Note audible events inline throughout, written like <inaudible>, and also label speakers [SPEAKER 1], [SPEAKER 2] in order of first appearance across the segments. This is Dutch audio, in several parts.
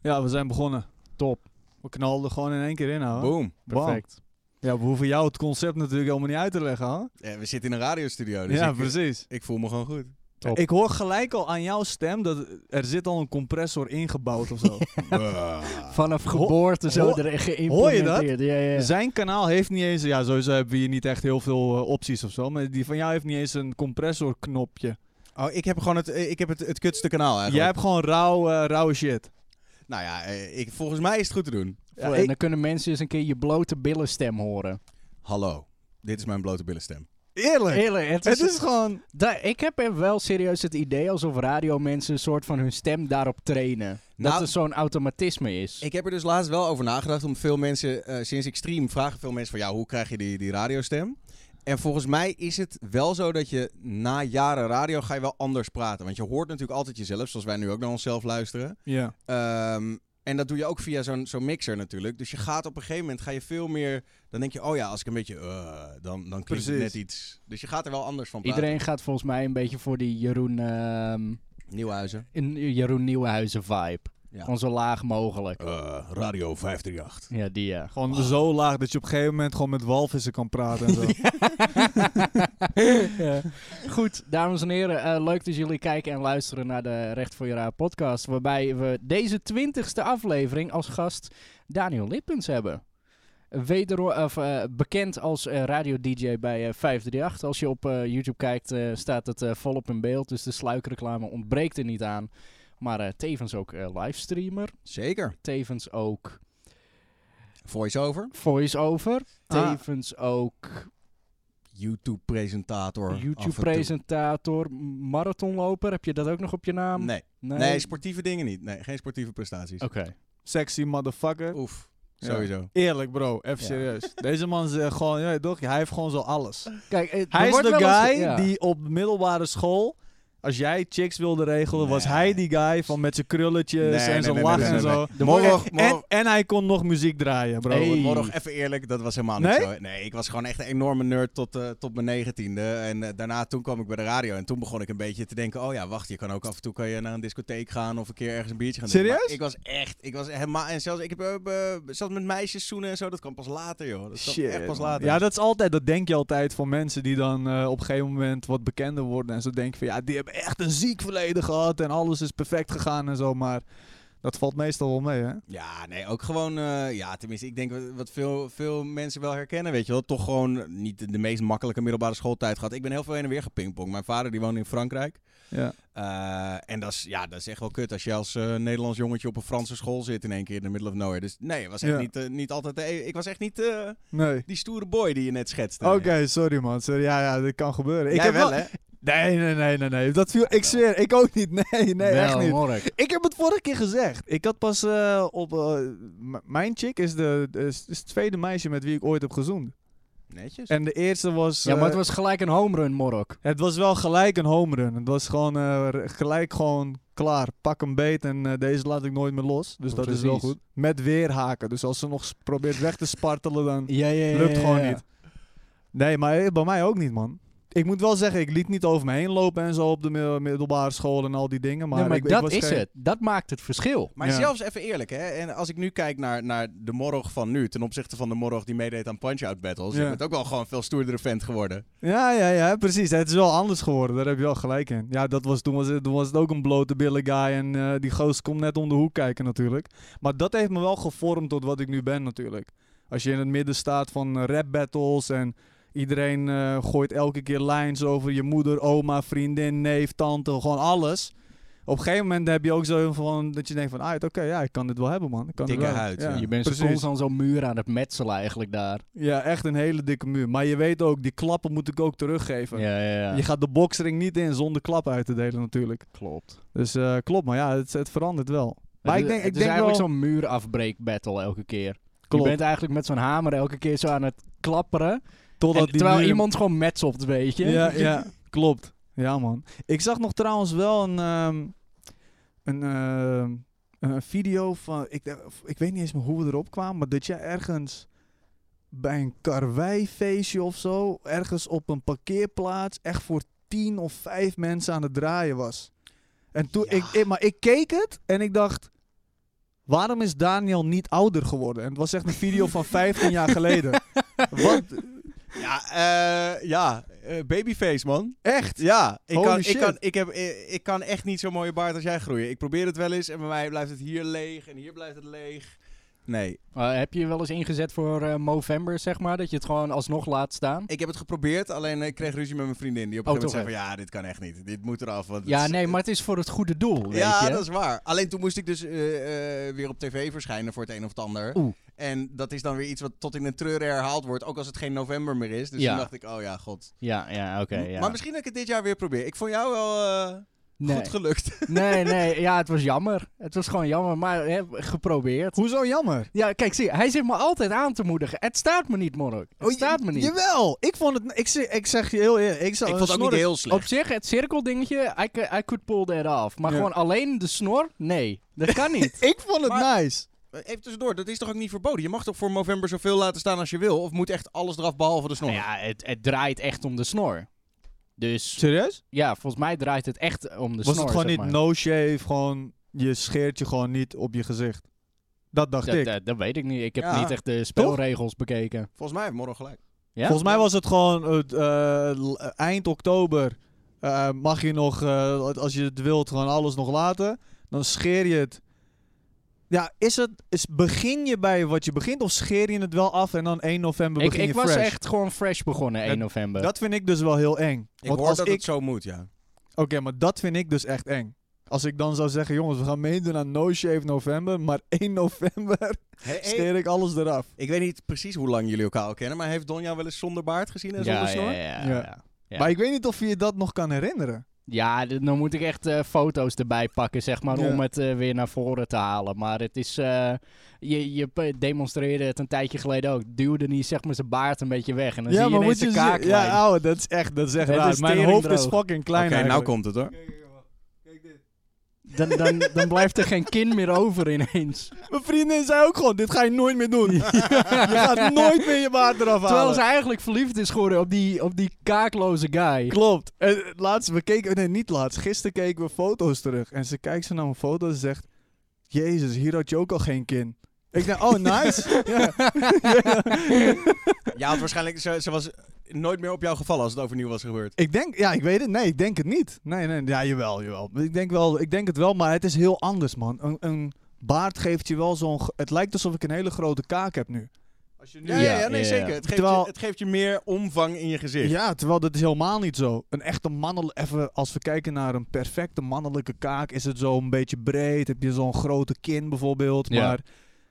[SPEAKER 1] Ja, we zijn begonnen.
[SPEAKER 2] Top.
[SPEAKER 1] We knalden gewoon in één keer in, hoor.
[SPEAKER 3] Boom.
[SPEAKER 1] Bam.
[SPEAKER 2] Perfect.
[SPEAKER 1] Ja, we hoeven jou het concept natuurlijk helemaal niet uit te leggen, hoor.
[SPEAKER 3] Ja, we zitten in een radiostudio, dus
[SPEAKER 1] ja,
[SPEAKER 3] ik,
[SPEAKER 1] precies.
[SPEAKER 3] ik voel me gewoon <laughs> goed.
[SPEAKER 2] Top.
[SPEAKER 1] Ik hoor gelijk al aan jouw stem dat er zit al een compressor ingebouwd of zo.
[SPEAKER 3] Bah.
[SPEAKER 2] Vanaf
[SPEAKER 1] Ho-
[SPEAKER 2] geboorte zo
[SPEAKER 1] ho-
[SPEAKER 2] erin
[SPEAKER 1] hoor je dat?
[SPEAKER 2] geïmplementeerd. Ja, <laughs> ja, ja.
[SPEAKER 1] Zijn kanaal heeft niet eens... Ja, sowieso hebben we hier niet echt heel veel eh, opties of zo. Maar die van jou heeft niet eens een compressorknopje.
[SPEAKER 3] oh, ik heb gewoon het, eh, ik heb het, het kutste kanaal
[SPEAKER 1] Jij
[SPEAKER 3] eigenlijk.
[SPEAKER 1] hebt gewoon rauw, eh, rauwe shit.
[SPEAKER 3] Nou ja, eh, ik, volgens mij is het goed te doen.
[SPEAKER 2] Ja, en dan kunnen mensen eens een keer je blote billenstem horen.
[SPEAKER 3] Hallo, dit is mijn blote billenstem.
[SPEAKER 1] Eerlijk.
[SPEAKER 2] Eerlijk, het
[SPEAKER 1] Het
[SPEAKER 2] is,
[SPEAKER 1] is gewoon...
[SPEAKER 2] da- ik heb er wel serieus het idee alsof radiomensen een soort van hun stem daarop trainen. dat
[SPEAKER 3] Nou-
[SPEAKER 2] er zo'n automatisme is.
[SPEAKER 3] Ik heb er dus laatst wel over nagedacht, om veel mensen, eh, sinds ik stream, vragen veel mensen van, ja, hoe krijg je die, die radiostem? En volgens mij is het wel zo dat je na jaren radio ga je wel anders praten. Want je hoort natuurlijk altijd jezelf, zoals wij nu ook naar onszelf luisteren.
[SPEAKER 1] Ja.
[SPEAKER 3] Ehm, en dat doe je ook via zo'n zo'n mixer natuurlijk. Dus je gaat op een gegeven moment ga je veel meer. Dan denk je, oh ja, als ik een beetje. eh, dan, dan klinkt het
[SPEAKER 1] Precies.
[SPEAKER 3] net iets. Dus je gaat er wel anders van praten.
[SPEAKER 2] Iedereen gaat volgens mij een beetje voor die Jeroen, ehm,
[SPEAKER 3] Nieuwhuizen.
[SPEAKER 2] in- Jeroen Nieuwenhuizen vibe.
[SPEAKER 3] Ja.
[SPEAKER 2] Gewoon zo laag mogelijk.
[SPEAKER 3] Eh, radio 538.
[SPEAKER 2] Ja, die ja.
[SPEAKER 1] Oh. Gewoon zo laag dat je op een gegeven moment gewoon met walvissen kan praten
[SPEAKER 2] <laughs>
[SPEAKER 1] en zo.
[SPEAKER 2] Ja. Goed, dames en heren, eh, leuk dat jullie kijken en luisteren naar de Recht voor je Raad podcast. Waarbij we deze twintigste aflevering als gast Daniel Lippens hebben. Wederom, of, eh, bekend als radio-dj bij eh, 538. Als je op eh, YouTube kijkt, eh, staat het eh, volop in beeld. Dus de sluikreclame ontbreekt er niet aan. Maar eh, tevens ook eh, livestreamer.
[SPEAKER 3] Zeker.
[SPEAKER 2] Tevens ook
[SPEAKER 3] Voice-over.
[SPEAKER 2] voice-over.
[SPEAKER 1] Ah.
[SPEAKER 2] Tevens ook
[SPEAKER 3] YouTube-presentator.
[SPEAKER 2] YouTube-presentator, marathonloper. Heb je dat ook nog op je naam?
[SPEAKER 3] Nee. nee, sportieve dingen niet. Nee, geen sportieve prestaties.
[SPEAKER 2] Oké.
[SPEAKER 1] Sexy motherfucker.
[SPEAKER 3] Oef.
[SPEAKER 1] Ja.
[SPEAKER 3] Sowieso.
[SPEAKER 1] Eerlijk bro, even
[SPEAKER 2] Ja.
[SPEAKER 1] serieus. Deze man is eh, gewoon, ja, toch, hij heeft gewoon zo alles.
[SPEAKER 2] Kijk, eh, er
[SPEAKER 1] Hij is
[SPEAKER 2] wordt
[SPEAKER 1] de
[SPEAKER 2] wel eens-
[SPEAKER 1] guy
[SPEAKER 2] ja.
[SPEAKER 1] die op middelbare school, als jij chicks wilde regelen, was
[SPEAKER 3] Nee.
[SPEAKER 1] hij die guy van met zijn krulletjes
[SPEAKER 3] Nee,
[SPEAKER 1] en
[SPEAKER 3] nee,
[SPEAKER 1] zijn
[SPEAKER 3] nee,
[SPEAKER 1] lach
[SPEAKER 3] nee,
[SPEAKER 1] en
[SPEAKER 3] nee,
[SPEAKER 1] zo.
[SPEAKER 3] nee. Morgen,
[SPEAKER 1] En,
[SPEAKER 3] morgen,
[SPEAKER 1] en hij kon nog muziek draaien, bro.
[SPEAKER 2] Hey.
[SPEAKER 3] morgen, even eerlijk, dat was helemaal niet
[SPEAKER 1] Nee?
[SPEAKER 3] zo. Nee, ik was gewoon echt een enorme nerd tot, eh, tot mijn negentiende. En eh, daarna, toen kwam ik bij de radio. En toen begon ik een beetje te denken, oh ja, wacht, je kan ook af en toe kan je naar een discotheek gaan of een keer ergens een biertje gaan drinken.
[SPEAKER 1] Serieus?
[SPEAKER 3] Maar Ik was echt, ik was helemaal, en zelfs, ik heb, eh, eh, zelfs met meisjes zoenen en zo, dat kwam pas later, joh. Dat kwam echt pas later.
[SPEAKER 1] Ja, dat is altijd, dat denk je altijd van mensen die dan eh, op een gegeven moment wat bekender worden. En zo denk je van, ja, die hebben echt een ziek verleden gehad en alles is perfect gegaan en zo. Maar dat valt meestal wel mee, hè?
[SPEAKER 3] Ja, nee, ook gewoon, eh, ja, tenminste, ik denk wat- wat veel, veel mensen wel herkennen, weet je wel. Toch gewoon niet de, de meest makkelijke middelbare schooltijd gehad. Ik ben heel veel heen en weer gepingpongd. Mijn vader, die woonde in Frankrijk.
[SPEAKER 1] Ja.
[SPEAKER 3] Eh, en dat is, ja, dat is echt wel kut als je als eh, Nederlands jongetje op een Franse school zit in één keer in de middle of nowhere. Dus nee, het was echt
[SPEAKER 1] Ja.
[SPEAKER 3] niet, eh, niet altijd. de- ik was echt niet eh,
[SPEAKER 1] Nee.
[SPEAKER 3] die stoere boy die je net schetste.
[SPEAKER 1] Oké, sorry man. Sorry. Ja, ja, dat kan gebeuren.
[SPEAKER 3] Jij
[SPEAKER 1] ik heb
[SPEAKER 3] wel,
[SPEAKER 1] <laughs>
[SPEAKER 3] hè?
[SPEAKER 1] Nee, nee, nee, nee, nee. Dat viel... Ik zweer, ik ook niet. <laughs> Nee, nee,
[SPEAKER 2] Wel,
[SPEAKER 1] echt niet.
[SPEAKER 2] Mork.
[SPEAKER 1] Ik heb het vorige keer gezegd. Ik had pas eh, op... eh, m- mijn chick is, de, is is het tweede meisje met wie ik ooit heb gezoend.
[SPEAKER 3] Netjes.
[SPEAKER 1] En de eerste was...
[SPEAKER 2] Ja, maar het
[SPEAKER 1] eh,
[SPEAKER 2] was gelijk een home run, Mork.
[SPEAKER 1] het was wel gelijk een home run. Het was gewoon eh, re- gelijk gewoon klaar. Pak hem beet en eh, deze laat ik nooit meer los. Dus dat is wel
[SPEAKER 2] Precies.
[SPEAKER 1] goed. Met weerhaken. Dus als ze nog s- probeert weg te spartelen, dan...
[SPEAKER 2] Ja, ja, ja.
[SPEAKER 1] Lukt
[SPEAKER 2] ja,
[SPEAKER 1] gewoon
[SPEAKER 2] ja.
[SPEAKER 1] niet. Nee, maar eh, bij mij ook niet, man. Ik moet wel zeggen, ik liet niet over me heen lopen en zo op de mi- middelbare school en al die dingen. Maar,
[SPEAKER 2] nee, maar
[SPEAKER 1] ik, ik
[SPEAKER 2] dat
[SPEAKER 1] was
[SPEAKER 2] is
[SPEAKER 1] geen-
[SPEAKER 2] het. Dat maakt het verschil.
[SPEAKER 3] Maar
[SPEAKER 1] Ja.
[SPEAKER 3] zelfs even eerlijk, hè? En als ik nu kijk naar, naar de morg van nu ten opzichte van de morg die meedeed aan Punch-Out Battles,
[SPEAKER 1] Ja.
[SPEAKER 3] ik ben ook wel gewoon een veel stoerdere vent geworden.
[SPEAKER 1] Ja, ja, ja, precies. Het is wel anders geworden, daar heb je wel gelijk in. Ja, dat was, toen, was het, toen was het ook een blote billen guy en eh, die goos komt net om de hoek kijken natuurlijk. Maar dat heeft me wel gevormd tot wat ik nu ben natuurlijk. Als je in het midden staat van eh, rap battles en iedereen eh, gooit elke keer lines over je moeder, oma, vriendin, neef, tante, gewoon alles. Op een gegeven moment heb je ook zo van dat je denkt van, ah, oké, ja, ik kan dit wel hebben man. Ik kan dit
[SPEAKER 3] Dikke
[SPEAKER 1] wel.
[SPEAKER 3] huid,
[SPEAKER 1] Ja,
[SPEAKER 3] ja.
[SPEAKER 2] je bent zo
[SPEAKER 1] precies.
[SPEAKER 2] constant zo'n muur aan het metselen eigenlijk daar.
[SPEAKER 1] Ja, echt een hele dikke muur. Maar je weet ook, die klappen moet ik ook teruggeven.
[SPEAKER 2] Ja, ja, ja.
[SPEAKER 1] Je gaat de boksring niet in zonder klap uit te delen natuurlijk.
[SPEAKER 2] Klopt.
[SPEAKER 1] Dus eh, klopt, maar ja, het, het verandert wel. Maar
[SPEAKER 2] het
[SPEAKER 1] ik
[SPEAKER 2] is-
[SPEAKER 1] denk,
[SPEAKER 2] het
[SPEAKER 1] ik
[SPEAKER 2] is
[SPEAKER 1] denk wel...
[SPEAKER 2] eigenlijk zo'n muurafbreekbattle elke keer.
[SPEAKER 1] klopt,
[SPEAKER 2] Je bent eigenlijk met zo'n hamer elke keer zo aan het klapperen.
[SPEAKER 1] totdat
[SPEAKER 2] en
[SPEAKER 1] die
[SPEAKER 2] terwijl
[SPEAKER 1] muur-
[SPEAKER 2] iemand gewoon metselt, weet je. <laughs>
[SPEAKER 1] Ja, ja, klopt. Ja, man. Ik zag nog trouwens wel een, ehm, een, ehm, een video van... Ik, dacht- ik weet niet eens meer hoe we erop kwamen, maar dat je ergens bij een karweifeestje of zo... ergens op een parkeerplaats echt voor tien of vijf mensen aan het draaien was. En toen,
[SPEAKER 3] Ja.
[SPEAKER 1] ik, ik- maar ik keek het en ik dacht... Waarom is Daniel niet ouder geworden? En het was echt een video van 15 jaar geleden. Wat?
[SPEAKER 3] Ja, eh, ja. eh, babyface, man.
[SPEAKER 1] Echt?
[SPEAKER 3] Ja, ik
[SPEAKER 1] Holy
[SPEAKER 3] kan, ik,
[SPEAKER 1] shit.
[SPEAKER 3] kan, ik, heb, eh, ik kan echt niet zo'n mooie baard als jij groeien. Ik probeer het wel eens en bij mij blijft het hier leeg en hier blijft het leeg. Nee,
[SPEAKER 2] Eh, heb je je wel eens ingezet voor eh Movember, zeg maar? Dat je het gewoon alsnog laat staan?
[SPEAKER 3] ik heb het geprobeerd, alleen ik kreeg ruzie met mijn vriendin. Die op een
[SPEAKER 2] Oh,
[SPEAKER 3] gegeven
[SPEAKER 2] toch
[SPEAKER 3] moment zei van, ja, dit kan echt niet. Dit moet eraf. Want
[SPEAKER 2] Ja,
[SPEAKER 3] het is- eh,
[SPEAKER 2] nee, maar het is voor het goede doel, weet
[SPEAKER 3] ja,
[SPEAKER 2] je.
[SPEAKER 3] dat is waar. Alleen toen moest ik dus eh, eh, weer op tv verschijnen voor het een of het ander.
[SPEAKER 2] Oeh.
[SPEAKER 3] En dat is dan weer iets wat tot in de treuren herhaald wordt, ook als het geen november meer is. Dus
[SPEAKER 2] Ja.
[SPEAKER 3] toen dacht ik, oh ja, god.
[SPEAKER 2] Ja, ja, oké, ja.
[SPEAKER 3] Maar misschien dat ik het dit jaar weer probeer. Ik vond jou wel eh,
[SPEAKER 2] nee. Nou,
[SPEAKER 3] goed gelukt.
[SPEAKER 2] nee, nee, ja, het was jammer. Het was gewoon jammer, maar hè, geprobeerd.
[SPEAKER 1] Hoezo jammer?
[SPEAKER 2] Ja, kijk, zie, hij zit me altijd aan te moedigen. Het staat me niet, Morok. Het staat me niet.
[SPEAKER 1] Oh, Jawel! Ik vond het... Ik, zeg- ik zeg je heel eerlijk. Ik, zou-
[SPEAKER 3] <laughs> ik vond het ook niet
[SPEAKER 1] Snorre-
[SPEAKER 3] heel
[SPEAKER 2] Op
[SPEAKER 3] slecht.
[SPEAKER 2] zich, het cirkeldingetje, I, c- I could pull that off. Maar
[SPEAKER 1] Ja.
[SPEAKER 2] gewoon alleen de snor? Nee, dat kan
[SPEAKER 1] <laughs>
[SPEAKER 2] niet.
[SPEAKER 1] Ik vond het
[SPEAKER 3] Maar-
[SPEAKER 1] nice.
[SPEAKER 3] Even tussendoor, dat is toch ook niet verboden? Je mag toch voor november zoveel laten staan als je wil? Of moet echt alles eraf behalve de snor?
[SPEAKER 2] Nou ja, het, het draait echt om de snor. Dus
[SPEAKER 1] Serieus?
[SPEAKER 2] ja, volgens mij draait het echt om de
[SPEAKER 1] Was
[SPEAKER 2] snor.
[SPEAKER 1] het gewoon
[SPEAKER 2] zeg
[SPEAKER 1] niet
[SPEAKER 2] maar.
[SPEAKER 1] no shave, gewoon... Je scheert je gewoon niet op je gezicht. Dat dacht
[SPEAKER 2] dat,
[SPEAKER 1] ik.
[SPEAKER 2] dat, dat weet ik niet. Ik heb
[SPEAKER 3] Ja.
[SPEAKER 2] niet echt de spelregels bekeken.
[SPEAKER 3] Volgens mij heeft Morro gelijk.
[SPEAKER 2] Ja?
[SPEAKER 1] Volgens mij was het gewoon het, eh, l- eh, eind oktober. eh, mag je nog, eh, als je het wilt, gewoon alles nog laten. Dan scheer je het. Ja, is het, is, begin je bij wat je begint of scheer je het wel af en dan 1 november
[SPEAKER 2] ik
[SPEAKER 1] begin
[SPEAKER 2] ik
[SPEAKER 1] je
[SPEAKER 2] was
[SPEAKER 1] fresh?
[SPEAKER 2] echt gewoon fresh begonnen 1
[SPEAKER 1] Dat-
[SPEAKER 2] november.
[SPEAKER 1] Dat vind ik dus wel heel eng.
[SPEAKER 3] Ik
[SPEAKER 1] Want
[SPEAKER 3] hoor
[SPEAKER 1] als
[SPEAKER 3] dat
[SPEAKER 1] ik,
[SPEAKER 3] het zo moet, ja.
[SPEAKER 1] Oké, maar dat vind ik dus echt eng. Als ik dan zou zeggen, jongens, we gaan meedoen aan No Shave November, maar <laughs> 1 november scheer ik alles eraf.
[SPEAKER 3] Ik weet niet precies hoe lang jullie elkaar al kennen, maar heeft Don jou wel eens zonder baard gezien
[SPEAKER 2] ja,
[SPEAKER 3] en zonder
[SPEAKER 2] ja,
[SPEAKER 3] snor?
[SPEAKER 2] ja,
[SPEAKER 1] Ja.
[SPEAKER 2] ja. Ja.
[SPEAKER 1] Maar ik weet niet of je je dat nog kan herinneren.
[SPEAKER 2] Ja, d- dan moet ik echt eh, foto's erbij pakken, zeg maar,
[SPEAKER 1] Ja.
[SPEAKER 2] om het eh, weer naar voren te halen. Maar het is, eh, je, je p- demonstreerde het een tijdje geleden ook. Duwde niet, zeg maar, zijn baard een beetje weg. En dan zie je ineens zijn kaak
[SPEAKER 1] Ja,
[SPEAKER 2] klein.
[SPEAKER 1] ouwe, dat is echt, dat is echt
[SPEAKER 2] Dat
[SPEAKER 1] raar.
[SPEAKER 2] is
[SPEAKER 1] Mijn hoofd is
[SPEAKER 2] teringdroog.
[SPEAKER 1] fucking klein
[SPEAKER 3] Oké, nou
[SPEAKER 1] eigenlijk.
[SPEAKER 3] komt het hoor.
[SPEAKER 2] dan, dan, dan blijft er geen kin meer over ineens.
[SPEAKER 1] <laughs> Mijn vriendin zei ook gewoon, dit ga je nooit meer doen. je gaat nooit meer je baard eraf
[SPEAKER 2] <laughs> Terwijl
[SPEAKER 1] halen.
[SPEAKER 2] ze eigenlijk verliefd is geworden op die, op die kaakloze guy.
[SPEAKER 1] Klopt. En eh, laatst, we keken, nee niet laatst, gisteren keken we foto's terug. En ze kijkt zo naar mijn foto's en zegt, jezus, hier had je ook al geen kin. Ik denk, oh nice. ja.
[SPEAKER 3] Ja, want waarschijnlijk, ze, ze was nooit meer op jou gevallen als het overnieuw was gebeurd.
[SPEAKER 1] Ik denk, ja, ik weet het. Nee, ik denk het niet. Nee, nee, ja, jawel, jawel. Ik denk, wel, ik denk het wel, maar het is heel anders, man. Een, een baard geeft je wel zo'n... ge- Het lijkt alsof ik een hele grote kaak heb nu.
[SPEAKER 3] Ja,
[SPEAKER 2] Ja,
[SPEAKER 3] ja, ja, nee,
[SPEAKER 2] ja, ja.
[SPEAKER 3] zeker. Het geeft,
[SPEAKER 1] Terwijl-
[SPEAKER 3] je, het geeft je meer omvang in je gezicht.
[SPEAKER 1] Ja, terwijl dat is helemaal niet zo. Een echte mannelijke, even als we kijken naar een perfecte mannelijke kaak, is het zo een beetje breed. Heb je zo'n grote kin bijvoorbeeld.
[SPEAKER 2] Ja.
[SPEAKER 1] Maar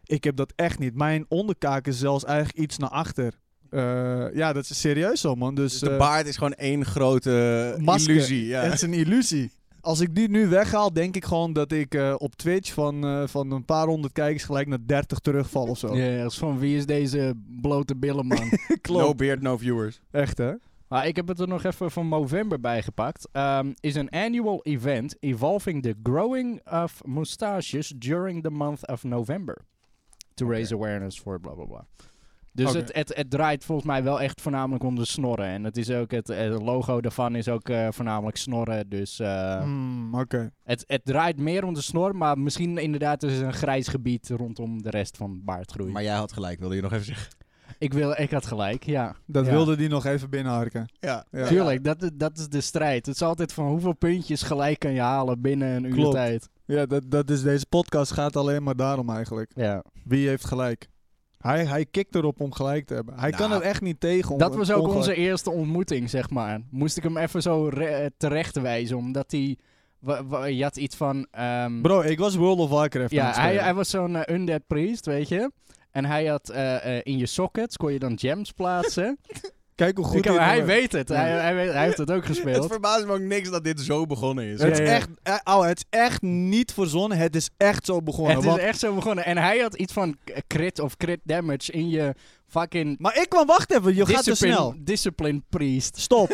[SPEAKER 1] ik heb dat echt niet. Mijn onderkaak is zelfs eigenlijk iets naar achter. Eh, ja, dat is serieus zo, man. Dus,
[SPEAKER 3] Dus de
[SPEAKER 1] eh,
[SPEAKER 3] baard is gewoon één grote
[SPEAKER 1] Masker.
[SPEAKER 3] illusie. Ja.
[SPEAKER 1] <laughs> het is een illusie. Als ik die nu weghaal, denk ik gewoon dat ik eh, op Twitch van, eh, van een paar honderd kijkers gelijk naar 30 terugval of zo.
[SPEAKER 2] Ja, als van wie is deze blote billenman?
[SPEAKER 3] No beard, no viewers.
[SPEAKER 1] Echt, hè?
[SPEAKER 2] Maar ik heb het er nog even van Movember bijgepakt. Ehm is een annual event evolving the growing of moustaches during the month of November. To
[SPEAKER 3] Oké.
[SPEAKER 2] raise awareness for bla bla bla. Dus
[SPEAKER 1] Oké.
[SPEAKER 2] het, het, het draait volgens mij wel echt voornamelijk om de snorren. En het, is ook het, het logo daarvan is ook eh, voornamelijk snorren. Dus eh,
[SPEAKER 3] Mm.
[SPEAKER 1] Hmm, Oké.
[SPEAKER 2] het, het draait meer om de snor. Maar misschien inderdaad is er een grijs gebied rondom de rest van baardgroei.
[SPEAKER 3] Maar jij had gelijk, wilde je nog even zeggen.
[SPEAKER 2] ik, wil, ik had gelijk, ja.
[SPEAKER 1] Dat
[SPEAKER 2] Ja.
[SPEAKER 1] wilde die nog even binnenharken.
[SPEAKER 3] Ja.
[SPEAKER 1] Ja.
[SPEAKER 2] Tuurlijk, dat, dat is de strijd. Het is altijd van hoeveel puntjes gelijk kan je halen binnen een uur
[SPEAKER 1] Klopt.
[SPEAKER 2] tijd.
[SPEAKER 1] Ja, dat, dat is, deze podcast gaat alleen maar daarom eigenlijk.
[SPEAKER 2] Ja.
[SPEAKER 1] Wie heeft gelijk? Hij, hij kikt erop om gelijk te hebben. Hij
[SPEAKER 3] Nou,
[SPEAKER 1] kan er echt niet tegen. Om,
[SPEAKER 2] Dat was ook
[SPEAKER 1] ongelijk-
[SPEAKER 2] onze eerste ontmoeting, zeg maar. Moest ik hem even zo re- eh, terecht wijzen, omdat hij... wa- wa- Je had iets van... ehm,
[SPEAKER 1] Bro, ik was World of Warcraft aan
[SPEAKER 2] ja,
[SPEAKER 1] het
[SPEAKER 2] hij,
[SPEAKER 1] spelen.
[SPEAKER 2] hij was zo'n eh, undead priest, weet je. En hij had eh, eh, in je sockets, kon je dan gems plaatsen.
[SPEAKER 1] Kijk hoe <laughs> goed
[SPEAKER 2] Ik heb- hij
[SPEAKER 1] nog-
[SPEAKER 2] weet het, hij, hij, weet, hij heeft het
[SPEAKER 1] <laughs>
[SPEAKER 2] ook
[SPEAKER 3] Het
[SPEAKER 2] gespeeld.
[SPEAKER 3] verbaast me ook niks dat dit zo begonnen is.
[SPEAKER 1] Het,
[SPEAKER 2] Ja,
[SPEAKER 1] is
[SPEAKER 2] ja.
[SPEAKER 1] echt, eh, ouwe, het is echt niet verzonnen. Het is echt zo begonnen.
[SPEAKER 2] Het is
[SPEAKER 1] want-
[SPEAKER 2] echt zo begonnen. En hij had iets van k- crit of crit damage in je fucking...
[SPEAKER 1] Maar ik kwam, wacht even, je gaat te
[SPEAKER 2] discipline-
[SPEAKER 1] snel.
[SPEAKER 2] Discipline priest. <laughs>
[SPEAKER 1] Stop.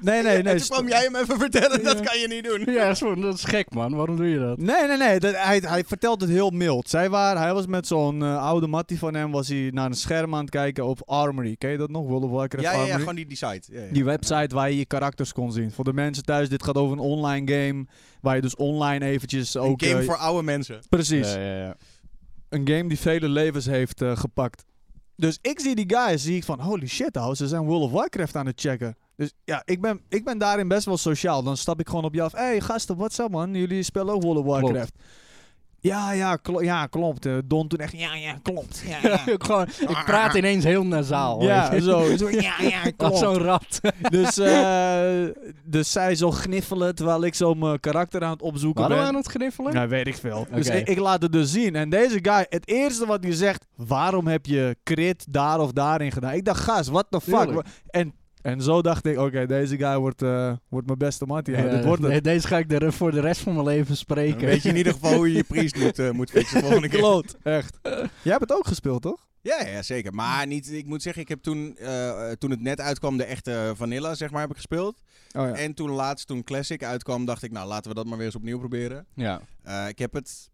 [SPEAKER 1] Nee, nee, nee.
[SPEAKER 3] en toen
[SPEAKER 1] sto-
[SPEAKER 3] kwam jij hem even vertellen, dat
[SPEAKER 1] Ja.
[SPEAKER 3] kan je niet doen.
[SPEAKER 2] <laughs> Ja, dat is, wel- dat is gek, man. Waarom doe je dat?
[SPEAKER 1] Nee, nee, nee. dat- hij, hij vertelt het heel mild. Zij waren, hij was met zo'n eh, oude mattie van hem, was hij naar een scherm aan het kijken op Armory. Ken je dat nog? World of Warcraft
[SPEAKER 3] Ja, ja,
[SPEAKER 1] Armory?
[SPEAKER 3] ja, gewoon die, die site. Ja, ja.
[SPEAKER 1] Die website waar je je karakters kon zien. Voor de mensen thuis, dit gaat over een online game. Waar je dus online eventjes ook...
[SPEAKER 3] Een game
[SPEAKER 1] eh,
[SPEAKER 3] voor oude mensen.
[SPEAKER 1] Precies.
[SPEAKER 2] Ja, ja, ja.
[SPEAKER 1] een game die vele levens heeft eh, gepakt. Dus ik zie die guys, zie ik van, holy shit, hou, ze zijn World of Warcraft aan het checken. Dus ja, ik ben, ik ben daarin best wel sociaal. Dan stap ik gewoon op je af. Hé, hey, gasten, what's up, man? Jullie spelen ook World of Warcraft. Ja, ja, klo- ja, klopt. Eh, Don toen echt, ja, ja, klopt. Ja, ja.
[SPEAKER 2] Gewoon, <laughs> ik
[SPEAKER 3] Ah.
[SPEAKER 2] praat ineens heel nasaal.
[SPEAKER 1] Ja,
[SPEAKER 2] <laughs> weet
[SPEAKER 1] <laughs>
[SPEAKER 2] je.
[SPEAKER 1] zo. zo ja, ja,
[SPEAKER 2] Als
[SPEAKER 1] klopt.
[SPEAKER 2] zo'n rat.
[SPEAKER 1] Dus, eh, dus zij zo gniffelen terwijl ik zo mijn karakter aan het opzoeken
[SPEAKER 2] Waren we
[SPEAKER 1] ben.
[SPEAKER 2] aan het gniffelen?
[SPEAKER 1] Nou, weet ik veel. Dus
[SPEAKER 2] Oké.
[SPEAKER 1] ik, ik laat het dus zien. En deze guy, het eerste wat hij zegt... Waarom heb je crit daar of daarin gedaan? Ik dacht, gast, what the fuck?
[SPEAKER 2] Tuurlijk.
[SPEAKER 1] En, en zo dacht ik, oké, deze guy wordt, eh, wordt mijn beste man. Ja, dit wordt het.
[SPEAKER 2] <laughs> eh, nee, Deze ga ik de, voor de rest van mijn leven spreken.
[SPEAKER 3] Weet je in ieder geval hoe je je priest moet, eh, moet
[SPEAKER 2] <laughs>
[SPEAKER 3] fixen volgende keer.
[SPEAKER 1] Kloot, echt. Jij hebt het ook gespeeld, toch?
[SPEAKER 3] Ja, ja, zeker. Maar niet, ik moet zeggen, ik heb toen, eh, eh, toen het net uitkwam, de echte Vanilla, zeg maar, heb ik gespeeld.
[SPEAKER 1] Oh ja.
[SPEAKER 3] En toen laatst, toen Classic uitkwam, dacht ik, nou, laten we dat maar weer eens opnieuw proberen.
[SPEAKER 2] Ja,
[SPEAKER 3] Eh, ik heb het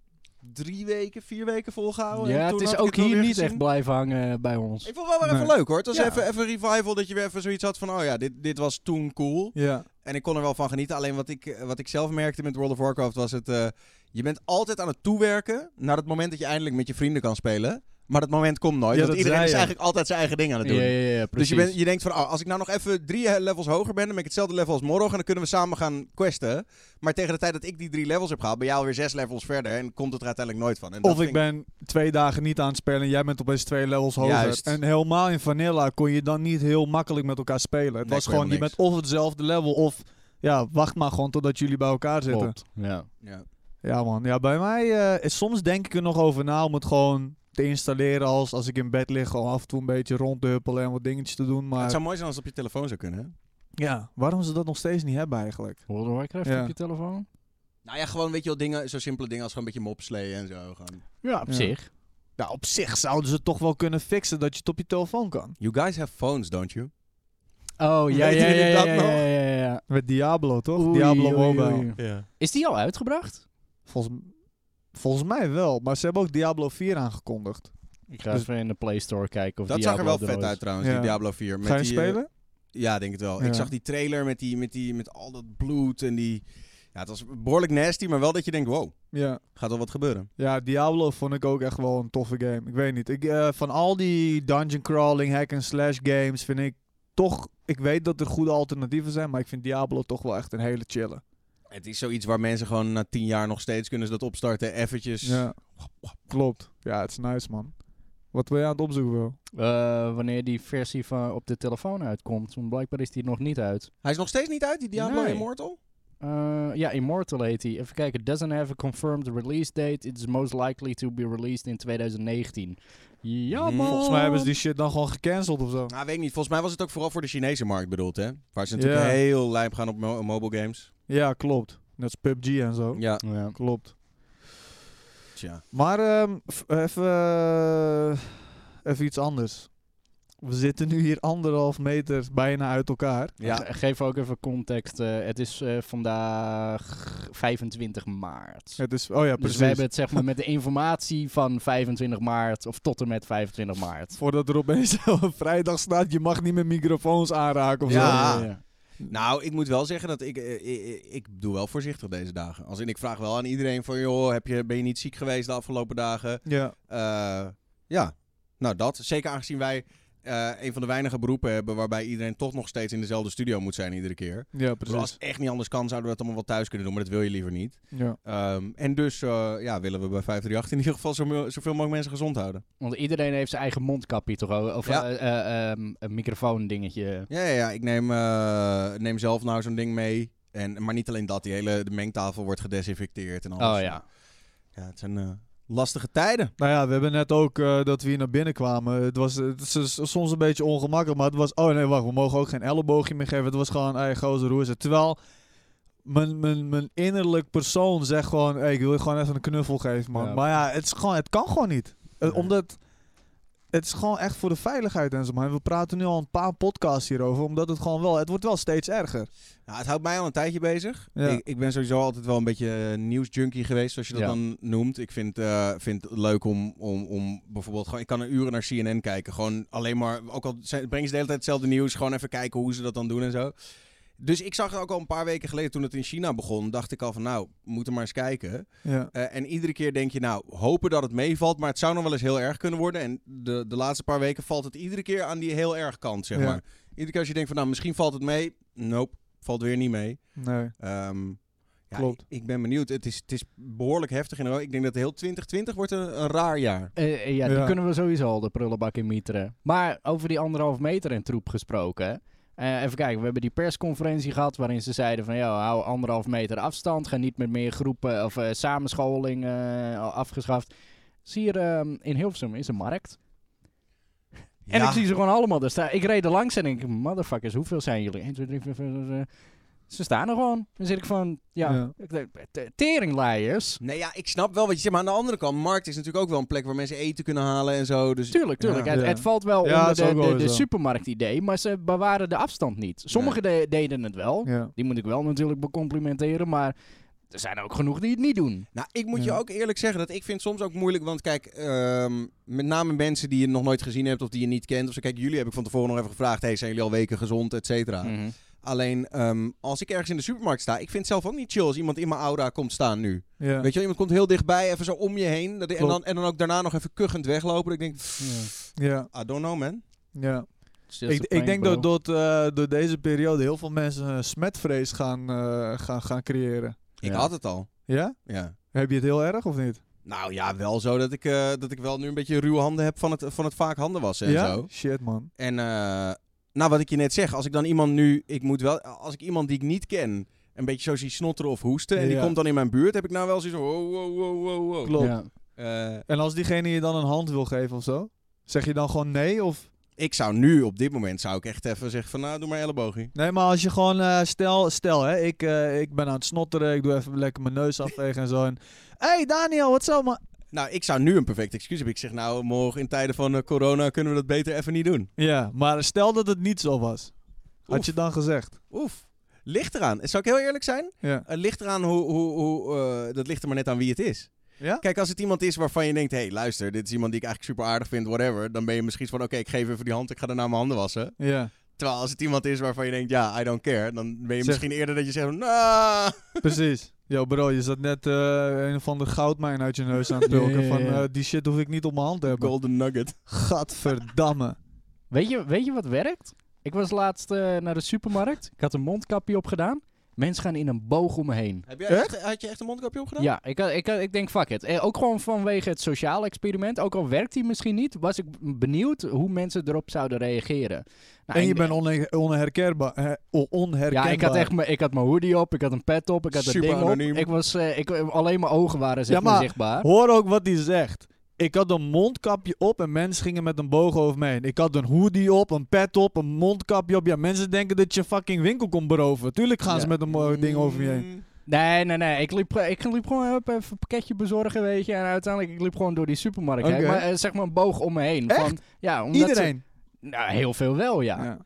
[SPEAKER 3] drie weken, vier weken volgehouden. Oh, en
[SPEAKER 2] ja het
[SPEAKER 3] toen
[SPEAKER 2] is
[SPEAKER 3] had ik
[SPEAKER 2] ook
[SPEAKER 3] wel
[SPEAKER 2] hier
[SPEAKER 3] weer
[SPEAKER 2] niet
[SPEAKER 3] gezien.
[SPEAKER 2] echt blijven hangen eh, bij ons.
[SPEAKER 3] Ik vond het wel weer even
[SPEAKER 1] Nee.
[SPEAKER 3] leuk hoor. Het was
[SPEAKER 2] Ja.
[SPEAKER 3] even, even een revival dat je weer even zoiets had van, oh ja, dit, dit was toen cool.
[SPEAKER 1] Ja.
[SPEAKER 3] En ik kon er wel van genieten. Alleen wat ik, eh, wat ik zelf merkte met World of Warcraft was het... eh, je bent altijd aan het toewerken naar het moment dat je eindelijk met je vrienden kan spelen. Maar dat moment komt
[SPEAKER 1] Ja,
[SPEAKER 3] nooit. want
[SPEAKER 1] dat
[SPEAKER 3] iedereen
[SPEAKER 1] zei
[SPEAKER 3] is
[SPEAKER 1] je.
[SPEAKER 3] eigenlijk altijd zijn eigen ding aan het
[SPEAKER 2] Ja,
[SPEAKER 3] doen.
[SPEAKER 2] ja, ja,
[SPEAKER 3] Dus
[SPEAKER 2] precies.
[SPEAKER 3] je, bent, je denkt van, oh, als ik nou nog even drie eh, levels hoger ben, dan ben ik hetzelfde level als morgen en dan kunnen we samen gaan questen. Maar tegen de tijd dat ik die drie levels heb gehaald, ben jij alweer zes levels verder en komt het er uiteindelijk nooit van. En dat
[SPEAKER 1] Of ik
[SPEAKER 3] vind
[SPEAKER 1] ben twee dagen niet aan het spelen en jij bent opeens twee levels hoger.
[SPEAKER 3] Juist.
[SPEAKER 1] En helemaal in Vanilla kon je dan niet heel makkelijk met elkaar spelen. Het
[SPEAKER 3] Nee,
[SPEAKER 1] was
[SPEAKER 3] kon je
[SPEAKER 1] gewoon, je
[SPEAKER 3] helemaal
[SPEAKER 1] bent of hetzelfde level of... Ja, wacht maar gewoon totdat jullie bij elkaar zitten.
[SPEAKER 2] Klopt. Ja.
[SPEAKER 3] Ja.
[SPEAKER 1] Ja man, ja, bij mij eh, is soms denk ik er nog over na om het gewoon te installeren als, als ik in bed lig. Gewoon af en toe een beetje rond te huppelen en wat dingetjes te doen. Maar
[SPEAKER 3] Het zou mooi zijn als het op je telefoon zou kunnen. hè?
[SPEAKER 1] ja, waarom ze dat nog steeds niet hebben eigenlijk?
[SPEAKER 2] World of Warcraft
[SPEAKER 1] Ja.
[SPEAKER 2] op je telefoon?
[SPEAKER 3] Nou ja, gewoon weet je wel, dingen, zo simpele dingen als gewoon een beetje mopsleeën en zo. Gewoon.
[SPEAKER 2] Ja, op
[SPEAKER 1] Ja.
[SPEAKER 2] zich.
[SPEAKER 1] Nou, op zich zouden ze het toch wel kunnen fixen dat je het op je telefoon kan.
[SPEAKER 3] You guys have phones, don't you?
[SPEAKER 2] Oh, ja,
[SPEAKER 1] Weten
[SPEAKER 2] ja,
[SPEAKER 1] jullie
[SPEAKER 2] ja, ja,
[SPEAKER 1] dat
[SPEAKER 2] ja,
[SPEAKER 1] nog?
[SPEAKER 2] ja, ja, ja.
[SPEAKER 1] Met Diablo toch?
[SPEAKER 2] Oei,
[SPEAKER 1] Diablo
[SPEAKER 2] oei,
[SPEAKER 1] Mobile.
[SPEAKER 2] oei.
[SPEAKER 3] Ja.
[SPEAKER 2] Is die al uitgebracht?
[SPEAKER 1] Volgens, volgens mij wel, maar ze hebben ook Diablo 4 aangekondigd.
[SPEAKER 2] Ik ga
[SPEAKER 1] Dus-
[SPEAKER 2] even in de Play Store kijken of
[SPEAKER 3] Dat
[SPEAKER 2] Diablo
[SPEAKER 3] zag er wel
[SPEAKER 2] al
[SPEAKER 3] vet
[SPEAKER 2] is.
[SPEAKER 3] uit trouwens,
[SPEAKER 1] Ja.
[SPEAKER 3] die Diablo 4. Met
[SPEAKER 1] Ga je
[SPEAKER 3] die, eh,
[SPEAKER 1] spelen?
[SPEAKER 3] Ja, denk het wel.
[SPEAKER 1] Ja.
[SPEAKER 3] Ik zag die trailer met, die, met, die, met al dat bloed en die... Ja, het was behoorlijk nasty, maar wel dat je denkt, wow,
[SPEAKER 1] Ja.
[SPEAKER 3] gaat wel wat gebeuren.
[SPEAKER 1] Ja, Diablo vond ik ook echt wel een toffe game. Ik weet niet. Ik, eh, van al die dungeon crawling, hack and slash games vind ik toch... Ik weet dat er goede alternatieven zijn, maar ik vind Diablo toch wel echt een hele chille.
[SPEAKER 3] Het is zoiets waar mensen gewoon na tien jaar nog steeds kunnen ze dat opstarten. Eventjes.
[SPEAKER 1] Ja. Klopt. Ja, het is nice, man. Wat wil je aan het opzoeken, wel?
[SPEAKER 2] Eh, wanneer die versie van op de telefoon uitkomt. Want blijkbaar is die nog niet uit.
[SPEAKER 3] Hij is nog steeds niet uit, die Diablo
[SPEAKER 2] Nee.
[SPEAKER 3] Immortal?
[SPEAKER 2] Eh, ja, Immortal heet die. Even kijken. Doesn't have a confirmed release date. It's most likely to be released in 2019. Ja,
[SPEAKER 3] Hmm.
[SPEAKER 2] man.
[SPEAKER 1] Volgens mij hebben ze die shit dan gewoon gecanceld of zo.
[SPEAKER 3] Nou, weet ik niet. Volgens mij was het ook vooral voor de Chinese markt bedoeld, hè? Waar ze natuurlijk
[SPEAKER 1] Ja.
[SPEAKER 3] heel lijp gaan op mo- mobile games.
[SPEAKER 1] Ja, klopt. Net als PUBG en zo.
[SPEAKER 3] Ja,
[SPEAKER 2] Ja.
[SPEAKER 1] Klopt.
[SPEAKER 3] tja.
[SPEAKER 1] Maar ehm, f- even, eh, even iets anders. We zitten nu hier anderhalf meter bijna uit elkaar.
[SPEAKER 3] Ja.
[SPEAKER 2] Ge- Geef ook even context. eh, het is eh, vandaag 25 maart.
[SPEAKER 1] Het is, oh ja,
[SPEAKER 2] dus
[SPEAKER 1] precies.
[SPEAKER 2] we hebben het zeg maar met de informatie van 25 maart of tot en met 25 maart.
[SPEAKER 1] Voordat er <laughs> opeens op vrijdag staat, je mag niet meer microfoons aanraken of
[SPEAKER 3] Ja.
[SPEAKER 1] zo.
[SPEAKER 3] Nou, ik moet wel zeggen dat ik, eh, eh, eh, ik doe wel voorzichtig deze dagen. Als in, ik vraag wel aan iedereen van, joh, heb je, ben je niet ziek geweest de afgelopen dagen?
[SPEAKER 1] Ja.
[SPEAKER 3] Eh, ja, nou dat. Zeker aangezien wij eh, een van de weinige beroepen hebben waarbij iedereen toch nog steeds in dezelfde studio moet zijn iedere keer.
[SPEAKER 1] Ja,
[SPEAKER 3] Dus als
[SPEAKER 1] precies.
[SPEAKER 3] het echt niet anders kan, zouden we dat allemaal wel thuis kunnen doen, maar dat wil je liever niet.
[SPEAKER 1] Ja.
[SPEAKER 3] Ehm, en dus eh, ja, willen we bij 538 in ieder geval zo mo- zoveel mogelijk mensen gezond houden.
[SPEAKER 2] Want iedereen heeft zijn eigen mondkapje toch? ook? Of
[SPEAKER 3] Ja.
[SPEAKER 2] eh, eh, ehm, een microfoon dingetje.
[SPEAKER 3] Ja, ja, ja ik neem, eh, neem zelf nou zo'n ding mee. En, maar niet alleen dat, die hele de mengtafel wordt gedesinfecteerd en alles.
[SPEAKER 2] Oh ja.
[SPEAKER 3] Ja, het zijn eh, lastige tijden.
[SPEAKER 1] Nou ja, we hebben net ook eh, dat we hier naar binnen kwamen. Het was, het is s- soms een beetje ongemakkelijk, maar het was... Oh nee, wacht, we mogen ook geen elleboogje meer geven. Het was gewoon, hey, gozer, hoe is het? Terwijl mijn, mijn, mijn innerlijk persoon zegt gewoon... Hey, ik wil je gewoon even een knuffel geven, man.
[SPEAKER 2] Ja.
[SPEAKER 1] Maar ja, het, is gewoon, het kan gewoon niet. Eh,
[SPEAKER 3] Nee.
[SPEAKER 1] Omdat... Het is gewoon echt voor de veiligheid en zo, man. We praten nu al een paar podcasts hierover, omdat het gewoon wel... Het wordt wel steeds erger.
[SPEAKER 3] Nou, het houdt mij al een tijdje bezig.
[SPEAKER 1] Ja.
[SPEAKER 3] Ik, ik ben sowieso altijd wel een beetje eh, nieuwsjunkie geweest, zoals je dat
[SPEAKER 2] Ja.
[SPEAKER 3] dan noemt. Ik vind, eh, vind het leuk om, om, om bijvoorbeeld gewoon... Ik kan een uren naar CNN kijken. Gewoon alleen maar... Ook al zijn- brengen ze de hele tijd hetzelfde nieuws. Gewoon even kijken hoe ze dat dan doen en zo. Dus ik zag het ook al een paar weken geleden toen het in China begon. Dacht ik al van nou, we moeten maar eens kijken.
[SPEAKER 1] Ja.
[SPEAKER 3] Eh, en iedere keer denk je nou, hopen dat het meevalt. Maar het zou nog wel eens heel erg kunnen worden. En de, de laatste paar weken valt het iedere keer aan die heel erg kant, zeg
[SPEAKER 1] Ja.
[SPEAKER 3] maar. Iedere keer als je denkt van nou, misschien valt het mee. Nope, valt weer niet mee.
[SPEAKER 1] Nee.
[SPEAKER 3] Ehm, ja,
[SPEAKER 1] Klopt.
[SPEAKER 3] Ik, ik ben benieuwd. Het is, het is behoorlijk heftig. In Europa. ik denk dat heel 2020 wordt een, een raar jaar.
[SPEAKER 2] Eh, eh, ja, die
[SPEAKER 1] Ja.
[SPEAKER 2] kunnen we sowieso al de prullenbak in mieteren. Maar over die anderhalf meter en troep gesproken. eh, even kijken, we hebben die persconferentie gehad waarin ze zeiden van... ...joh, hou anderhalf meter afstand, ga niet met meer groepen of eh, samenscholing eh, al afgeschaft. Zie je, ehm, in Hilversum is een markt. En ik zie ze gewoon allemaal daar staan. Ik reed er langs en ik, motherfuckers, hoeveel zijn jullie? 1, 2, 3, 4, 5, 6, eh. Ze staan er gewoon. Dan zit ik van, ja,
[SPEAKER 1] Ja.
[SPEAKER 2] ja. teringleiers.
[SPEAKER 3] Nee, ja, ik snap wel wat je zegt. Maar aan de andere kant, markt is natuurlijk ook wel een plek waar mensen eten kunnen halen en zo. Dus
[SPEAKER 2] Tuurlijk, tuurlijk.
[SPEAKER 3] Ja.
[SPEAKER 2] Het, het
[SPEAKER 1] Ja.
[SPEAKER 2] valt wel
[SPEAKER 1] Ja,
[SPEAKER 2] onder
[SPEAKER 1] dat is
[SPEAKER 2] de,
[SPEAKER 1] ook wel
[SPEAKER 2] de,
[SPEAKER 1] weer
[SPEAKER 2] de
[SPEAKER 1] zo.
[SPEAKER 2] supermarktidee, maar ze bewaren de afstand niet. Sommigen de- deden het wel.
[SPEAKER 1] Ja.
[SPEAKER 2] Die moet ik wel natuurlijk becomplimenteren, maar er zijn ook genoeg die het niet doen.
[SPEAKER 3] Nou, ik moet je
[SPEAKER 1] Ja.
[SPEAKER 3] ook eerlijk zeggen dat ik vind het soms ook moeilijk. Want kijk, ehm, met name mensen die je nog nooit gezien hebt of die je niet kent. Of zo, kijk, jullie heb ik van tevoren nog even gevraagd. Hey, zijn jullie al weken gezond, et cetera?
[SPEAKER 2] Mhm.
[SPEAKER 3] Alleen, ehm, als ik ergens in de supermarkt sta, ik vind het zelf ook niet chill als iemand in mijn aura komt staan nu.
[SPEAKER 1] Ja.
[SPEAKER 3] Weet je wel, iemand komt heel dichtbij, even zo om je heen. Dat, en,
[SPEAKER 1] Klopt.
[SPEAKER 3] dan, en dan ook daarna nog even kuchend weglopen. Dat ik denk,
[SPEAKER 1] Ja.
[SPEAKER 3] I don't know man.
[SPEAKER 1] ja.
[SPEAKER 2] It's just
[SPEAKER 1] Ik,
[SPEAKER 2] a
[SPEAKER 1] ik
[SPEAKER 2] prank,
[SPEAKER 1] denk
[SPEAKER 2] bro.
[SPEAKER 1] dat door, door deze periode heel veel mensen eh, smetvrees gaan, eh, gaan, gaan creëren.
[SPEAKER 3] Ik
[SPEAKER 2] Ja.
[SPEAKER 3] had het al.
[SPEAKER 1] Ja?
[SPEAKER 3] Ja.
[SPEAKER 1] Heb je het heel erg of niet?
[SPEAKER 3] Nou ja, wel zo dat ik, eh, dat ik wel nu een beetje ruwe handen heb van het, van het vaak handen wassen en
[SPEAKER 1] ja?
[SPEAKER 3] zo.
[SPEAKER 1] Shit, man.
[SPEAKER 3] En eh, nou, wat ik je net zeg, als ik dan iemand nu, ik moet wel, als ik iemand die ik niet ken, een beetje zo zie snotteren of hoesten, en die
[SPEAKER 1] Ja.
[SPEAKER 3] komt dan in mijn buurt, heb ik nou wel zoiets van, wow, wow, wow, wow, wow.
[SPEAKER 1] Klopt.
[SPEAKER 2] Ja.
[SPEAKER 3] Eh,
[SPEAKER 1] En als diegene je dan een hand wil geven of zo, zeg je dan gewoon nee? Of...
[SPEAKER 3] ik zou nu, op dit moment, zou ik echt even zeggen van, nou, doe maar elleboogje.
[SPEAKER 1] Nee, maar als je gewoon, eh, stel, stel hè, ik, eh, ik ben aan het snotteren, ik doe even lekker mijn neus afvegen en zo. En, hey Daniel, wat zo, man?
[SPEAKER 3] Nou, ik zou nu een perfect excuus hebben. Ik zeg, nou, morgen in tijden van eh, corona kunnen we dat beter even niet doen.
[SPEAKER 1] Ja, maar stel dat het niet zo was. Had
[SPEAKER 3] Oef.
[SPEAKER 1] je het dan gezegd?
[SPEAKER 3] Oef. Ligt eraan. Zou ik heel eerlijk zijn?
[SPEAKER 1] Ja.
[SPEAKER 3] Het ligt eraan hoe, hoe, hoe eh, dat ligt er maar net aan wie het is.
[SPEAKER 1] Ja?
[SPEAKER 3] Kijk, als het iemand is waarvan je denkt, hé, hey, luister, dit is iemand die ik eigenlijk super aardig vind, whatever. Dan ben je misschien van, oké, ik geef even die hand, ik ga daarna mijn handen wassen.
[SPEAKER 1] Ja,
[SPEAKER 3] Terwijl als het iemand is waarvan je denkt, ja, I don't care. Dan ben je
[SPEAKER 1] Zeg-
[SPEAKER 3] misschien eerder dat je zegt, nou...
[SPEAKER 1] precies. Yo bro, je zat net eh, een van de goudmijn uit je neus aan het
[SPEAKER 2] Ja,
[SPEAKER 1] pulken.
[SPEAKER 2] ja,
[SPEAKER 1] Van,
[SPEAKER 2] ja.
[SPEAKER 1] eh, die shit hoef ik niet op mijn hand te hebben.
[SPEAKER 3] Golden nugget.
[SPEAKER 2] <laughs>
[SPEAKER 1] Gadverdamme.
[SPEAKER 2] Nou, Weet, je, weet je wat werkt? Ik was laatst eh, naar de supermarkt. Ik had een mondkapje op gedaan. Mensen gaan in een boog om me heen.
[SPEAKER 3] Heb jij
[SPEAKER 1] Echt?
[SPEAKER 3] had je echt een mondkapje opgedaan?
[SPEAKER 2] Ja, ik, had- ik, had- ik denk fuck it. Eh, ook gewoon vanwege het sociale experiment. Ook al werkt hij misschien niet, was ik benieuwd hoe mensen erop zouden reageren. Nou,
[SPEAKER 1] en je
[SPEAKER 2] ik-
[SPEAKER 1] bent onhe- onherkenbaar. hè, o- onherkenbaar.
[SPEAKER 2] Ja, ik had echt mijn, ik had mijn hoodie op, ik had een pet op, ik had een
[SPEAKER 3] Super
[SPEAKER 2] ding
[SPEAKER 3] anoniem.
[SPEAKER 2] op. Ik was, eh, ik, alleen mijn ogen waren zeg
[SPEAKER 1] Ja,
[SPEAKER 2] maar,
[SPEAKER 1] maar-
[SPEAKER 2] zichtbaar.
[SPEAKER 1] Hoor ook wat hij zegt. Ik had een mondkapje op en mensen gingen met een boog over me heen. Ik had een hoodie op, een pet op, een mondkapje op. Ja, mensen denken dat je fucking winkel komt beroven. Tuurlijk gaan
[SPEAKER 2] Ja.
[SPEAKER 1] ze met een eh, ding over je heen.
[SPEAKER 2] Nee, nee, nee. Ik liep, ik liep gewoon hup, even een pakketje bezorgen, weet je. En uiteindelijk ik liep gewoon door die supermarkt. heen.
[SPEAKER 1] Oké.
[SPEAKER 2] Maar eh, zeg maar een boog om me heen.
[SPEAKER 1] Echt?
[SPEAKER 2] Van, ja, omdat
[SPEAKER 1] Iedereen.
[SPEAKER 2] ze- nou, heel veel wel, ja.
[SPEAKER 1] Ja.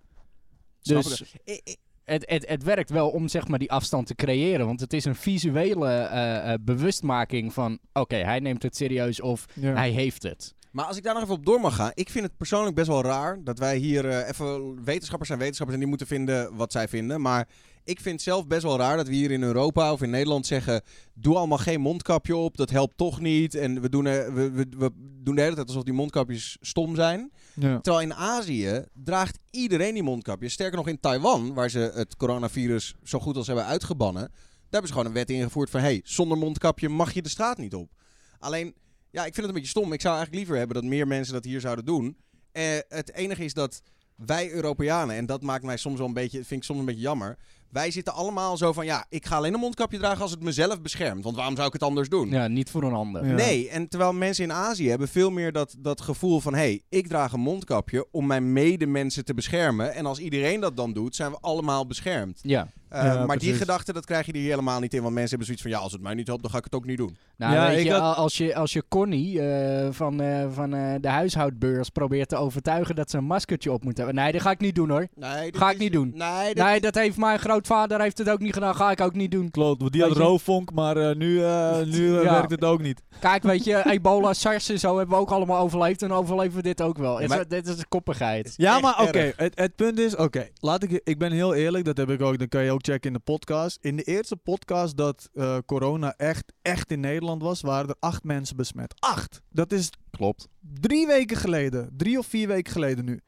[SPEAKER 3] Snap
[SPEAKER 2] Dus
[SPEAKER 3] ik. Ik- ik-
[SPEAKER 2] het, het, het werkt wel om zeg maar die afstand te creëren. Want het is een visuele eh, eh, bewustmaking van... Oké, hij neemt het serieus of
[SPEAKER 1] Ja.
[SPEAKER 2] hij heeft het.
[SPEAKER 3] Maar als ik daar nog even op door mag gaan. Ik vind het persoonlijk best wel raar dat wij hier eh, even... Wetenschappers zijn wetenschappers en die moeten vinden wat zij vinden. Maar ik vind het zelf best wel raar dat we hier in Europa of in Nederland zeggen... Doe allemaal geen mondkapje op, dat helpt toch niet. En we doen, eh, we, we, we doen de hele tijd alsof die mondkapjes stom zijn.
[SPEAKER 1] Ja.
[SPEAKER 3] Terwijl in Azië draagt iedereen die mondkapje. Sterker nog, in Taiwan, waar ze het coronavirus zo goed als hebben uitgebannen, daar hebben ze gewoon een wet ingevoerd van: hey, zonder mondkapje mag je de straat niet op. Alleen, ja, ik vind het een beetje stom. Ik zou eigenlijk liever hebben dat meer mensen dat hier zouden doen. Eh, het enige is dat wij Europeanen, en dat maakt mij soms wel een beetje, vind ik soms een beetje jammer. Wij zitten allemaal zo van: ja, ik ga alleen een mondkapje dragen als het mezelf beschermt. Want waarom zou ik het anders doen?
[SPEAKER 2] Ja, niet voor een ander.
[SPEAKER 1] Ja.
[SPEAKER 3] Nee, en terwijl mensen in Azië hebben veel meer dat, dat gevoel van... hé, hey, ik draag een mondkapje om mijn medemensen te beschermen. En als iedereen dat dan doet, zijn we allemaal beschermd.
[SPEAKER 2] Ja.
[SPEAKER 3] Eh,
[SPEAKER 1] Ja,
[SPEAKER 3] maar die
[SPEAKER 1] precies.
[SPEAKER 3] gedachte, dat krijg je hier helemaal niet in. Want mensen hebben zoiets van... ja, als het mij niet helpt, dan ga ik het ook niet doen.
[SPEAKER 2] Nou,
[SPEAKER 1] Ja,
[SPEAKER 2] weet
[SPEAKER 1] ik
[SPEAKER 2] je,
[SPEAKER 1] had-
[SPEAKER 2] al- als je, als je Connie eh, van, eh, van eh, de huishoudbeurs probeert te overtuigen dat ze een maskertje op moet hebben. Nee, dat ga ik niet doen hoor.
[SPEAKER 3] Nee,
[SPEAKER 2] dit Ga ik is- niet doen.
[SPEAKER 3] Nee,
[SPEAKER 2] Nee, dat heeft mij een groot grootvader heeft het ook niet gedaan, ga ik ook niet doen.
[SPEAKER 1] Klopt, want die had
[SPEAKER 2] Weet je-
[SPEAKER 1] roofvonk, maar eh, nu, eh, nu eh,
[SPEAKER 2] <laughs> Ja.
[SPEAKER 1] werkt het ook niet.
[SPEAKER 2] Kijk, weet je, ebola, SARS en zo hebben we ook allemaal overleefd. En dan overleven we dit ook wel.
[SPEAKER 3] Ja, maar-
[SPEAKER 2] Het is- dit is koppigheid.
[SPEAKER 1] Ja,
[SPEAKER 3] Echt
[SPEAKER 1] maar oké,
[SPEAKER 3] erg.
[SPEAKER 1] het, het punt is, oké, laat ik, ik ben heel eerlijk, dat heb ik ook, dan kan je ook checken in de podcast. In de eerste podcast dat eh, corona echt, echt in Nederland was, waren er acht mensen besmet. Acht! Dat is
[SPEAKER 3] Klopt.
[SPEAKER 1] drie weken geleden, drie of vier weken geleden nu.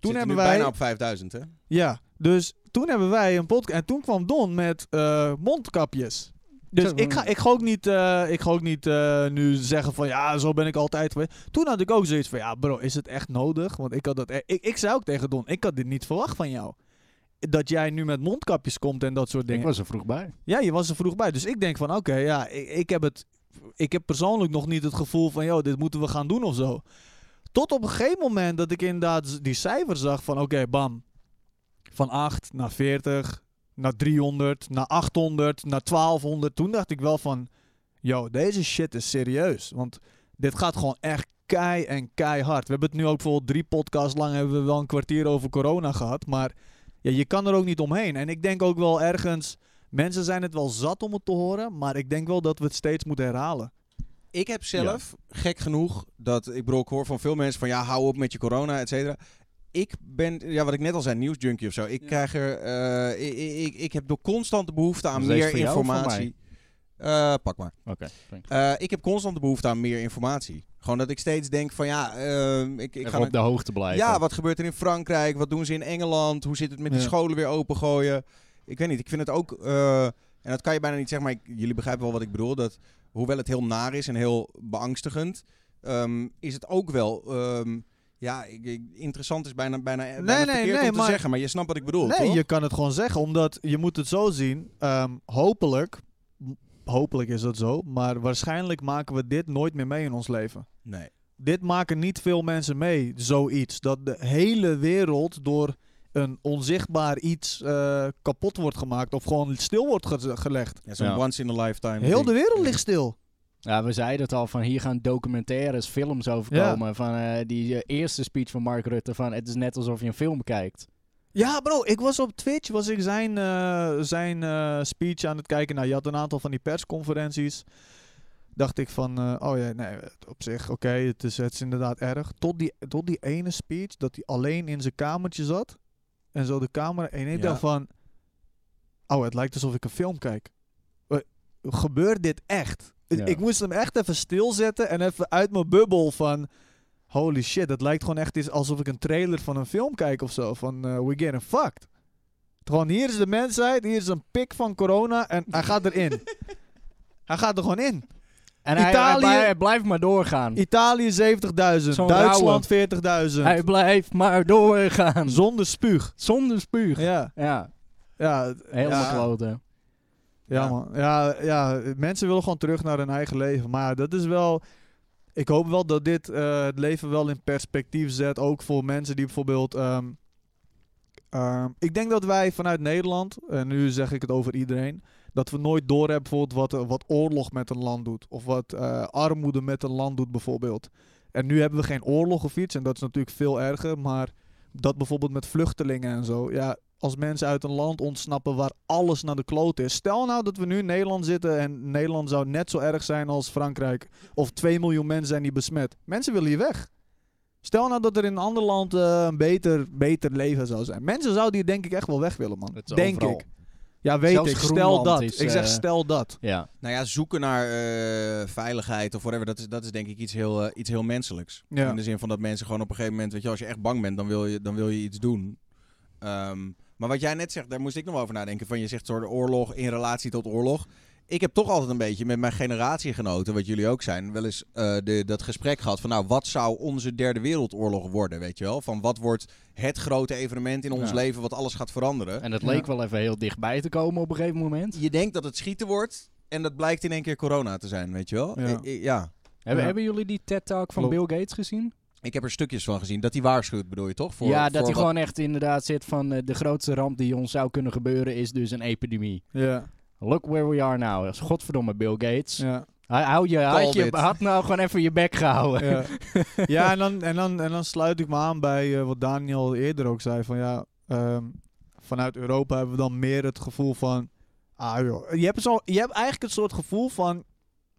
[SPEAKER 1] Toen hebben wij,
[SPEAKER 3] bijna op 5000, hè?
[SPEAKER 1] ja, dus toen hebben wij een podcast, en toen kwam Don met eh, mondkapjes. Dus
[SPEAKER 2] Zo,
[SPEAKER 1] ik ga, ik ga ook niet, eh, ik ga ook niet eh, nu zeggen van ja, zo ben ik altijd geweest. Toen had ik ook zoiets van ja, bro, is het echt nodig? Want ik had dat. e- Ik, ik zei ook tegen Don, ik had dit niet verwacht van jou. Dat jij nu met mondkapjes komt en dat soort
[SPEAKER 2] Ik
[SPEAKER 1] dingen.
[SPEAKER 2] was er vroeg bij.
[SPEAKER 1] Ja, je was er vroeg bij. Dus ik denk van oké, ja, ik, ik heb het. Ik heb persoonlijk nog niet het gevoel van joh, dit moeten we gaan doen of zo. Tot op een gegeven moment dat ik inderdaad die cijfers zag van oké, bam. Van 8 naar 40, naar 300, naar 800, naar 1200. Toen dacht ik wel van, yo, deze shit is serieus. Want dit gaat gewoon echt kei en keihard. We hebben het nu ook bijvoorbeeld drie podcasts lang hebben we wel een kwartier over corona gehad. Maar ja, je kan er ook niet omheen. En ik denk ook wel ergens, mensen zijn het wel zat om het te horen. Maar ik denk wel dat we het steeds moeten herhalen.
[SPEAKER 3] Ik heb zelf, gek genoeg, dat ik bedoel, ik hoor van veel mensen van ja, hou op met je corona, et cetera. Ik ben, ja, wat ik net al zei, nieuwsjunkie of zo. Ik
[SPEAKER 1] Ja.
[SPEAKER 3] krijg er, eh, ik- ik, ik, ik heb door constante behoefte aan
[SPEAKER 2] Is deze
[SPEAKER 3] meer
[SPEAKER 2] voor jou of voor
[SPEAKER 3] informatie. Eh, pak maar.
[SPEAKER 2] Oké.
[SPEAKER 3] Eh, ik heb constante behoefte aan meer informatie. Gewoon dat ik steeds denk van ja, ehm, ik, ik
[SPEAKER 2] Ik
[SPEAKER 3] ga
[SPEAKER 2] ga
[SPEAKER 3] naar-
[SPEAKER 2] op de hoogte blijven.
[SPEAKER 3] Ja, wat gebeurt er in Frankrijk? Wat doen ze in Engeland? Hoe zit het met de
[SPEAKER 1] Ja.
[SPEAKER 3] scholen weer opengooien? Ik weet niet. Ik vind het ook. eh, en dat kan je bijna niet zeggen, maar ik- jullie begrijpen wel wat ik bedoel. Dat hoewel het heel naar is en heel beangstigend, ehm, is het ook wel. ehm, ja, ik, ik- interessant is bijna, bijna, bijna
[SPEAKER 1] nee,
[SPEAKER 3] verkeerd
[SPEAKER 1] nee,
[SPEAKER 3] om te
[SPEAKER 1] maar-
[SPEAKER 3] zeggen, maar je snapt wat ik bedoel,
[SPEAKER 1] nee,
[SPEAKER 3] toch?
[SPEAKER 1] je kan het gewoon zeggen, omdat je moet het zo zien. ehm, hopelijk, m- hopelijk is dat zo, maar waarschijnlijk maken we dit nooit meer mee in ons leven.
[SPEAKER 3] Nee.
[SPEAKER 1] Dit maken niet veel mensen mee, zoiets. Dat de hele wereld door een onzichtbaar iets eh, kapot wordt gemaakt of gewoon stil wordt ge- gelegd.
[SPEAKER 3] Ja, zo'n
[SPEAKER 2] Ja.
[SPEAKER 3] once in a lifetime.
[SPEAKER 1] Heel
[SPEAKER 3] ding.
[SPEAKER 1] de wereld ligt stil.
[SPEAKER 2] Ja, we zeiden het al, van hier gaan documentaires, films
[SPEAKER 1] Ja.
[SPEAKER 2] overkomen. Van eh, die eh, eerste speech van Mark Rutte van het is net alsof je een film kijkt.
[SPEAKER 1] Ja, bro, ik was op Twitch, was ik zijn, eh, zijn eh, speech aan het kijken. Nou, je had een aantal van die persconferenties. Dacht ik van, eh, oh ja, nee, op zich, oké, het, is, het is inderdaad erg. Tot die, tot die ene speech, dat hij alleen in zijn kamertje zat. En zo de camera, en ik
[SPEAKER 3] Ja.
[SPEAKER 1] dacht van, oh, het lijkt alsof ik een film kijk. Eh, gebeurt dit echt? Ik-
[SPEAKER 2] Ja.
[SPEAKER 1] Ik moest hem echt even stilzetten en even uit mijn bubbel van... Holy shit, dat lijkt gewoon echt eens alsof ik een trailer van een film kijk of zo. Van eh, we getting fucked. Gewoon hier is de mensheid, hier is een pik van corona en hij gaat
[SPEAKER 2] <laughs>
[SPEAKER 1] erin. hij gaat er gewoon in.
[SPEAKER 2] En hij, hij,
[SPEAKER 1] Italië-
[SPEAKER 2] blij- hij blijft maar doorgaan.
[SPEAKER 1] Italië 70.000,
[SPEAKER 2] Zo'n
[SPEAKER 1] Duitsland 40.000.
[SPEAKER 2] Hij blijft maar doorgaan.
[SPEAKER 1] Zonder spuug.
[SPEAKER 2] Zonder spuug. Ja,
[SPEAKER 1] Ja, ja,
[SPEAKER 2] helemaal
[SPEAKER 1] ja,
[SPEAKER 2] kloten.
[SPEAKER 1] Ja,
[SPEAKER 3] Ja.
[SPEAKER 1] man. Ja, ja, mensen willen gewoon terug naar hun eigen leven. Maar dat is wel. Ik hoop wel dat dit eh, het leven wel in perspectief zet. Ook voor mensen die bijvoorbeeld. ehm, ehm, ik denk dat wij vanuit Nederland, en nu zeg ik het over iedereen, dat we nooit doorhebben bijvoorbeeld wat, eh, wat oorlog met een land doet. Of wat eh, armoede met een land doet bijvoorbeeld. En nu hebben we geen oorlog of iets, en dat is natuurlijk veel erger. Maar dat bijvoorbeeld met vluchtelingen en zo. Ja, als mensen uit een land ontsnappen waar alles naar de kloot is. Stel nou dat we nu in Nederland zitten en Nederland zou net zo erg zijn als Frankrijk. Of 2 miljoen mensen zijn die besmet. Mensen willen hier weg. Stel nou dat er in een ander land eh, een beter, beter leven zou zijn. Mensen zouden hier denk ik echt wel weg willen, man.
[SPEAKER 2] Het is
[SPEAKER 1] Denk
[SPEAKER 2] overal.
[SPEAKER 1] ik. Ja, weet
[SPEAKER 2] Zelfs
[SPEAKER 1] ik. Stel
[SPEAKER 2] Groenland
[SPEAKER 1] dat.
[SPEAKER 2] is,
[SPEAKER 1] ik zeg
[SPEAKER 2] eh,
[SPEAKER 1] stel dat.
[SPEAKER 2] Ja.
[SPEAKER 3] Nou ja, zoeken naar eh, veiligheid of whatever, dat is, dat is denk ik iets heel, eh, iets heel menselijks.
[SPEAKER 1] Ja.
[SPEAKER 3] In de zin van dat mensen gewoon op een gegeven moment, weet je, als je echt bang bent, dan wil je, dan wil je iets doen. Ehm, maar wat jij net zegt, daar moest ik nog wel over nadenken. Van je zegt soort oorlog in relatie tot oorlog. Ik heb toch altijd een beetje met mijn generatiegenoten, wat jullie ook zijn, wel eens eh, de, dat gesprek gehad van nou, wat zou onze derde wereldoorlog worden, weet je wel? Van wat wordt het grote evenement in ons
[SPEAKER 2] Ja.
[SPEAKER 3] leven wat alles gaat veranderen?
[SPEAKER 2] En het
[SPEAKER 1] Ja.
[SPEAKER 2] leek wel even heel dichtbij te komen op een gegeven moment.
[SPEAKER 3] Je denkt dat het schieten wordt en dat blijkt in één keer corona te zijn, weet je wel?
[SPEAKER 1] Ja.
[SPEAKER 3] I- i- ja.
[SPEAKER 2] Hebben,
[SPEAKER 1] Ja.
[SPEAKER 2] hebben jullie die TED-talk van
[SPEAKER 1] Klopt.
[SPEAKER 2] Bill Gates gezien?
[SPEAKER 3] Ik heb er stukjes van gezien. Dat hij waarschuwt, bedoel je toch? Voor,
[SPEAKER 2] ja, dat
[SPEAKER 3] voor
[SPEAKER 2] hij
[SPEAKER 3] wat-
[SPEAKER 2] gewoon echt inderdaad zit van eh, de grootste ramp die ons zou kunnen gebeuren is dus een epidemie.
[SPEAKER 1] Ja,
[SPEAKER 2] Look where we are now. Dat is godverdomme Bill Gates.
[SPEAKER 1] ja,
[SPEAKER 2] Hij- Hou je, had, je,
[SPEAKER 3] dit.
[SPEAKER 2] had nou gewoon even je bek gehouden.
[SPEAKER 1] <laughs> ja. ja en, dan, en, dan, en dan sluit ik me aan bij eh, wat Daniel eerder ook zei. Van ja, ehm, vanuit Europa hebben we dan meer het gevoel van... Ah joh, je hebt, zo, je hebt eigenlijk het soort gevoel van...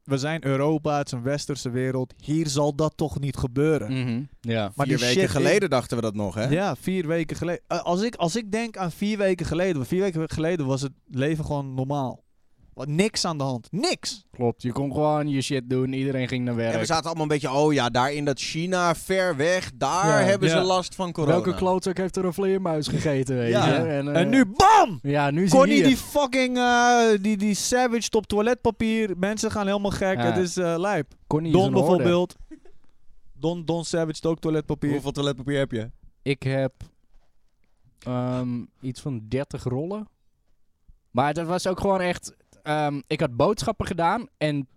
[SPEAKER 1] We zijn Europa, het is een westerse wereld. Hier zal dat toch niet gebeuren.
[SPEAKER 2] <laughs> Mhm, Ja.
[SPEAKER 1] Maar
[SPEAKER 3] Vier
[SPEAKER 1] die
[SPEAKER 3] weken
[SPEAKER 1] shit is-
[SPEAKER 3] geleden dachten we dat nog, hè?
[SPEAKER 1] Ja, vier weken geleden. Eh, als, ik, als ik denk aan vier weken geleden, want vier weken geleden was het leven gewoon normaal. Wat, niks aan de hand. Niks.
[SPEAKER 2] Klopt, je kon gewoon je shit doen, iedereen ging naar
[SPEAKER 3] En we
[SPEAKER 2] werk.
[SPEAKER 3] zaten allemaal een beetje, oh ja, daar in dat China, ver weg, daar
[SPEAKER 2] Ja.
[SPEAKER 3] hebben ze
[SPEAKER 1] Ja.
[SPEAKER 3] last van corona.
[SPEAKER 2] Welke klootzak heeft er een vleermuis gegeten, weet
[SPEAKER 1] Ja.
[SPEAKER 2] je? En, eh,
[SPEAKER 1] en nu BAM!
[SPEAKER 2] Ja, nu is hij
[SPEAKER 1] Kon niet
[SPEAKER 2] hier.
[SPEAKER 1] die fucking eh, die, die savage op toiletpapier. Mensen gaan helemaal gek.
[SPEAKER 2] Ja.
[SPEAKER 1] Het is eh lijp.
[SPEAKER 2] Connie is
[SPEAKER 1] Don
[SPEAKER 2] een hoorde.
[SPEAKER 1] bijvoorbeeld. Don, Don Savage ook toiletpapier.
[SPEAKER 3] Hoeveel toiletpapier heb je?
[SPEAKER 2] Ik heb ehm, iets van 30 rollen. Maar dat was ook gewoon echt... ehm, ik had boodschappen gedaan en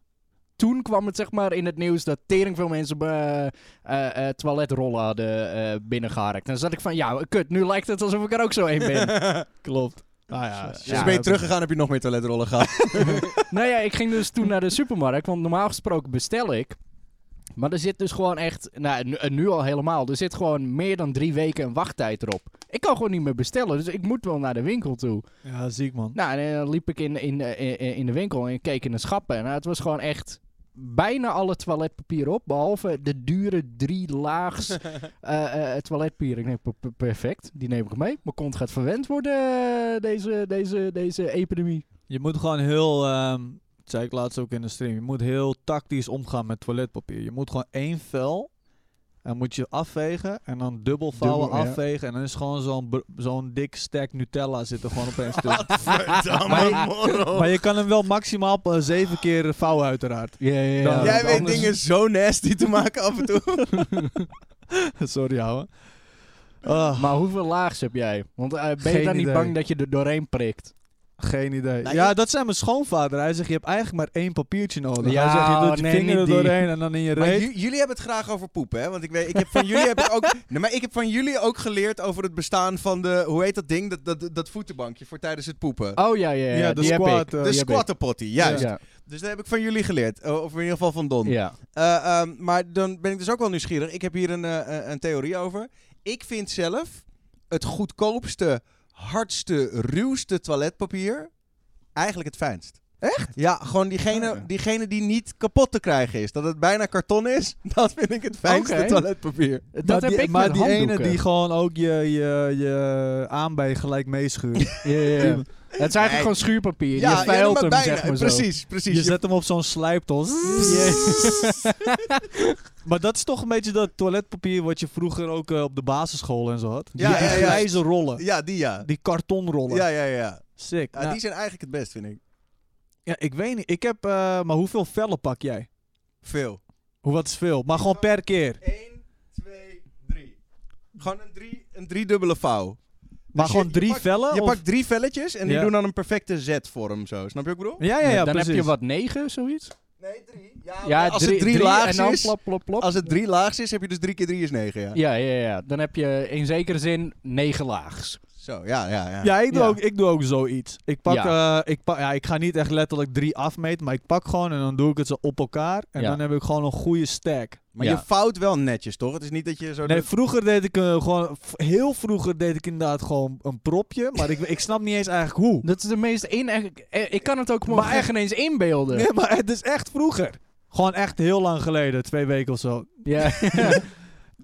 [SPEAKER 2] toen kwam het zeg maar in het nieuws dat tering veel mensen eh, eh, eh, toiletrollen hadden eh binnengeharkt. En dan zat ik van, ja, kut, nu lijkt het alsof ik er ook zo één ben.
[SPEAKER 3] <laughs>
[SPEAKER 1] Klopt. Nou ja,
[SPEAKER 2] Dus
[SPEAKER 3] dus
[SPEAKER 1] ja,
[SPEAKER 3] ben je teruggegaan, heb je nog meer toiletrollen gehad?
[SPEAKER 2] nou ja, ik ging dus toen naar de supermarkt, want normaal gesproken bestel ik. Maar er zit dus gewoon echt, nou nu, nu al helemaal, er zit gewoon meer dan drie weken een wachttijd erop. Ik kan gewoon niet meer bestellen, dus ik moet wel naar de winkel toe.
[SPEAKER 1] Ja, ziek man.
[SPEAKER 2] Nou, en dan liep ik in, in, eh, eh, in de winkel en ik keek in de schappen. En nou, het was gewoon echt bijna alle toiletpapier op, behalve de dure drie laags eh, eh, toiletpapier. Ik denk, "Per- per- perfect, die neem ik mee. Mijn kont gaat verwend worden, eh, deze, deze, deze epidemie.
[SPEAKER 1] Je moet gewoon heel. ehm, dat zei ik laatst ook in de stream. Je moet heel tactisch omgaan met toiletpapier. Je moet gewoon één vel. En moet je afvegen. En dan dubbel vouwen,
[SPEAKER 2] Dubbel, ja.
[SPEAKER 1] afvegen. En dan is gewoon zo'n br- zo'n dik stack Nutella zit er gewoon opeens <laughs> tussen.
[SPEAKER 3] Verdamme morro.
[SPEAKER 1] maar je kan hem wel maximaal eh, zeven keer vouwen, uiteraard.
[SPEAKER 2] Ja, ja,
[SPEAKER 1] Dan- Jij
[SPEAKER 2] ja.
[SPEAKER 3] Jij
[SPEAKER 1] weet
[SPEAKER 3] weet
[SPEAKER 1] anders-
[SPEAKER 3] dingen zo nasty te maken af en toe.
[SPEAKER 1] Sorry, ouwe. Ah,
[SPEAKER 2] Maar hoeveel laags heb jij? Want eh, ben je
[SPEAKER 1] Geen
[SPEAKER 2] dan niet
[SPEAKER 1] idee.
[SPEAKER 2] bang dat je er doorheen prikt?
[SPEAKER 1] geen idee.
[SPEAKER 3] Nou,
[SPEAKER 1] ja,
[SPEAKER 3] je-
[SPEAKER 1] dat zei mijn schoonvader. Hij zegt, je hebt eigenlijk maar één papiertje nodig.
[SPEAKER 2] Ja,
[SPEAKER 1] Hij zegt, je doet je
[SPEAKER 2] nee,
[SPEAKER 1] vinger
[SPEAKER 2] niet
[SPEAKER 1] er
[SPEAKER 2] die.
[SPEAKER 1] doorheen en dan in je
[SPEAKER 3] Maar
[SPEAKER 1] reet.
[SPEAKER 3] ju- jullie hebben het graag over poepen, hè? Want ik, weet, ik, heb van jullie heb ik
[SPEAKER 2] <laughs>
[SPEAKER 3] ook, nee, maar ik heb van jullie ook geleerd over het bestaan van de... Hoe heet dat ding? Dat, dat, dat voetenbankje voor tijdens het poepen.
[SPEAKER 2] Oh ja, ja, ja,
[SPEAKER 1] Ja, de
[SPEAKER 2] die heb
[SPEAKER 1] squat,
[SPEAKER 2] ik.
[SPEAKER 1] eh,
[SPEAKER 3] de
[SPEAKER 2] die heb ik.
[SPEAKER 3] squatterpotty, juist.
[SPEAKER 2] Ja,
[SPEAKER 3] Dus dat heb ik van jullie geleerd. eh, Of in ieder geval van Don.
[SPEAKER 2] ja.
[SPEAKER 3] Eh, ehm, maar dan ben ik dus ook wel nieuwsgierig. Ik heb hier een, eh, eh, een theorie over. Ik vind zelf het goedkoopste, hardste, ruwste toiletpapier eigenlijk het fijnst. Echt? Ja, gewoon
[SPEAKER 2] Oh
[SPEAKER 3] diegene, diegene die niet kapot te krijgen is. Dat het bijna karton is, <laughs> dat vind ik het fijnste
[SPEAKER 2] Oké.
[SPEAKER 3] toiletpapier.
[SPEAKER 2] Dat
[SPEAKER 1] maar
[SPEAKER 2] heb
[SPEAKER 1] die,
[SPEAKER 2] ik
[SPEAKER 1] maar
[SPEAKER 2] met
[SPEAKER 1] die ene
[SPEAKER 2] handdoeken.
[SPEAKER 1] die gewoon ook je, je, je aanbij gelijk
[SPEAKER 3] <laughs>
[SPEAKER 1] meeschuurt.
[SPEAKER 2] Ja, ja, ja. Het is eigenlijk gewoon schuurpapier. je
[SPEAKER 3] ja,
[SPEAKER 2] veilt
[SPEAKER 3] maar
[SPEAKER 2] hem,
[SPEAKER 3] bijna.
[SPEAKER 2] zeg maar zo.
[SPEAKER 3] precies, precies.
[SPEAKER 1] je zet hem op zo'n slijptol. <laughs> maar dat is toch een beetje dat toiletpapier wat je vroeger ook eh, op de basisschool en zo had. Die,
[SPEAKER 3] Ja,
[SPEAKER 1] die
[SPEAKER 3] ja, ja.
[SPEAKER 1] grijze rollen.
[SPEAKER 3] <laughs> Ja, die ja.
[SPEAKER 1] Die kartonrollen.
[SPEAKER 3] Ja, ja, ja.
[SPEAKER 1] Sick.
[SPEAKER 3] Ja,
[SPEAKER 1] Nou,
[SPEAKER 3] Die zijn eigenlijk het best, vind ik.
[SPEAKER 1] ja, ik weet niet. Ik heb... eh, maar hoeveel vellen pak jij?
[SPEAKER 3] Veel.
[SPEAKER 1] Hoe wat is veel? Maar gewoon per keer.
[SPEAKER 3] 1, 2, 3. Gewoon een, drie, een driedubbele vouw.
[SPEAKER 1] Maar
[SPEAKER 3] je-
[SPEAKER 1] gewoon
[SPEAKER 3] Dus je
[SPEAKER 1] drie
[SPEAKER 3] pakt-
[SPEAKER 1] vellen?
[SPEAKER 3] Je
[SPEAKER 1] of-
[SPEAKER 3] pakt drie velletjes en die
[SPEAKER 1] Oh. Ja.
[SPEAKER 3] doen dan een perfecte Z-vorm zo. Snap je wat ik bedoel?
[SPEAKER 1] Ja, ja, ja,
[SPEAKER 2] dan
[SPEAKER 1] precies.
[SPEAKER 2] heb je wat negen, zoiets?
[SPEAKER 3] Nee, drie. Ja,
[SPEAKER 2] Ja,
[SPEAKER 3] als
[SPEAKER 2] drie,
[SPEAKER 3] het drie,
[SPEAKER 2] drie
[SPEAKER 3] laags
[SPEAKER 2] en dan
[SPEAKER 3] is,
[SPEAKER 2] plop, plop, plop.
[SPEAKER 3] als het drie laags is, heb je dus drie keer drie is negen, ja.
[SPEAKER 2] ja, ja, ja. Dan heb je in zekere zin negen laags.
[SPEAKER 3] Zo, ja, ja, ja.
[SPEAKER 1] Ja, ik doe,
[SPEAKER 2] Ja.
[SPEAKER 1] Ook, ik doe ook zoiets. Ik, pak,
[SPEAKER 2] Ja.
[SPEAKER 1] eh, ik, pak, ja, ik ga niet echt letterlijk drie afmeten, maar ik pak gewoon en dan doe ik het zo op elkaar. En
[SPEAKER 2] Ja.
[SPEAKER 1] dan heb ik gewoon een goede stack.
[SPEAKER 3] Maar
[SPEAKER 2] Ja.
[SPEAKER 3] je fout wel netjes, toch? Het is niet dat je zo...
[SPEAKER 1] Nee,
[SPEAKER 3] dat-
[SPEAKER 1] vroeger deed ik eh, gewoon, v- heel vroeger deed ik inderdaad gewoon een propje, maar ik, ik snap niet eens eigenlijk hoe.
[SPEAKER 2] Dat is de meest in... Ik, ik kan het ook
[SPEAKER 1] Maar
[SPEAKER 2] maar echt ineens inbeelden.
[SPEAKER 1] Nee, maar het is echt vroeger. Gewoon echt heel lang geleden, twee weken of zo.
[SPEAKER 2] Ja. <laughs>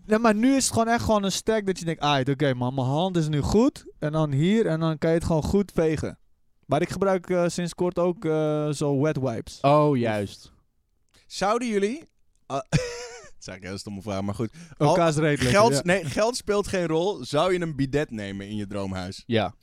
[SPEAKER 1] Nee, maar nu is het gewoon echt gewoon een stack dat je denkt, ah, oké man, mijn hand is nu goed. En dan hier en dan kan je het gewoon goed vegen. Maar ik gebruik eh, sinds kort ook eh, zo wet wipes.
[SPEAKER 2] Oh, juist.
[SPEAKER 3] Zouden jullie... Ah, <laughs> Het is eigenlijk een heel stomme vraag, maar goed. Al-
[SPEAKER 1] Elkaars reet likken,
[SPEAKER 3] Geld,
[SPEAKER 1] ja.
[SPEAKER 3] nee, geld speelt geen rol. Zou je een bidet nemen in je droomhuis?
[SPEAKER 2] Ja,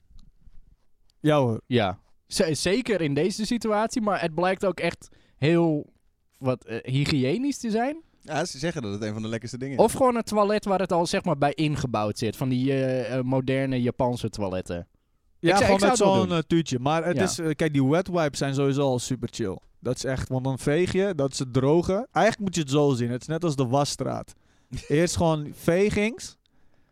[SPEAKER 1] Ja hoor.
[SPEAKER 2] ja. Z- zeker in deze situatie, maar het blijkt ook echt heel wat eh, hygiënisch te zijn.
[SPEAKER 3] Ja, ze zeggen dat het een van de lekkerste dingen is.
[SPEAKER 2] Of gewoon een toilet waar het al zeg maar bij ingebouwd zit. Van die eh, eh, moderne Japanse toiletten.
[SPEAKER 1] Ja,
[SPEAKER 2] Ik zou-
[SPEAKER 1] gewoon
[SPEAKER 2] ik zou
[SPEAKER 1] met
[SPEAKER 2] het wel
[SPEAKER 1] zo'n
[SPEAKER 2] doen.
[SPEAKER 1] eh, tuutje. Maar het
[SPEAKER 2] Ja.
[SPEAKER 1] is, eh, kijk, die wet wipes zijn sowieso al super chill. Dat is echt, want dan veeg je, dat is het drogen. Eigenlijk moet je het zo zien. Het is net als de wasstraat. Eerst gewoon vegings.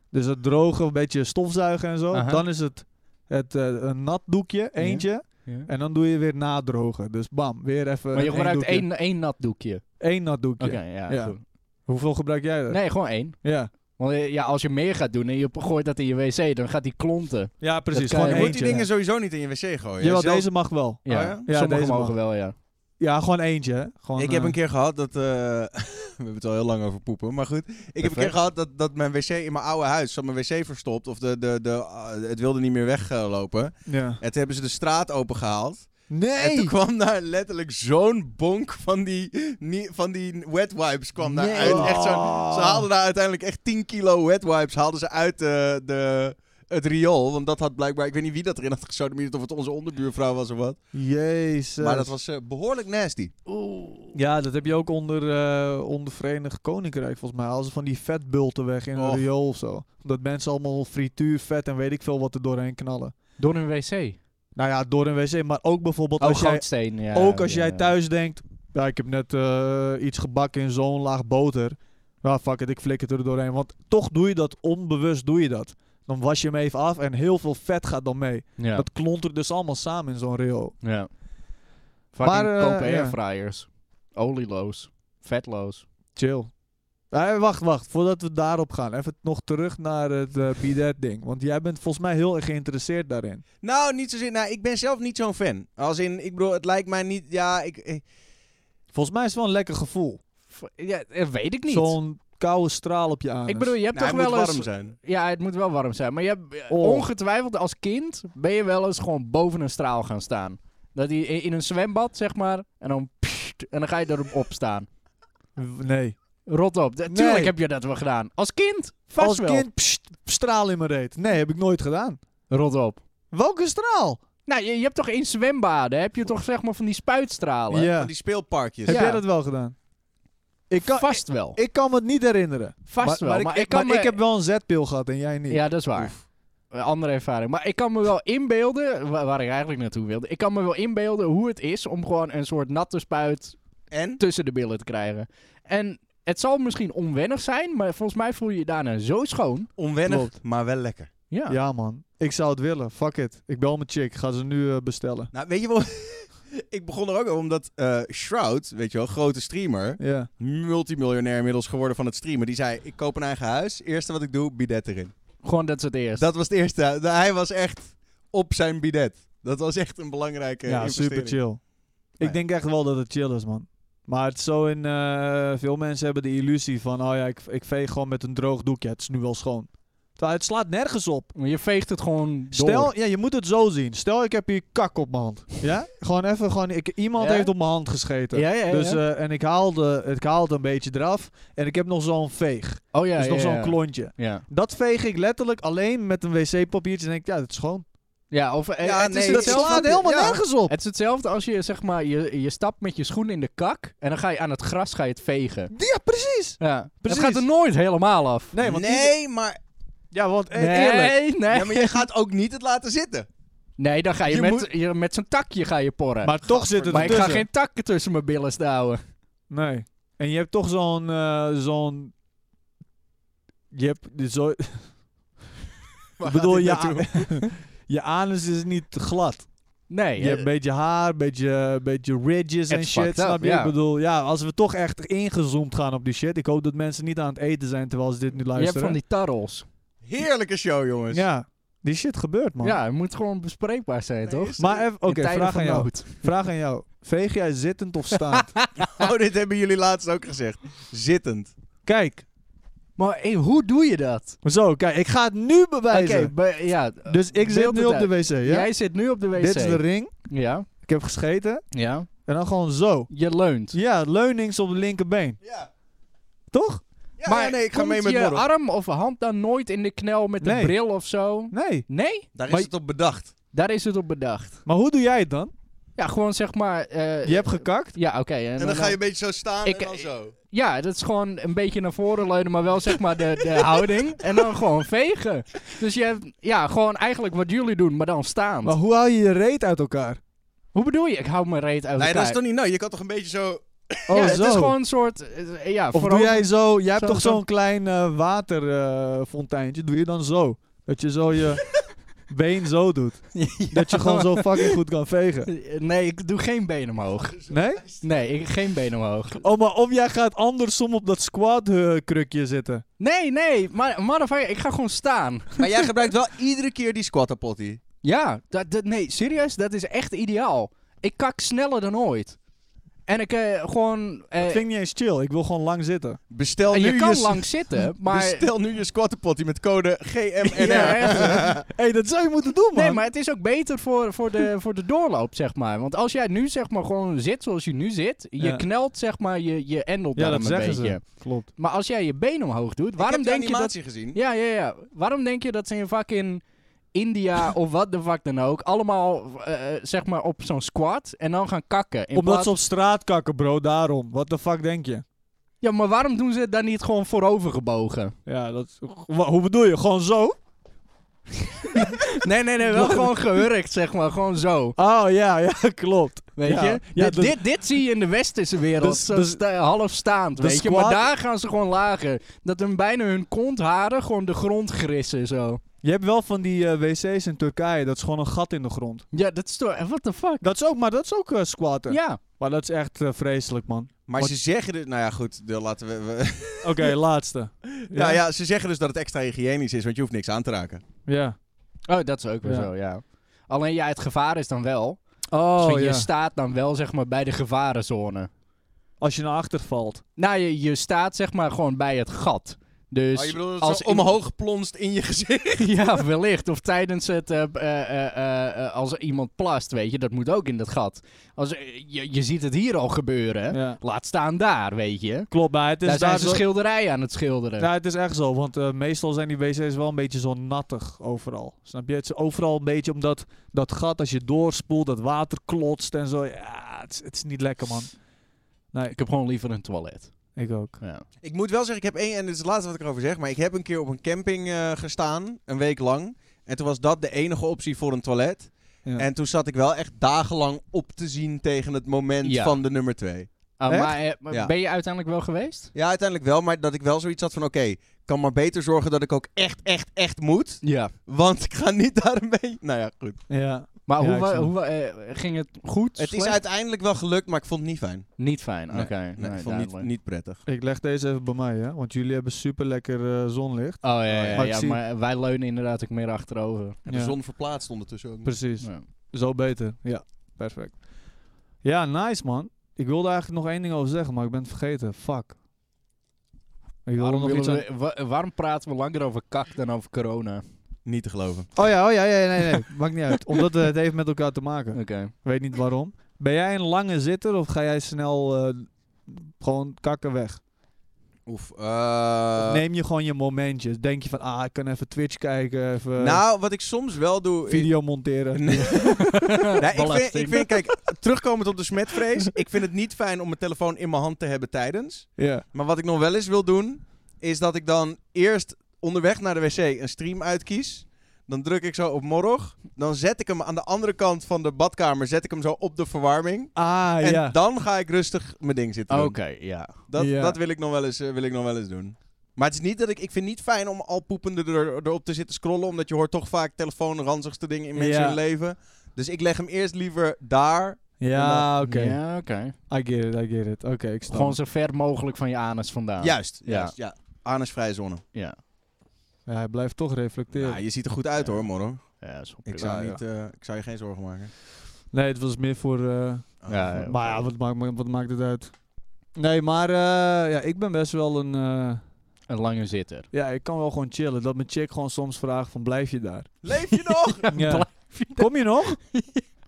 [SPEAKER 1] Dus het drogen, een beetje stofzuigen en zo.
[SPEAKER 2] Aha.
[SPEAKER 1] Dan is het, het eh, een nat doekje,
[SPEAKER 2] Ja.
[SPEAKER 1] eentje. En dan doe je weer nadrogen. Dus bam, weer even
[SPEAKER 2] Maar je
[SPEAKER 1] één
[SPEAKER 2] gebruikt
[SPEAKER 1] doekje.
[SPEAKER 2] één, één nat doekje.
[SPEAKER 1] Eén nat doekje.
[SPEAKER 2] Oké, ja.
[SPEAKER 1] Ja.
[SPEAKER 2] goed.
[SPEAKER 1] Hoeveel gebruik jij er?
[SPEAKER 2] Nee, gewoon één.
[SPEAKER 1] Ja.
[SPEAKER 2] Want eh, ja, als je meer gaat doen en je gooit dat in je wc, dan gaat die klonten.
[SPEAKER 1] Ja, precies.
[SPEAKER 2] kan je-
[SPEAKER 1] Gewoon
[SPEAKER 3] Je moet die
[SPEAKER 1] eentje.
[SPEAKER 3] dingen sowieso niet in je wc gooien.
[SPEAKER 1] Jawel,
[SPEAKER 3] Zelfs-
[SPEAKER 1] deze mag wel.
[SPEAKER 2] Ja,
[SPEAKER 3] ja? Ja,
[SPEAKER 2] sommige
[SPEAKER 1] deze
[SPEAKER 2] mogen
[SPEAKER 1] mag.
[SPEAKER 2] wel, ja.
[SPEAKER 1] Ja, gewoon eentje. hè. Gewoon,
[SPEAKER 3] Ik heb
[SPEAKER 1] eh,
[SPEAKER 3] een keer gehad dat. eh, <laughs> we hebben het al heel lang over poepen, maar goed. Ik heb een keer
[SPEAKER 2] Perfect.
[SPEAKER 3] gehad dat, dat mijn wc in mijn oude huis. zat mijn wc verstopt of de, de, de, ah, het wilde niet meer weglopen.
[SPEAKER 1] Ja.
[SPEAKER 3] en toen hebben ze de straat opengehaald. En toen
[SPEAKER 1] Nee!
[SPEAKER 3] kwam daar letterlijk zo'n bonk van die, nie- van die wet wipes kwam daar
[SPEAKER 2] Nee. Ah.
[SPEAKER 3] uit. Echt zo'n-
[SPEAKER 1] Oh.
[SPEAKER 3] ze haalden daar uiteindelijk echt 10 kilo wet wipes haalden ze uit de, de, het riool. Want dat had blijkbaar, ik weet niet wie dat erin had gesodemieterd. Of het onze onderbuurvrouw was of wat.
[SPEAKER 1] Jezus.
[SPEAKER 3] Maar dat was eh, behoorlijk nasty.
[SPEAKER 2] Oeh.
[SPEAKER 1] Ja, dat heb je ook onder, eh, onder Verenigd Koninkrijk volgens mij. Als ze van die vetbulten weg in
[SPEAKER 3] Och.
[SPEAKER 1] een riool of zo. Dat mensen allemaal frituur, vet en weet ik veel wat er doorheen knallen.
[SPEAKER 2] Door een wc.
[SPEAKER 1] Nou ja, door een wc, maar ook bijvoorbeeld
[SPEAKER 2] Oh,
[SPEAKER 1] als jij,
[SPEAKER 2] gootsteen, ja.
[SPEAKER 1] ook als
[SPEAKER 2] ja.
[SPEAKER 1] jij thuis denkt... Ja, ik heb net eh, iets gebakken in zo'n laag boter. Ja, fuck it, ik flikker het er doorheen. Want toch doe je dat, onbewust doe je dat. Dan was je hem even af en heel veel vet gaat dan mee.
[SPEAKER 2] Ja,
[SPEAKER 1] Dat klontert dus allemaal samen in zo'n riool.
[SPEAKER 2] ja. Fucking
[SPEAKER 1] Maar,
[SPEAKER 2] maar,
[SPEAKER 1] eh, ja.
[SPEAKER 2] airfryers. Olieloos. Vetloos.
[SPEAKER 1] Chill. Eh, wacht, wacht. Voordat we daarop gaan, even nog terug naar het eh Be That ding. Want jij bent volgens mij heel erg geïnteresseerd daarin.
[SPEAKER 3] Nou, niet zozeer. Nou, ik ben zelf niet zo'n fan. Als in, ik bedoel, het lijkt mij niet. Ja, ik. eh,
[SPEAKER 1] Volgens mij is het wel een lekker gevoel.
[SPEAKER 2] V- Ja, eh, weet ik niet.
[SPEAKER 1] Zo'n koude straal op je aan.
[SPEAKER 2] Ik bedoel, je hebt
[SPEAKER 3] nou, hij
[SPEAKER 2] toch wel
[SPEAKER 3] moet
[SPEAKER 2] eens...
[SPEAKER 3] warm zijn.
[SPEAKER 2] Ja, het moet wel warm zijn. Maar je hebt, eh,
[SPEAKER 1] Oh.
[SPEAKER 2] ongetwijfeld als kind ben je wel eens gewoon boven een straal gaan staan. Dat die in in een zwembad, zeg maar, en dan, pssst, en dan ga je erop <laughs> staan.
[SPEAKER 1] Nee.
[SPEAKER 2] Rot op. De-
[SPEAKER 1] Nee.
[SPEAKER 2] Tuurlijk heb je dat wel gedaan. Als kind? Vast
[SPEAKER 1] Als
[SPEAKER 2] wel.
[SPEAKER 1] kind pst, straal in mijn reet. Nee, heb ik nooit gedaan.
[SPEAKER 2] Rot op.
[SPEAKER 1] Welke straal?
[SPEAKER 2] Nou, je, je hebt toch in zwembaden, heb je toch zeg maar van die spuitstralen?
[SPEAKER 1] Ja.
[SPEAKER 3] Van die speelparkjes.
[SPEAKER 1] Heb
[SPEAKER 2] Ja.
[SPEAKER 1] jij dat wel gedaan? Ik kan,
[SPEAKER 2] Vast wel.
[SPEAKER 1] ik kan me het niet herinneren.
[SPEAKER 2] Vast
[SPEAKER 1] maar,
[SPEAKER 2] wel.
[SPEAKER 1] Maar, ik,
[SPEAKER 2] maar ik kan me-
[SPEAKER 1] ik heb wel een zetpil gehad en jij niet.
[SPEAKER 2] Ja, dat is waar. Een andere ervaring. Maar ik kan me wel inbeelden, wa- waar ik eigenlijk naartoe wilde. Ik kan me wel inbeelden hoe het is om gewoon een soort natte spuit
[SPEAKER 3] En?
[SPEAKER 2] tussen de billen te krijgen. En het zal misschien onwennig zijn, maar volgens mij voel je je daarna zo schoon.
[SPEAKER 3] Onwennig,
[SPEAKER 1] Klopt.
[SPEAKER 3] maar wel lekker.
[SPEAKER 2] Ja.
[SPEAKER 1] Ja, man. Ik zou het willen. Fuck it. Ik bel mijn chick. Ga ze nu eh, bestellen.
[SPEAKER 3] Nou, weet je wel. <laughs> ik begon er ook over omdat eh, Shroud, weet je wel, grote streamer.
[SPEAKER 1] Ja.
[SPEAKER 3] Multimiljonair inmiddels geworden van het streamen. Die zei: Ik koop een eigen huis. Eerste wat ik doe, bidet erin.
[SPEAKER 2] Gewoon dat is het eerst.
[SPEAKER 3] Dat was het eerste. Nou, Hij was echt op zijn bidet. Dat was echt een belangrijke.
[SPEAKER 1] Ja, super
[SPEAKER 3] investering.
[SPEAKER 1] chill.
[SPEAKER 3] Nee.
[SPEAKER 1] Ik denk echt wel dat het chill is, man. Maar het is zo in... eh, veel mensen hebben de illusie van... Oh ja, ik, ik veeg gewoon met een droog doekje. Het is nu wel schoon. Terwijl het slaat nergens op.
[SPEAKER 2] Maar Je veegt het gewoon door.
[SPEAKER 1] Stel, ja, je moet het zo zien. Stel, ik heb hier kak op mijn hand. Ja? gewoon even, gewoon, ik, iemand
[SPEAKER 2] Ja?
[SPEAKER 1] heeft op mijn hand gescheten.
[SPEAKER 2] Ja, ja, ja.
[SPEAKER 1] Dus, eh, en ik haalde, ik haalde een beetje eraf. En ik heb nog zo'n veeg.
[SPEAKER 2] oh ja,
[SPEAKER 1] dus
[SPEAKER 2] ja,
[SPEAKER 1] nog
[SPEAKER 2] ja.
[SPEAKER 1] zo'n klontje.
[SPEAKER 2] Ja.
[SPEAKER 1] Dat veeg ik letterlijk alleen met een wc-papiertje. En denk ik, ja, dat is schoon.
[SPEAKER 2] ja, of eh,
[SPEAKER 3] Ja,
[SPEAKER 2] het, is
[SPEAKER 3] nee,
[SPEAKER 1] dat
[SPEAKER 2] hetzelfde,
[SPEAKER 1] slaat helemaal
[SPEAKER 3] ja.
[SPEAKER 1] nergens op.
[SPEAKER 2] het is hetzelfde als je zeg maar, je, je stapt met je schoen in de kak en dan ga je aan het gras ga je het vegen.
[SPEAKER 1] Ja, precies.
[SPEAKER 2] Ja.
[SPEAKER 1] Precies.
[SPEAKER 2] Het gaat er nooit helemaal af.
[SPEAKER 1] Nee, want ieder-
[SPEAKER 3] nee, maar,
[SPEAKER 1] Ja, want eh,
[SPEAKER 2] nee,
[SPEAKER 1] eerlijk.
[SPEAKER 2] nee.
[SPEAKER 3] ja, maar je gaat ook niet het laten zitten.
[SPEAKER 2] Nee, dan ga je,
[SPEAKER 3] Je
[SPEAKER 2] met,
[SPEAKER 3] moet-
[SPEAKER 2] je- met zo'n takje ga je porren. Maar,
[SPEAKER 1] Maar toch zit het
[SPEAKER 2] ik ga
[SPEAKER 1] ertussen.
[SPEAKER 2] geen takken tussen mijn billen stouwen.
[SPEAKER 1] Nee. En je hebt toch zo'n... eh, zo'n... Je hebt zo...
[SPEAKER 3] Waar
[SPEAKER 1] bedoel,
[SPEAKER 3] gaat dit
[SPEAKER 1] je,
[SPEAKER 3] naartoe?
[SPEAKER 1] a- je anus is niet glad.
[SPEAKER 2] Nee.
[SPEAKER 1] Je
[SPEAKER 2] eh,
[SPEAKER 1] hebt een beetje haar, een beetje, een beetje ridges en
[SPEAKER 2] It's
[SPEAKER 1] shit.
[SPEAKER 2] fucked up,
[SPEAKER 1] Snap je?
[SPEAKER 2] ja.
[SPEAKER 1] Ik bedoel, ja, als we toch echt ingezoomd gaan op die shit. Ik hoop dat mensen niet aan het eten zijn terwijl ze dit nu
[SPEAKER 2] je hebt van
[SPEAKER 1] luisteren.
[SPEAKER 2] die tarrels.
[SPEAKER 3] Heerlijke show, jongens.
[SPEAKER 1] Ja, die shit gebeurt, man.
[SPEAKER 2] Ja, het moet gewoon bespreekbaar zijn, toch?
[SPEAKER 3] is-
[SPEAKER 1] Maar even,
[SPEAKER 2] In
[SPEAKER 1] oké,
[SPEAKER 2] tijden
[SPEAKER 1] vraag
[SPEAKER 2] van
[SPEAKER 1] aan jou.
[SPEAKER 2] nood.
[SPEAKER 1] Vraag aan jou. Veeg jij zittend of staand? <laughs>
[SPEAKER 3] Oh, dit hebben jullie laatst ook gezegd. Zittend.
[SPEAKER 1] kijk,
[SPEAKER 2] Maar hé, hoe doe je dat?
[SPEAKER 1] zo, kijk, ik ga het nu
[SPEAKER 2] Oké,
[SPEAKER 1] bewijzen.
[SPEAKER 2] be- ja.
[SPEAKER 1] Dus ik zit
[SPEAKER 2] beeld
[SPEAKER 1] nu
[SPEAKER 2] het
[SPEAKER 1] op de
[SPEAKER 2] uit.
[SPEAKER 1] wc, ja?
[SPEAKER 2] Jij zit nu op de wc.
[SPEAKER 1] Dit is de ring.
[SPEAKER 2] ja,
[SPEAKER 1] Ik heb gescheten.
[SPEAKER 2] ja.
[SPEAKER 1] En dan gewoon zo.
[SPEAKER 2] Je leunt.
[SPEAKER 1] Ja, leunings op de linkerbeen.
[SPEAKER 3] Ja.
[SPEAKER 1] Toch?
[SPEAKER 3] Ja, ja, nee, ik ga
[SPEAKER 2] komt
[SPEAKER 3] mee met
[SPEAKER 2] je
[SPEAKER 3] Morrel.
[SPEAKER 2] arm of hand dan nooit in de knel met de
[SPEAKER 1] Nee.
[SPEAKER 2] bril of zo?
[SPEAKER 1] Nee.
[SPEAKER 2] Nee,
[SPEAKER 3] Daar
[SPEAKER 1] Maar-
[SPEAKER 3] is het op bedacht.
[SPEAKER 2] daar is het op bedacht.
[SPEAKER 1] Maar hoe doe jij het dan?
[SPEAKER 2] Ja, gewoon zeg maar... eh,
[SPEAKER 1] Je hebt gekakt.
[SPEAKER 2] Ja, oké.
[SPEAKER 3] En, dan, ga eh, je een beetje zo staan
[SPEAKER 2] Ik-
[SPEAKER 3] en dan zo.
[SPEAKER 2] Ja, dat is gewoon een beetje naar voren leunen, maar wel zeg maar de, de
[SPEAKER 1] <laughs>
[SPEAKER 2] houding. En dan gewoon vegen. Dus je hebt, ja, gewoon eigenlijk wat jullie doen, maar dan staand.
[SPEAKER 1] Maar hoe haal je je reet uit elkaar?
[SPEAKER 2] Hoe bedoel je? Ik hou mijn reet uit
[SPEAKER 3] Nee, dat
[SPEAKER 2] elkaar.
[SPEAKER 3] is toch niet... Nou, je kan toch een beetje zo...
[SPEAKER 1] Oh,
[SPEAKER 2] ja,
[SPEAKER 1] zo.
[SPEAKER 2] het is gewoon een soort. eh, ja,
[SPEAKER 1] of doe
[SPEAKER 2] vooral-
[SPEAKER 1] jij zo... Jij hebt
[SPEAKER 2] Zo-
[SPEAKER 1] toch eh,
[SPEAKER 2] zo- <laughs>
[SPEAKER 1] zo'n klein waterfonteintje? doe je dan zo? Dat je zo je been zo doet. Dat je gewoon zo fucking goed kan vegen.
[SPEAKER 2] Nee, ik doe geen been omhoog.
[SPEAKER 1] Nee?
[SPEAKER 2] Nee, ik, geen been omhoog.
[SPEAKER 1] Oh, maar of jij gaat andersom op dat squad-krukje zitten.
[SPEAKER 2] Nee, nee, maar motherfucker, ik ga gewoon staan.
[SPEAKER 3] <laughs> Maar jij gebruikt wel iedere keer die squatapotty.
[SPEAKER 2] Ja, dat, dat- nee, serieus, dat is echt ideaal. Ik kak sneller dan ooit. En ik eh, gewoon... eh,
[SPEAKER 1] Dat vind ik niet eens chill. Ik wil gewoon lang zitten.
[SPEAKER 3] Bestel
[SPEAKER 2] en
[SPEAKER 3] nu
[SPEAKER 2] je kan
[SPEAKER 3] s-
[SPEAKER 2] lang
[SPEAKER 1] <laughs>
[SPEAKER 2] zitten, maar...
[SPEAKER 3] Bestel nu je squatapotty met code <laughs> GMNR.
[SPEAKER 2] Ja, echt.
[SPEAKER 1] Hé, hey, dat zou je moeten doen, man.
[SPEAKER 2] Nee, maar het is ook beter voor,
[SPEAKER 1] <laughs>
[SPEAKER 2] voor, de, voor de doorloop, zeg maar. Want als jij nu zeg maar gewoon zit zoals je nu zit, je
[SPEAKER 1] Ja.
[SPEAKER 2] knelt zeg maar je, je
[SPEAKER 1] ja,
[SPEAKER 2] endeldarm
[SPEAKER 1] dat
[SPEAKER 2] een
[SPEAKER 1] zeggen
[SPEAKER 2] beetje.
[SPEAKER 1] ze. Klopt.
[SPEAKER 2] Maar als jij je been omhoog doet, waarom
[SPEAKER 3] ik heb
[SPEAKER 2] denk
[SPEAKER 3] de
[SPEAKER 2] je dat...
[SPEAKER 3] animatie gezien.
[SPEAKER 2] Ja, ja, ja. Waarom denk je dat ze in fucking
[SPEAKER 1] <laughs>
[SPEAKER 2] India of wat de fuck dan ook, allemaal eh, eh, zeg maar op zo'n squat en dan gaan kakken? In
[SPEAKER 1] Omdat
[SPEAKER 2] plaats-
[SPEAKER 1] ze op straat kakken, bro. Daarom. Wat de fuck denk je?
[SPEAKER 2] Ja, maar waarom doen ze het dan niet gewoon voorovergebogen?
[SPEAKER 1] Ja, dat... is- Wa- Hoe bedoel je? Gewoon zo?
[SPEAKER 2] Nee, nee, nee, <laughs> wel gewoon gehurkt, zeg maar. Gewoon zo,
[SPEAKER 1] Oh, ja, <laughs> ja, klopt.
[SPEAKER 2] weet
[SPEAKER 1] Ja.
[SPEAKER 2] je?
[SPEAKER 1] Ja,
[SPEAKER 2] dit,
[SPEAKER 1] dus-
[SPEAKER 2] dit, dit zie je in de westerse wereld,
[SPEAKER 1] Dus-
[SPEAKER 2] zo
[SPEAKER 1] dus-
[SPEAKER 2] sta- half staand,
[SPEAKER 1] de
[SPEAKER 2] weet je? Maar
[SPEAKER 1] squat-
[SPEAKER 2] daar gaan ze gewoon lager. Dat hun bijna hun kontharen gewoon de grond grissen, zo.
[SPEAKER 1] Je hebt wel van die eh, wc's in Turkije. Dat is gewoon een gat in de grond.
[SPEAKER 2] Ja, dat is toch... What the fuck?
[SPEAKER 1] Dat is ook, maar dat is ook eh, squatten.
[SPEAKER 2] Ja.
[SPEAKER 1] Maar dat is echt eh, vreselijk, man.
[SPEAKER 3] Maar
[SPEAKER 1] Wat-
[SPEAKER 3] ze zeggen dus... Nou ja, goed. De, laten we, we-
[SPEAKER 1] Oké, <laughs> laatste.
[SPEAKER 3] <laughs> Nou ja, ze zeggen dus dat het extra hygiënisch is, want je hoeft niks aan te raken.
[SPEAKER 1] Ja.
[SPEAKER 2] Oh, dat is ook weer
[SPEAKER 1] Ja.
[SPEAKER 2] zo, ja. Alleen ja, het gevaar is dan wel.
[SPEAKER 1] Oh,
[SPEAKER 2] dus je
[SPEAKER 1] ja.
[SPEAKER 2] staat dan wel zeg maar bij de gevarenzone.
[SPEAKER 1] Als je naar achter valt.
[SPEAKER 2] Nou, je, je staat zeg maar gewoon bij het gat. Dus
[SPEAKER 3] oh, je bedoelt dat
[SPEAKER 2] als
[SPEAKER 3] als
[SPEAKER 2] in-
[SPEAKER 3] omhoog plonst in je gezicht.
[SPEAKER 2] <laughs> ja, wellicht. Of tijdens het, eh, eh, eh, eh, eh, als er iemand plast, weet je, dat moet ook in dat gat. Als, eh, je, je ziet het hier al gebeuren.
[SPEAKER 1] Ja.
[SPEAKER 2] Laat staan daar, weet je.
[SPEAKER 1] Klopt, maar het is dus
[SPEAKER 2] daar zijn ze
[SPEAKER 1] zo-
[SPEAKER 2] schilderijen aan het schilderen.
[SPEAKER 1] Ja, Nou, het is echt zo, want eh, meestal zijn die wc's wel een beetje zo nattig overal. Snap je? Het is overal een beetje omdat dat gat, als je doorspoelt, dat water klotst en zo. Ja, het is, het is niet lekker, man.
[SPEAKER 2] Ik heb gewoon liever een toilet.
[SPEAKER 1] Ik ook.
[SPEAKER 2] Ja.
[SPEAKER 3] Ik moet wel zeggen, ik heb één... En dit is het laatste wat ik erover zeg. Maar ik heb een keer op een camping eh, gestaan, een week lang. En toen was dat de enige optie voor een toilet.
[SPEAKER 1] Ja.
[SPEAKER 3] En toen zat ik wel echt dagenlang op te zien tegen het moment
[SPEAKER 2] Ja.
[SPEAKER 3] van de nummer twee.
[SPEAKER 2] Ah,
[SPEAKER 1] Echt?
[SPEAKER 2] maar eh, maar
[SPEAKER 3] Ja.
[SPEAKER 2] ben je uiteindelijk wel geweest?
[SPEAKER 3] Ja, uiteindelijk wel, maar dat ik wel zoiets had van... Oké, ik kan maar beter zorgen dat ik ook echt, echt, echt moet.
[SPEAKER 2] Ja.
[SPEAKER 3] Want ik ga niet daar een beetje... Nou ja, goed.
[SPEAKER 1] Ja.
[SPEAKER 2] Maar
[SPEAKER 1] Ja,
[SPEAKER 2] hoe,
[SPEAKER 1] ik
[SPEAKER 2] wa-
[SPEAKER 1] snap.
[SPEAKER 2] hoe, wa- eh, ging het goed?
[SPEAKER 3] Het is
[SPEAKER 2] slecht?
[SPEAKER 3] uiteindelijk wel gelukt, maar ik vond het niet fijn.
[SPEAKER 2] Niet fijn, oké.
[SPEAKER 3] Nee,
[SPEAKER 2] nee,
[SPEAKER 3] Nee, ik vond het niet,
[SPEAKER 2] duidelijk.
[SPEAKER 3] niet prettig.
[SPEAKER 1] Ik leg deze even bij mij, hè? Want jullie hebben super lekker eh, zonlicht.
[SPEAKER 2] Oh ja, ja, ja,
[SPEAKER 1] Maar ik
[SPEAKER 2] ja,
[SPEAKER 1] zie-
[SPEAKER 2] maar wij leunen inderdaad ook meer achterover.
[SPEAKER 3] En
[SPEAKER 1] Ja.
[SPEAKER 3] De zon verplaatst ondertussen ook.
[SPEAKER 1] Precies.
[SPEAKER 2] Ja.
[SPEAKER 1] Zo beter. Ja, perfect. Ja, nice, man. Ik wilde eigenlijk nog één ding over zeggen, maar ik ben het vergeten. Fuck. Ik wilde
[SPEAKER 2] Waarom,
[SPEAKER 1] nog iets
[SPEAKER 2] willen
[SPEAKER 1] aan-
[SPEAKER 2] we- wa- waarom praten we langer over kak dan over corona?
[SPEAKER 3] Niet te geloven.
[SPEAKER 1] Oh ja, oh ja, ja, nee, <laughs> nee. Maakt niet uit. Omdat eh, het heeft met elkaar te maken.
[SPEAKER 2] Oké.
[SPEAKER 1] Weet niet waarom. Ben jij een lange zitter of ga jij snel eh, gewoon kakken weg?
[SPEAKER 3] Oef. eh,
[SPEAKER 1] Of neem je gewoon je momentjes? Denk je van, ah, ik kan even Twitch kijken, even
[SPEAKER 3] nou, wat ik soms wel doe...
[SPEAKER 1] video monteren? <laughs>
[SPEAKER 3] Nee. Nee, ik, vind,
[SPEAKER 2] Ballasting.
[SPEAKER 3] ik vind, kijk, terugkomend op de smetvrees. Ik vind het niet fijn om mijn telefoon in mijn hand te hebben tijdens.
[SPEAKER 1] Ja.
[SPEAKER 3] Maar wat ik nog wel eens wil doen, is dat ik dan eerst onderweg naar de wc een stream uitkies. Dan druk ik zo op morg. Dan zet ik hem aan de andere kant van de badkamer, zet ik hem zo op de verwarming.
[SPEAKER 1] Ah,
[SPEAKER 3] en
[SPEAKER 1] ja. Ah,
[SPEAKER 3] dan ga ik rustig mijn ding zitten
[SPEAKER 2] Oké,
[SPEAKER 3] doen.
[SPEAKER 2] ja.
[SPEAKER 3] Dat,
[SPEAKER 1] Ja.
[SPEAKER 3] dat wil, ik nog wel eens, eh, wil ik nog wel eens doen. Maar het is niet dat ik... Ik vind het niet fijn om al poepende er, erop te zitten scrollen. Omdat je hoort toch vaak telefoon, ranzigste dingen in mensen
[SPEAKER 1] Ja.
[SPEAKER 3] hun leven. Dus ik leg hem eerst liever daar.
[SPEAKER 1] Ja, oké.
[SPEAKER 2] Ja, oké.
[SPEAKER 1] I get it, I get it. Oké, ik snap.
[SPEAKER 2] Gewoon zo ver mogelijk van je anus vandaan.
[SPEAKER 3] Juist.
[SPEAKER 2] Ja.
[SPEAKER 3] Juist, ja. Anusvrije zonne.
[SPEAKER 2] Ja,
[SPEAKER 1] Ja, hij blijft toch reflecteren.
[SPEAKER 3] Ja, je ziet er goed uit
[SPEAKER 2] Ja.
[SPEAKER 3] hoor, morgen.
[SPEAKER 2] ja is wel
[SPEAKER 3] Ik
[SPEAKER 2] prima,
[SPEAKER 3] zou,
[SPEAKER 2] ja.
[SPEAKER 3] niet, eh, ik zou je geen zorgen maken.
[SPEAKER 1] Nee, het was meer voor... eh,
[SPEAKER 3] Ah,
[SPEAKER 2] Ja,
[SPEAKER 3] voor-
[SPEAKER 1] Maar ja, wat maakt, me- wat maakt het uit? Nee, maar eh, ja, ik ben best wel een... eh,
[SPEAKER 2] Een lange zitter.
[SPEAKER 1] ja, ik kan wel gewoon chillen. Dat mijn chick gewoon soms vraagt van, blijf je daar?
[SPEAKER 3] Leef je nog?
[SPEAKER 1] <laughs> Ja. Kom je nog?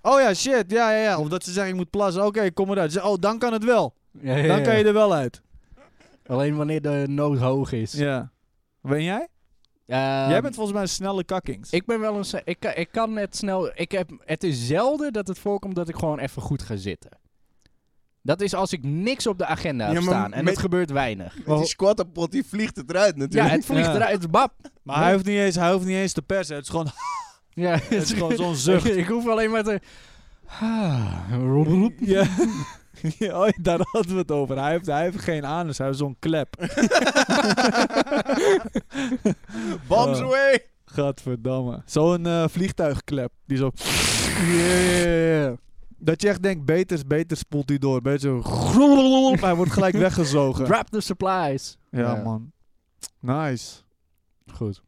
[SPEAKER 1] Oh <laughs> ja, shit. Ja, ja, ja. Of dat ze zeggen, ik moet plassen. Oké, kom eruit. Ze- Oh, dan kan het wel.
[SPEAKER 2] Ja, ja,
[SPEAKER 1] Dan
[SPEAKER 2] ja.
[SPEAKER 1] kan je er wel uit.
[SPEAKER 2] Alleen wanneer de nood hoog is.
[SPEAKER 1] Ja. Ben jij?
[SPEAKER 2] Ehm,
[SPEAKER 1] jij bent volgens mij een snelle kakkings.
[SPEAKER 2] Ik ben wel een. s- Ik, kan- ik kan net snel. Ik heb, het is zelden dat het voorkomt dat ik gewoon even goed ga zitten. Dat is als ik niks op de agenda heb
[SPEAKER 3] Ja, maar
[SPEAKER 2] staan. En
[SPEAKER 3] met-
[SPEAKER 2] dat gebeurt weinig.
[SPEAKER 3] Met die squatterpot, die vliegt het eruit
[SPEAKER 2] Ja,
[SPEAKER 3] natuurlijk.
[SPEAKER 2] het vliegt
[SPEAKER 1] Ja.
[SPEAKER 2] eruit. Bap.
[SPEAKER 1] maar hij hoeft, niet eens, hij hoeft niet eens te persen. Het is gewoon,
[SPEAKER 2] <laughs> Ja, het
[SPEAKER 1] het is gewoon zo'n zucht.
[SPEAKER 2] ik hoef alleen maar te. Ah,
[SPEAKER 1] <laughs> Ja. Ja, oh, daar hadden we het over. Hij heeft, hij heeft geen anus, hij
[SPEAKER 2] <laughs>
[SPEAKER 1] heeft zo'n klep.
[SPEAKER 3] Bombs
[SPEAKER 1] Oh.
[SPEAKER 3] away!
[SPEAKER 1] Gadverdamme. Zo'n eh, vliegtuigklep. Die zo...
[SPEAKER 2] Yeah.
[SPEAKER 1] Dat je echt denkt, beter, beter spoelt hij door. Beter zo...
[SPEAKER 2] <laughs>
[SPEAKER 1] grrrrrrrrr, Hij wordt gelijk weggezogen.
[SPEAKER 2] Grab the supplies.
[SPEAKER 1] Ja,
[SPEAKER 2] Ja.
[SPEAKER 1] man. Nice.
[SPEAKER 2] Goed.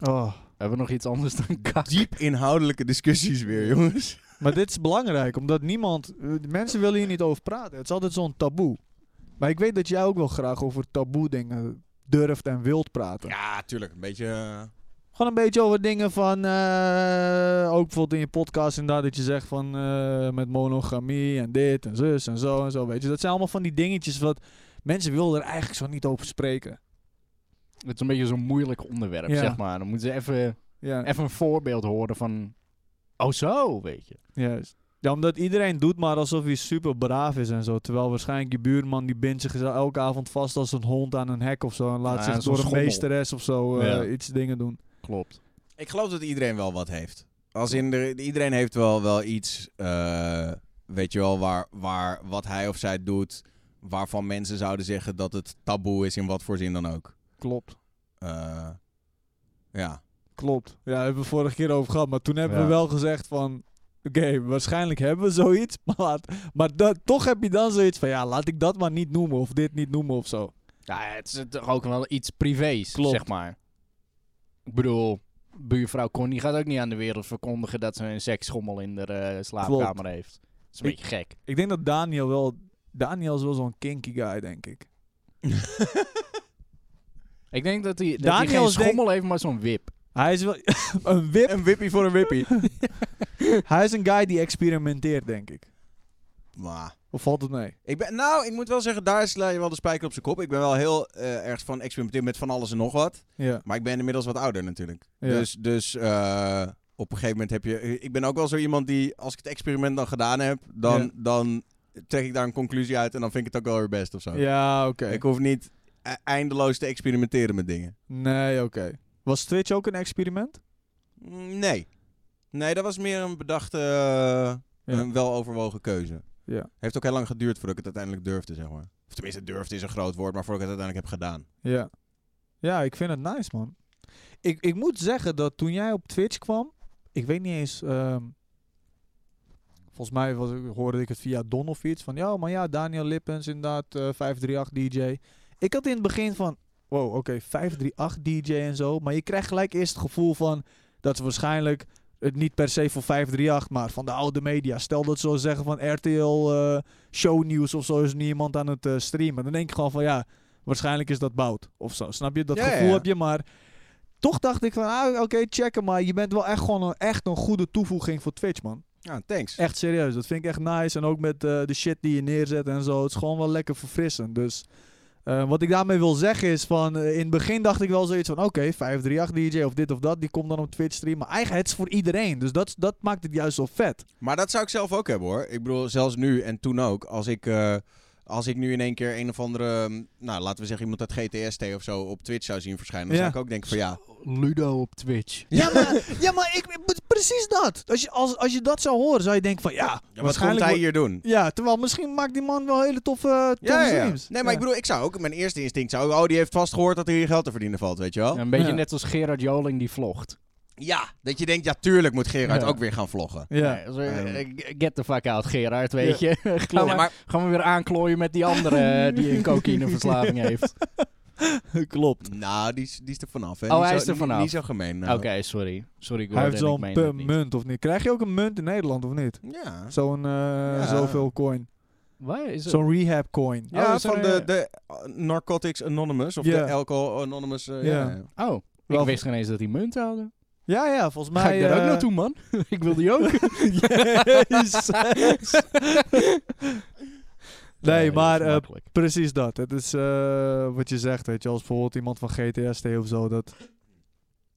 [SPEAKER 1] Oh.
[SPEAKER 2] Hebben we nog iets anders dan <laughs> kak?
[SPEAKER 3] Diep inhoudelijke discussies weer, jongens.
[SPEAKER 1] Maar dit is belangrijk, omdat niemand... eh, Mensen willen hier niet over praten. Het is altijd zo'n taboe. Maar ik weet dat jij ook wel graag over taboe dingen durft en wilt praten.
[SPEAKER 3] Ja, tuurlijk. Een beetje... eh,
[SPEAKER 1] Gewoon een beetje over dingen van... eh, ook bijvoorbeeld in je podcast inderdaad dat je zegt van... eh, met monogamie en dit en zus en zo en zo, weet je. Dat zijn allemaal van die dingetjes wat... Mensen wilden er eigenlijk zo niet over spreken.
[SPEAKER 2] Het is een beetje zo'n moeilijk onderwerp,
[SPEAKER 1] Ja.
[SPEAKER 2] zeg maar. Dan moeten ze even,
[SPEAKER 1] Ja,
[SPEAKER 2] even een voorbeeld horen van... Oh zo, weet je.
[SPEAKER 1] juist. Ja, omdat iedereen doet maar alsof hij super braaf is en zo. Terwijl waarschijnlijk je buurman die bindt zich elke avond vast als een hond aan een hek of zo. En laat
[SPEAKER 2] Ja,
[SPEAKER 1] zich
[SPEAKER 2] zo'n
[SPEAKER 1] door een
[SPEAKER 2] schommel.
[SPEAKER 1] meesteres of zo eh,
[SPEAKER 2] Ja.
[SPEAKER 1] iets dingen doen.
[SPEAKER 2] Klopt.
[SPEAKER 3] Ik geloof dat iedereen wel wat heeft. Als in, er- iedereen heeft wel, wel iets, eh, weet je wel, waar, waar wat hij of zij doet, waarvan mensen zouden zeggen dat het taboe is in wat voor zin dan ook.
[SPEAKER 1] Klopt.
[SPEAKER 3] Eh, ja.
[SPEAKER 1] Klopt. Ja, daar hebben we vorige keer over gehad. Maar toen hebben
[SPEAKER 2] Ja.
[SPEAKER 1] we wel gezegd van... Oké, waarschijnlijk hebben we zoiets. <laughs> Maar, laat, maar dat, toch heb je dan zoiets van... Ja, laat ik dat maar niet noemen. Of dit niet noemen of zo.
[SPEAKER 2] Ja, het is toch ook wel iets privés,
[SPEAKER 1] Klopt.
[SPEAKER 2] zeg maar. Ik bedoel, buurvrouw Connie gaat ook niet aan de wereld verkondigen... dat ze een seksschommel in de slaapkamer
[SPEAKER 1] Klopt.
[SPEAKER 2] heeft. Dat is een
[SPEAKER 1] Ik-
[SPEAKER 2] beetje gek.
[SPEAKER 1] Ik denk dat Daniel wel... Daniel is wel zo'n kinky guy, denk ik.
[SPEAKER 2] Ik denk dat hij dat hij
[SPEAKER 1] Daniel
[SPEAKER 2] geen
[SPEAKER 1] is denk-
[SPEAKER 2] schommel heeft, maar zo'n wip.
[SPEAKER 1] Hij is wel... <laughs> een wip.
[SPEAKER 3] Een wippie voor een
[SPEAKER 1] <laughs>
[SPEAKER 3] wippie.
[SPEAKER 1] Hij is een guy die experimenteert, denk ik.
[SPEAKER 3] maar,
[SPEAKER 1] Of valt het mee?
[SPEAKER 3] ik ben, nou, ik moet wel zeggen, daar sla je wel de spijker op zijn kop. Ik ben wel heel eh, erg van experimenteer met van alles en nog wat.
[SPEAKER 1] Ja.
[SPEAKER 3] Maar ik ben inmiddels wat ouder natuurlijk.
[SPEAKER 1] Ja.
[SPEAKER 3] Dus, dus eh, op een gegeven moment heb je... Ik ben ook wel zo iemand die, als ik het experiment dan gedaan heb, dan,
[SPEAKER 1] Ja.
[SPEAKER 3] dan trek ik daar een conclusie uit en dan vind ik het ook wel weer best of zo.
[SPEAKER 1] Ja, oké.
[SPEAKER 3] Ik hoef niet e- eindeloos te experimenteren met dingen.
[SPEAKER 1] Nee, oké. Was Twitch ook een experiment?
[SPEAKER 3] Mm, Nee. Nee, dat was meer een bedachte, eh,
[SPEAKER 1] Ja.
[SPEAKER 3] een weloverwogen keuze.
[SPEAKER 1] Ja.
[SPEAKER 3] Heeft ook heel lang geduurd voordat ik het uiteindelijk durfde, zeg maar. Of tenminste, durfde is een groot woord, maar voordat ik het uiteindelijk heb gedaan.
[SPEAKER 1] Ja. Ja, ik vind het nice, man. Ik, ik moet zeggen dat toen jij op Twitch kwam, ik weet niet eens. ehm, volgens mij was, hoorde ik het via Don of iets van. Ja, maar ja, Daniel Lippens, inderdaad, eh, 538 DJ. Ik had in het begin van. Wow, oké, 538 DJ en zo. Maar je krijgt gelijk eerst het gevoel van. Dat ze waarschijnlijk het niet per se voor 538, maar van de oude media. Stel dat ze zo zeggen van RTL eh shownieuws of zo is niemand aan het eh, streamen. Dan denk ik gewoon van ja, waarschijnlijk is dat bout of zo. Snap je? Dat
[SPEAKER 3] Ja,
[SPEAKER 1] gevoel
[SPEAKER 3] ja.
[SPEAKER 1] heb je, maar toch dacht ik van ah, oké, checken. Maar je bent wel echt gewoon een, echt een goede toevoeging voor Twitch, man.
[SPEAKER 3] Ja, thanks.
[SPEAKER 1] Echt serieus, dat vind ik echt nice. En ook met eh, de shit die je neerzet en zo. Het is gewoon wel lekker verfrissend. Dus eh, wat ik daarmee wil zeggen is van... eh, in het begin dacht ik wel zoiets van... Oké, 538 DJ of dit of dat, die komt dan op Twitch streamen. Maar eigenlijk, het is voor iedereen. Dus dat, dat maakt het juist zo vet.
[SPEAKER 3] Maar dat zou ik zelf ook hebben hoor. Ik bedoel, zelfs nu en toen ook. Als ik, eh, als ik nu in één keer een of andere, ehm, nou laten we zeggen iemand uit GTST of zo op Twitch zou zien verschijnen, dan
[SPEAKER 1] Ja.
[SPEAKER 3] zou ik ook denken van ja.
[SPEAKER 2] Ludo op Twitch.
[SPEAKER 1] Ja, maar, ja, maar ik, precies dat. Als je, als, als je dat zou horen, zou je denken van... Ja,
[SPEAKER 3] wat komt
[SPEAKER 1] waarschijnlijk...
[SPEAKER 3] hij
[SPEAKER 1] wordt-
[SPEAKER 3] hier doen?
[SPEAKER 1] Ja, terwijl misschien maakt die man wel hele toffe eh, toffe
[SPEAKER 3] Ja, ja, ja.
[SPEAKER 1] streams.
[SPEAKER 3] Nee, maar ik bedoel, ik zou ook, mijn eerste instinct zou ook, oh die heeft vast gehoord dat er hier geld te verdienen valt, weet je wel? Ja,
[SPEAKER 2] Een beetje
[SPEAKER 1] Ja.
[SPEAKER 2] net als Gerard Joling die vlogt.
[SPEAKER 3] dat je denkt, ja tuurlijk moet Gerard
[SPEAKER 2] Ja.
[SPEAKER 3] ook weer gaan vloggen.
[SPEAKER 1] Ja.
[SPEAKER 2] Nee, zo, eh, get the fuck out, Gerard, weet je. <laughs>
[SPEAKER 3] Nee,
[SPEAKER 2] gaan, we,
[SPEAKER 3] maar
[SPEAKER 2] gaan we weer aanklooien met die andere eh, die een cocaïneverslaving
[SPEAKER 1] <laughs>
[SPEAKER 2] heeft.
[SPEAKER 1] Klopt.
[SPEAKER 3] nou, die, is- die is er vanaf. hè.
[SPEAKER 2] Oh,
[SPEAKER 3] Niet
[SPEAKER 2] hij
[SPEAKER 3] zo-
[SPEAKER 2] is er
[SPEAKER 3] niet-
[SPEAKER 2] vanaf.
[SPEAKER 3] Niet zo gemeen.
[SPEAKER 2] Oké,
[SPEAKER 3] nou.
[SPEAKER 2] sorry. Sorry, Gordon.
[SPEAKER 1] Hij heeft
[SPEAKER 2] ik
[SPEAKER 1] zo'n
[SPEAKER 2] meen
[SPEAKER 1] pe-
[SPEAKER 2] dat niet.
[SPEAKER 1] munt of niet. Krijg je ook een munt in Nederland of niet?
[SPEAKER 3] Ja.
[SPEAKER 1] Zo'n eh, zoveel coin.
[SPEAKER 2] Waar is het?
[SPEAKER 1] Zo'n rehab coin.
[SPEAKER 3] Ja,
[SPEAKER 2] Oh, is er
[SPEAKER 3] van de,
[SPEAKER 2] een-
[SPEAKER 3] de eh, Narcotics Anonymous of
[SPEAKER 1] Ja.
[SPEAKER 3] de Alcohol Anonymous. eh,
[SPEAKER 1] Ja.
[SPEAKER 3] ja.
[SPEAKER 2] Oh, ik
[SPEAKER 1] Wel-
[SPEAKER 2] wist geen eens dat die munten hadden.
[SPEAKER 1] Ja, ja, volgens mij.
[SPEAKER 2] Ga ik daar ook
[SPEAKER 1] eh,
[SPEAKER 2] naartoe, man? <laughs> ik wil die ook.
[SPEAKER 1] <laughs>
[SPEAKER 2] <laughs>
[SPEAKER 1] Jezus. Nee,
[SPEAKER 2] dat
[SPEAKER 1] maar,
[SPEAKER 2] is
[SPEAKER 1] eh,
[SPEAKER 2] makkelijk.
[SPEAKER 1] Precies dat. Het is eh, wat je zegt, weet je. Als bijvoorbeeld iemand van GTST of zo. Dat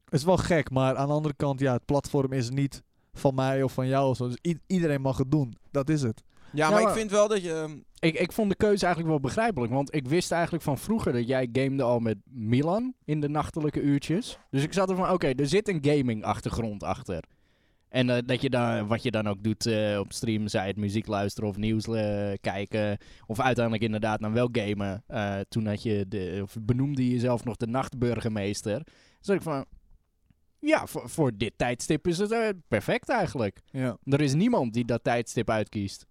[SPEAKER 1] is wel gek. Maar aan de andere kant, ja, het platform is niet van mij of van jou of zo. Dus i- iedereen mag het doen. Dat is het.
[SPEAKER 3] Ja, maar ik
[SPEAKER 2] maar-
[SPEAKER 3] vind wel dat je. ehm,
[SPEAKER 2] Ik, ik vond de keuze eigenlijk wel begrijpelijk. Want ik wist eigenlijk van vroeger dat jij gamede al met Milan in de nachtelijke uurtjes. Dus ik zat er van, oké, er zit een gaming achtergrond achter. En eh, dat je dan, wat je dan ook doet eh, op stream, zij het muziek luisteren of nieuws eh, kijken. Of uiteindelijk inderdaad dan wel gamen. Eh, toen had je de, of benoemde je jezelf nog de nachtburgemeester. Dus ik van, Ja, voor, voor dit tijdstip is het eh, perfect eigenlijk.
[SPEAKER 1] Ja.
[SPEAKER 2] Er is niemand die dat tijdstip uitkiest.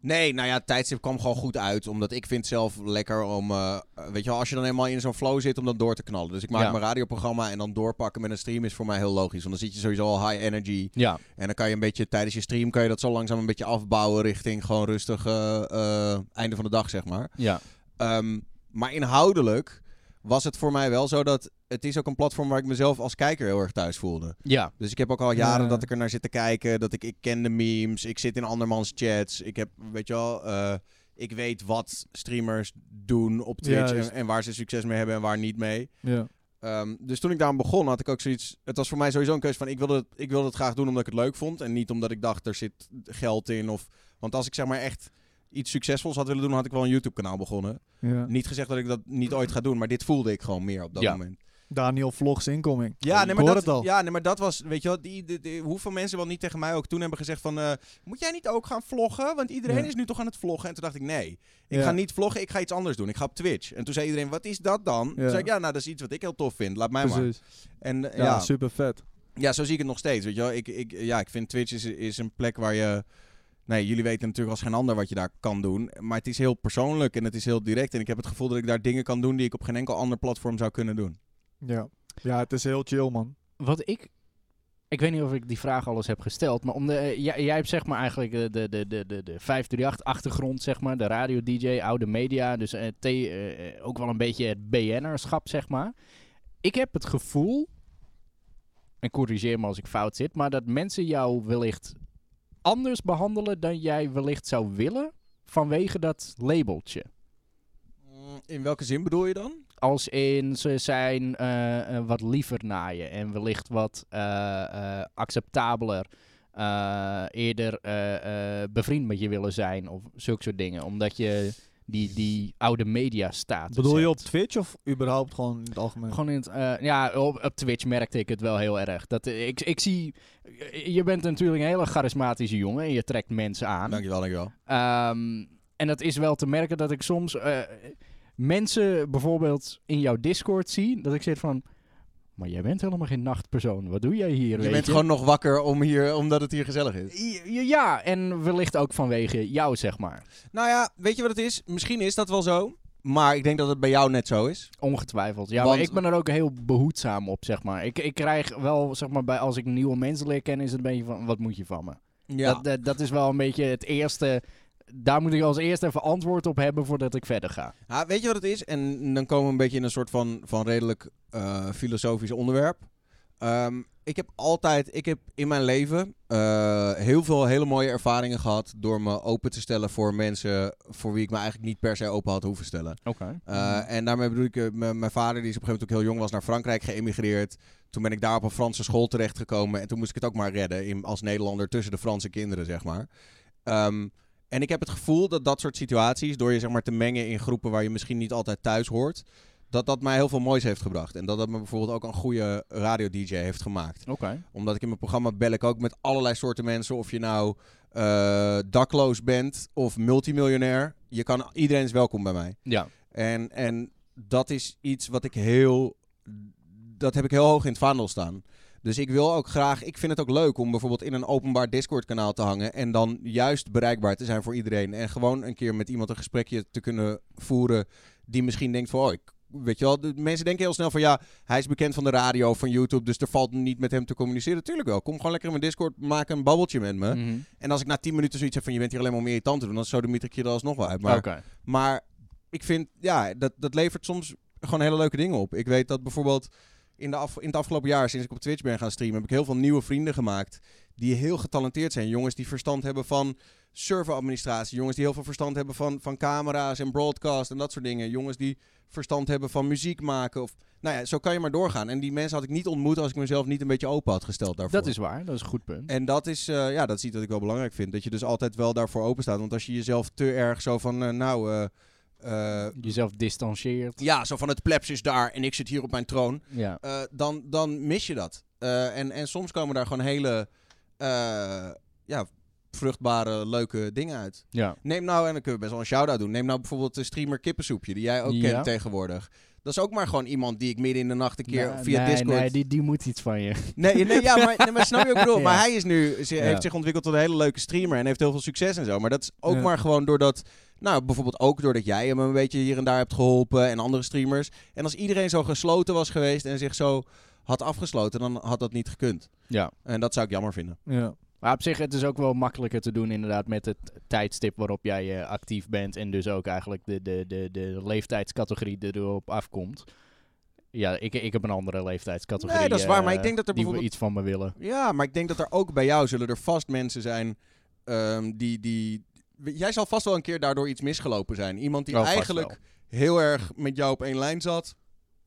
[SPEAKER 3] Nee, nou ja, het tijdstip kwam gewoon goed uit. Omdat ik vind het zelf lekker om... eh, weet je wel, als je dan helemaal in zo'n flow zit om dan door te knallen. Dus ik maak
[SPEAKER 2] Ja.
[SPEAKER 3] mijn radioprogramma en dan doorpakken met een stream is voor mij heel logisch. Want dan zit je sowieso al high energy.
[SPEAKER 2] Ja.
[SPEAKER 3] En dan kan je een beetje tijdens je stream kan je dat zo langzaam een beetje afbouwen richting gewoon rustig eh, eh, einde van de dag, zeg maar.
[SPEAKER 2] Ja.
[SPEAKER 3] Ehm, maar inhoudelijk was het voor mij wel zo dat het is ook een platform waar ik mezelf als kijker heel erg thuis voelde.
[SPEAKER 2] Ja.
[SPEAKER 3] Dus ik heb ook al jaren
[SPEAKER 1] Ja.
[SPEAKER 3] dat ik er naar zit te kijken, dat ik, ik ken de memes, ik zit in andermans chats, ik heb, weet je wel, eh, ik weet wat streamers doen op Twitch
[SPEAKER 1] Juist.
[SPEAKER 3] en, en waar ze succes mee hebben en waar niet mee.
[SPEAKER 1] Ja.
[SPEAKER 3] Ehm, dus toen ik daaraan begon, had ik ook zoiets. Het was voor mij sowieso een keuze van: ik wilde, het, ik wilde het graag doen omdat ik het leuk vond. En niet omdat ik dacht er zit geld in. Of, want als ik zeg maar echt iets succesvols had willen doen, had ik wel een YouTube-kanaal begonnen.
[SPEAKER 1] ja.
[SPEAKER 3] Niet gezegd dat ik dat niet ooit ga doen, maar dit voelde ik gewoon meer op dat
[SPEAKER 2] Ja.
[SPEAKER 3] moment.
[SPEAKER 1] Daniel Vlogs incoming.
[SPEAKER 3] Ja, nee,
[SPEAKER 1] Ik
[SPEAKER 3] maar
[SPEAKER 1] hoor
[SPEAKER 3] dat,
[SPEAKER 1] het al.
[SPEAKER 3] ja, nee, maar dat was, weet je wel, die, die- die- hoeveel mensen wel niet tegen mij ook toen hebben gezegd van, eh, moet jij niet ook gaan vloggen? Want iedereen
[SPEAKER 1] Ja.
[SPEAKER 3] is nu toch aan het vloggen? En toen dacht ik, nee, ik
[SPEAKER 1] Ja.
[SPEAKER 3] ga niet vloggen, ik ga iets anders doen. Ik ga op Twitch. En toen zei iedereen, wat is dat dan? Toen
[SPEAKER 1] Ja.
[SPEAKER 3] zei ik, ja, nou, dat is iets wat ik heel tof vind, laat mij maar.
[SPEAKER 1] Precies.
[SPEAKER 3] En eh,
[SPEAKER 1] Ja,
[SPEAKER 3] ja,
[SPEAKER 1] super vet.
[SPEAKER 3] ja, zo zie ik het nog steeds, weet je wel. Ik, ik, ja, ik vind Twitch is, is een plek waar je... Nee, jullie weten natuurlijk als geen ander wat je daar kan doen. Maar het is heel persoonlijk en het is heel direct. En ik heb het gevoel dat ik daar dingen kan doen die ik op geen enkel ander platform zou kunnen doen.
[SPEAKER 1] Ja. ja, het is heel chill, man.
[SPEAKER 2] Wat ik... Ik weet niet of ik die vraag alles heb gesteld, maar om de, eh, jij, jij hebt zeg maar eigenlijk de, de, de, de, de, de 538-achtergrond, zeg maar, de radio-dj, oude media, dus eh, T, eh, eh, ook wel een beetje het BN'erschap, zeg maar. Ik heb het gevoel, en corrigeer me als ik fout zit, maar dat mensen jou wellicht anders behandelen dan jij wellicht zou willen vanwege dat labeltje.
[SPEAKER 3] Mm, In welke zin bedoel je dan?
[SPEAKER 2] Als in ze zijn eh, eh, wat liever naar je en wellicht wat eh, eh, acceptabeler. eh, eerder eh, eh, bevriend met je willen zijn of zulke soort dingen. Omdat je die, die oude media staat.
[SPEAKER 1] Bedoel je op Twitch of überhaupt gewoon in het algemeen?
[SPEAKER 2] Gewoon in het, eh, ja, op, op Twitch merkte ik het wel heel erg. Dat, eh, ik, ik zie, je bent natuurlijk een hele charismatische jongen en je trekt mensen aan.
[SPEAKER 3] Ah, Dankjewel, dankjewel.
[SPEAKER 2] Ehm, en dat is wel te merken dat ik soms eh, mensen bijvoorbeeld in jouw Discord zie. Dat ik zit van, maar jij bent helemaal geen nachtpersoon. Wat doe jij hier?
[SPEAKER 3] Je
[SPEAKER 2] weet
[SPEAKER 3] bent gewoon nog wakker om hier, omdat het hier gezellig is.
[SPEAKER 2] I- i- Ja, en wellicht ook vanwege jou, zeg maar.
[SPEAKER 3] Nou ja, weet je wat het is? Misschien is dat wel zo. Maar ik denk dat het bij jou net zo is.
[SPEAKER 2] Ongetwijfeld. Ja,
[SPEAKER 3] Want-
[SPEAKER 2] maar ik ben er ook heel behoedzaam op, zeg maar. Ik, ik krijg wel, zeg maar, bij, als ik nieuwe mensen leer kennen, is het een beetje van, wat moet je van me?
[SPEAKER 3] Ja.
[SPEAKER 2] Dat, dat, dat is wel een beetje het eerste... Daar moet ik als eerste even antwoord op hebben voordat ik verder ga.
[SPEAKER 3] Ja, weet je wat het is? En dan komen we een beetje in een soort van, van redelijk eh, filosofisch onderwerp. Ehm, ik heb altijd, ik heb in mijn leven eh, heel veel hele mooie ervaringen gehad door me open te stellen voor mensen voor wie ik me eigenlijk niet per se open had hoeven stellen.
[SPEAKER 2] Oké.
[SPEAKER 3] Uh, En daarmee bedoel ik, eh, m- mijn vader die is op een gegeven moment ook heel jong was naar Frankrijk geëmigreerd. Toen ben ik daar op een Franse school terechtgekomen en toen moest ik het ook maar redden in, als Nederlander tussen de Franse kinderen, zeg maar. Ehm, en ik heb het gevoel dat dat soort situaties, door je zeg maar te mengen in groepen waar je misschien niet altijd thuis hoort, dat dat mij heel veel moois heeft gebracht. En dat dat me bijvoorbeeld ook een goede radio-dj heeft gemaakt
[SPEAKER 2] Oké.
[SPEAKER 3] omdat ik in mijn programma bel ik ook met allerlei soorten mensen. Of je nou eh, dakloos bent of multimiljonair. Je kan, iedereen is welkom bij mij.
[SPEAKER 2] Ja.
[SPEAKER 3] En, en dat is iets wat ik heel. Dat heb ik heel hoog in het vaandel staan. Dus ik wil ook graag. Ik vind het ook leuk om bijvoorbeeld in een openbaar Discord-kanaal te hangen. En dan juist bereikbaar te zijn voor iedereen. En gewoon een keer met iemand een gesprekje te kunnen voeren. Die misschien denkt van. Oh, ik, weet je wel. de mensen denken heel snel van ja. Hij is bekend van de radio, van YouTube. Dus er valt niet met hem te communiceren. Tuurlijk wel. Kom gewoon lekker in mijn Discord. Maak een babbeltje met me.
[SPEAKER 2] Mhm.
[SPEAKER 3] En als ik na 10 minuten zoiets heb van. Je bent hier alleen maar om irritant te doen. Dan zo de ik je er alsnog wel uit. Maar
[SPEAKER 2] Oké.
[SPEAKER 3] maar ik vind, ja, dat, dat levert soms gewoon hele leuke dingen op. Ik weet dat bijvoorbeeld in, de af, in het afgelopen jaar, sinds ik op Twitch ben gaan streamen, heb ik heel veel nieuwe vrienden gemaakt. Die heel getalenteerd zijn. Jongens die verstand hebben van serveradministratie. Jongens die heel veel verstand hebben van, van camera's en broadcast en dat soort dingen. Jongens die verstand hebben van muziek maken. Of, nou ja, zo kan je maar doorgaan. En die mensen had ik niet ontmoet als ik mezelf niet een beetje open had gesteld daarvoor.
[SPEAKER 2] Dat is waar, dat is een goed punt.
[SPEAKER 3] En dat is, eh, ja, dat is iets dat ik wel belangrijk vind. Dat je dus altijd wel daarvoor open staat. Want als je jezelf te erg zo van, eh, nou, eh, eh,
[SPEAKER 2] Jezelf distancieert.
[SPEAKER 3] ja, zo van het plebs is daar en ik zit hier op mijn troon.
[SPEAKER 2] Ja.
[SPEAKER 3] eh, dan, dan mis je dat. Eh, en, en soms komen daar gewoon hele, eh, ja, vruchtbare, leuke dingen uit.
[SPEAKER 2] Ja.
[SPEAKER 3] Neem nou, en dan kunnen we best wel een shout-out doen. Neem nou bijvoorbeeld de streamer Kippensoepje, die jij ook
[SPEAKER 2] Ja.
[SPEAKER 3] kent tegenwoordig. Dat is ook maar gewoon iemand die ik midden in de nacht een keer
[SPEAKER 2] Nee,
[SPEAKER 3] via
[SPEAKER 2] nee,
[SPEAKER 3] Discord...
[SPEAKER 2] Nee, die, die moet iets van
[SPEAKER 3] <laughs>
[SPEAKER 2] je.
[SPEAKER 3] Nee, nee, <laughs> ja, maar, nee, maar snap je ook bedoel?
[SPEAKER 2] Ja.
[SPEAKER 3] Maar hij is nu, ze,
[SPEAKER 2] Ja.
[SPEAKER 3] heeft zich ontwikkeld tot een hele leuke streamer en heeft heel veel succes en zo. Maar dat is ook
[SPEAKER 1] Ja.
[SPEAKER 3] maar gewoon doordat, nou bijvoorbeeld ook doordat jij hem een beetje hier en daar hebt geholpen en andere streamers. En als iedereen zo gesloten was geweest en zich zo had afgesloten, dan had dat niet gekund.
[SPEAKER 2] Ja.
[SPEAKER 3] En dat zou ik jammer vinden.
[SPEAKER 1] Ja.
[SPEAKER 2] Maar op zich, het is ook wel makkelijker te doen inderdaad met het tijdstip waarop jij eh, actief bent. En dus ook eigenlijk de, de, de, de leeftijdscategorie die erop afkomt. Ja, ik, ik heb een andere leeftijdscategorie.
[SPEAKER 3] Nee, dat is waar, maar
[SPEAKER 2] eh,
[SPEAKER 3] ik denk dat er
[SPEAKER 2] die
[SPEAKER 3] bijvoorbeeld-
[SPEAKER 2] iets van me willen.
[SPEAKER 3] Ja, maar ik denk dat er ook bij jou zullen er vast mensen zijn ehm, die, die... Jij zal vast wel een keer daardoor iets misgelopen zijn. Iemand die
[SPEAKER 2] Oh, vast
[SPEAKER 3] eigenlijk heel erg met jou op één lijn zat.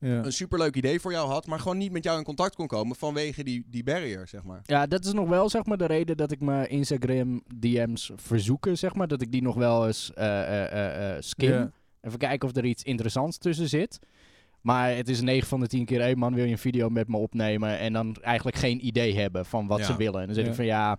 [SPEAKER 1] Ja.
[SPEAKER 3] een superleuk idee voor jou had, maar gewoon niet met jou in contact kon komen vanwege die, die barrier, zeg maar.
[SPEAKER 2] Ja, dat is nog wel zeg maar de reden dat ik mijn Instagram DM's verzoeken, zeg maar. Dat ik die nog wel eens eh, eh, eh, eh, skim.
[SPEAKER 1] Ja.
[SPEAKER 2] Even kijken of er iets interessants tussen zit. Maar het is 9 van de 10 keer, hé man, wil je een video met me opnemen? En dan eigenlijk geen idee hebben van wat
[SPEAKER 3] Ja.
[SPEAKER 2] ze willen. En dan zeg
[SPEAKER 1] Ja.
[SPEAKER 2] ik van ja,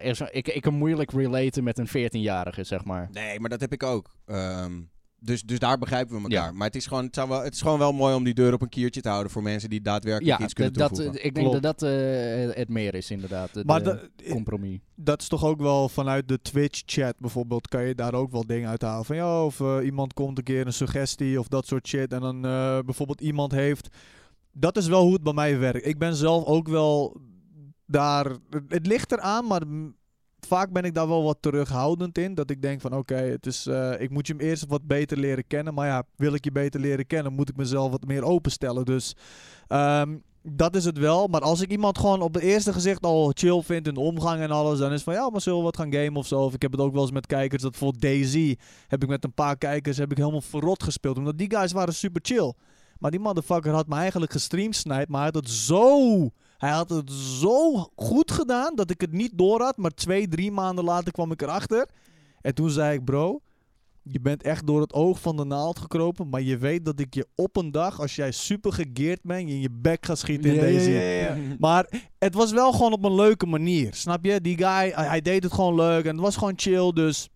[SPEAKER 2] er is- ik, ik kan moeilijk relaten met een 14-jarige, zeg maar.
[SPEAKER 3] Nee, maar dat heb ik ook. Ehm, dus, dus daar begrijpen we elkaar.
[SPEAKER 2] Ja.
[SPEAKER 3] Maar het is, gewoon, het, zou wel, het is gewoon wel mooi om die deur op een kiertje te houden voor mensen die daadwerkelijk
[SPEAKER 2] Ja,
[SPEAKER 3] iets kunnen
[SPEAKER 2] dat,
[SPEAKER 3] toevoegen.
[SPEAKER 2] ik denk
[SPEAKER 1] Klopt.
[SPEAKER 2] dat dat eh, het meer is inderdaad. Het
[SPEAKER 1] Maar
[SPEAKER 2] eh,
[SPEAKER 1] da-
[SPEAKER 2] compromis.
[SPEAKER 1] dat is toch ook wel vanuit de Twitch-chat bijvoorbeeld, kan je daar ook wel dingen uithalen. Van ja, of eh, iemand komt een keer een suggestie of dat soort shit. En dan eh, bijvoorbeeld iemand heeft. Dat is wel hoe het bij mij werkt. Ik ben zelf ook wel daar. het- Het ligt eraan, maar mm, vaak ben ik daar wel wat terughoudend in. Dat ik denk van oké, het is, eh, ik moet je hem eerst wat beter leren kennen. Maar ja, wil ik je beter leren kennen, moet ik mezelf wat meer openstellen. Dus ehm, dat is het wel. Maar als ik iemand gewoon op het eerste gezicht al chill vind in de omgang en alles, dan is het van ja, maar zullen we wat gaan gamen of zo. Of ik heb het ook wel eens met kijkers dat voor Daisy heb ik met een paar kijkers heb ik helemaal verrot gespeeld. Omdat die guys waren super chill. Maar die motherfucker had me eigenlijk gestreamd snijd, maar hij had het zo. Hij had het zo goed gedaan dat ik het niet door had. Maar twee, drie maanden later kwam ik erachter. En toen zei ik, bro, je bent echt door het oog van de naald gekropen. Maar je weet dat ik je op een dag, als jij super gegeerd bent, je in je bek gaat schieten in deze. Maar het was wel gewoon op een leuke manier. Snap je? Die guy, hij, hij deed het gewoon leuk en het was gewoon chill. Dus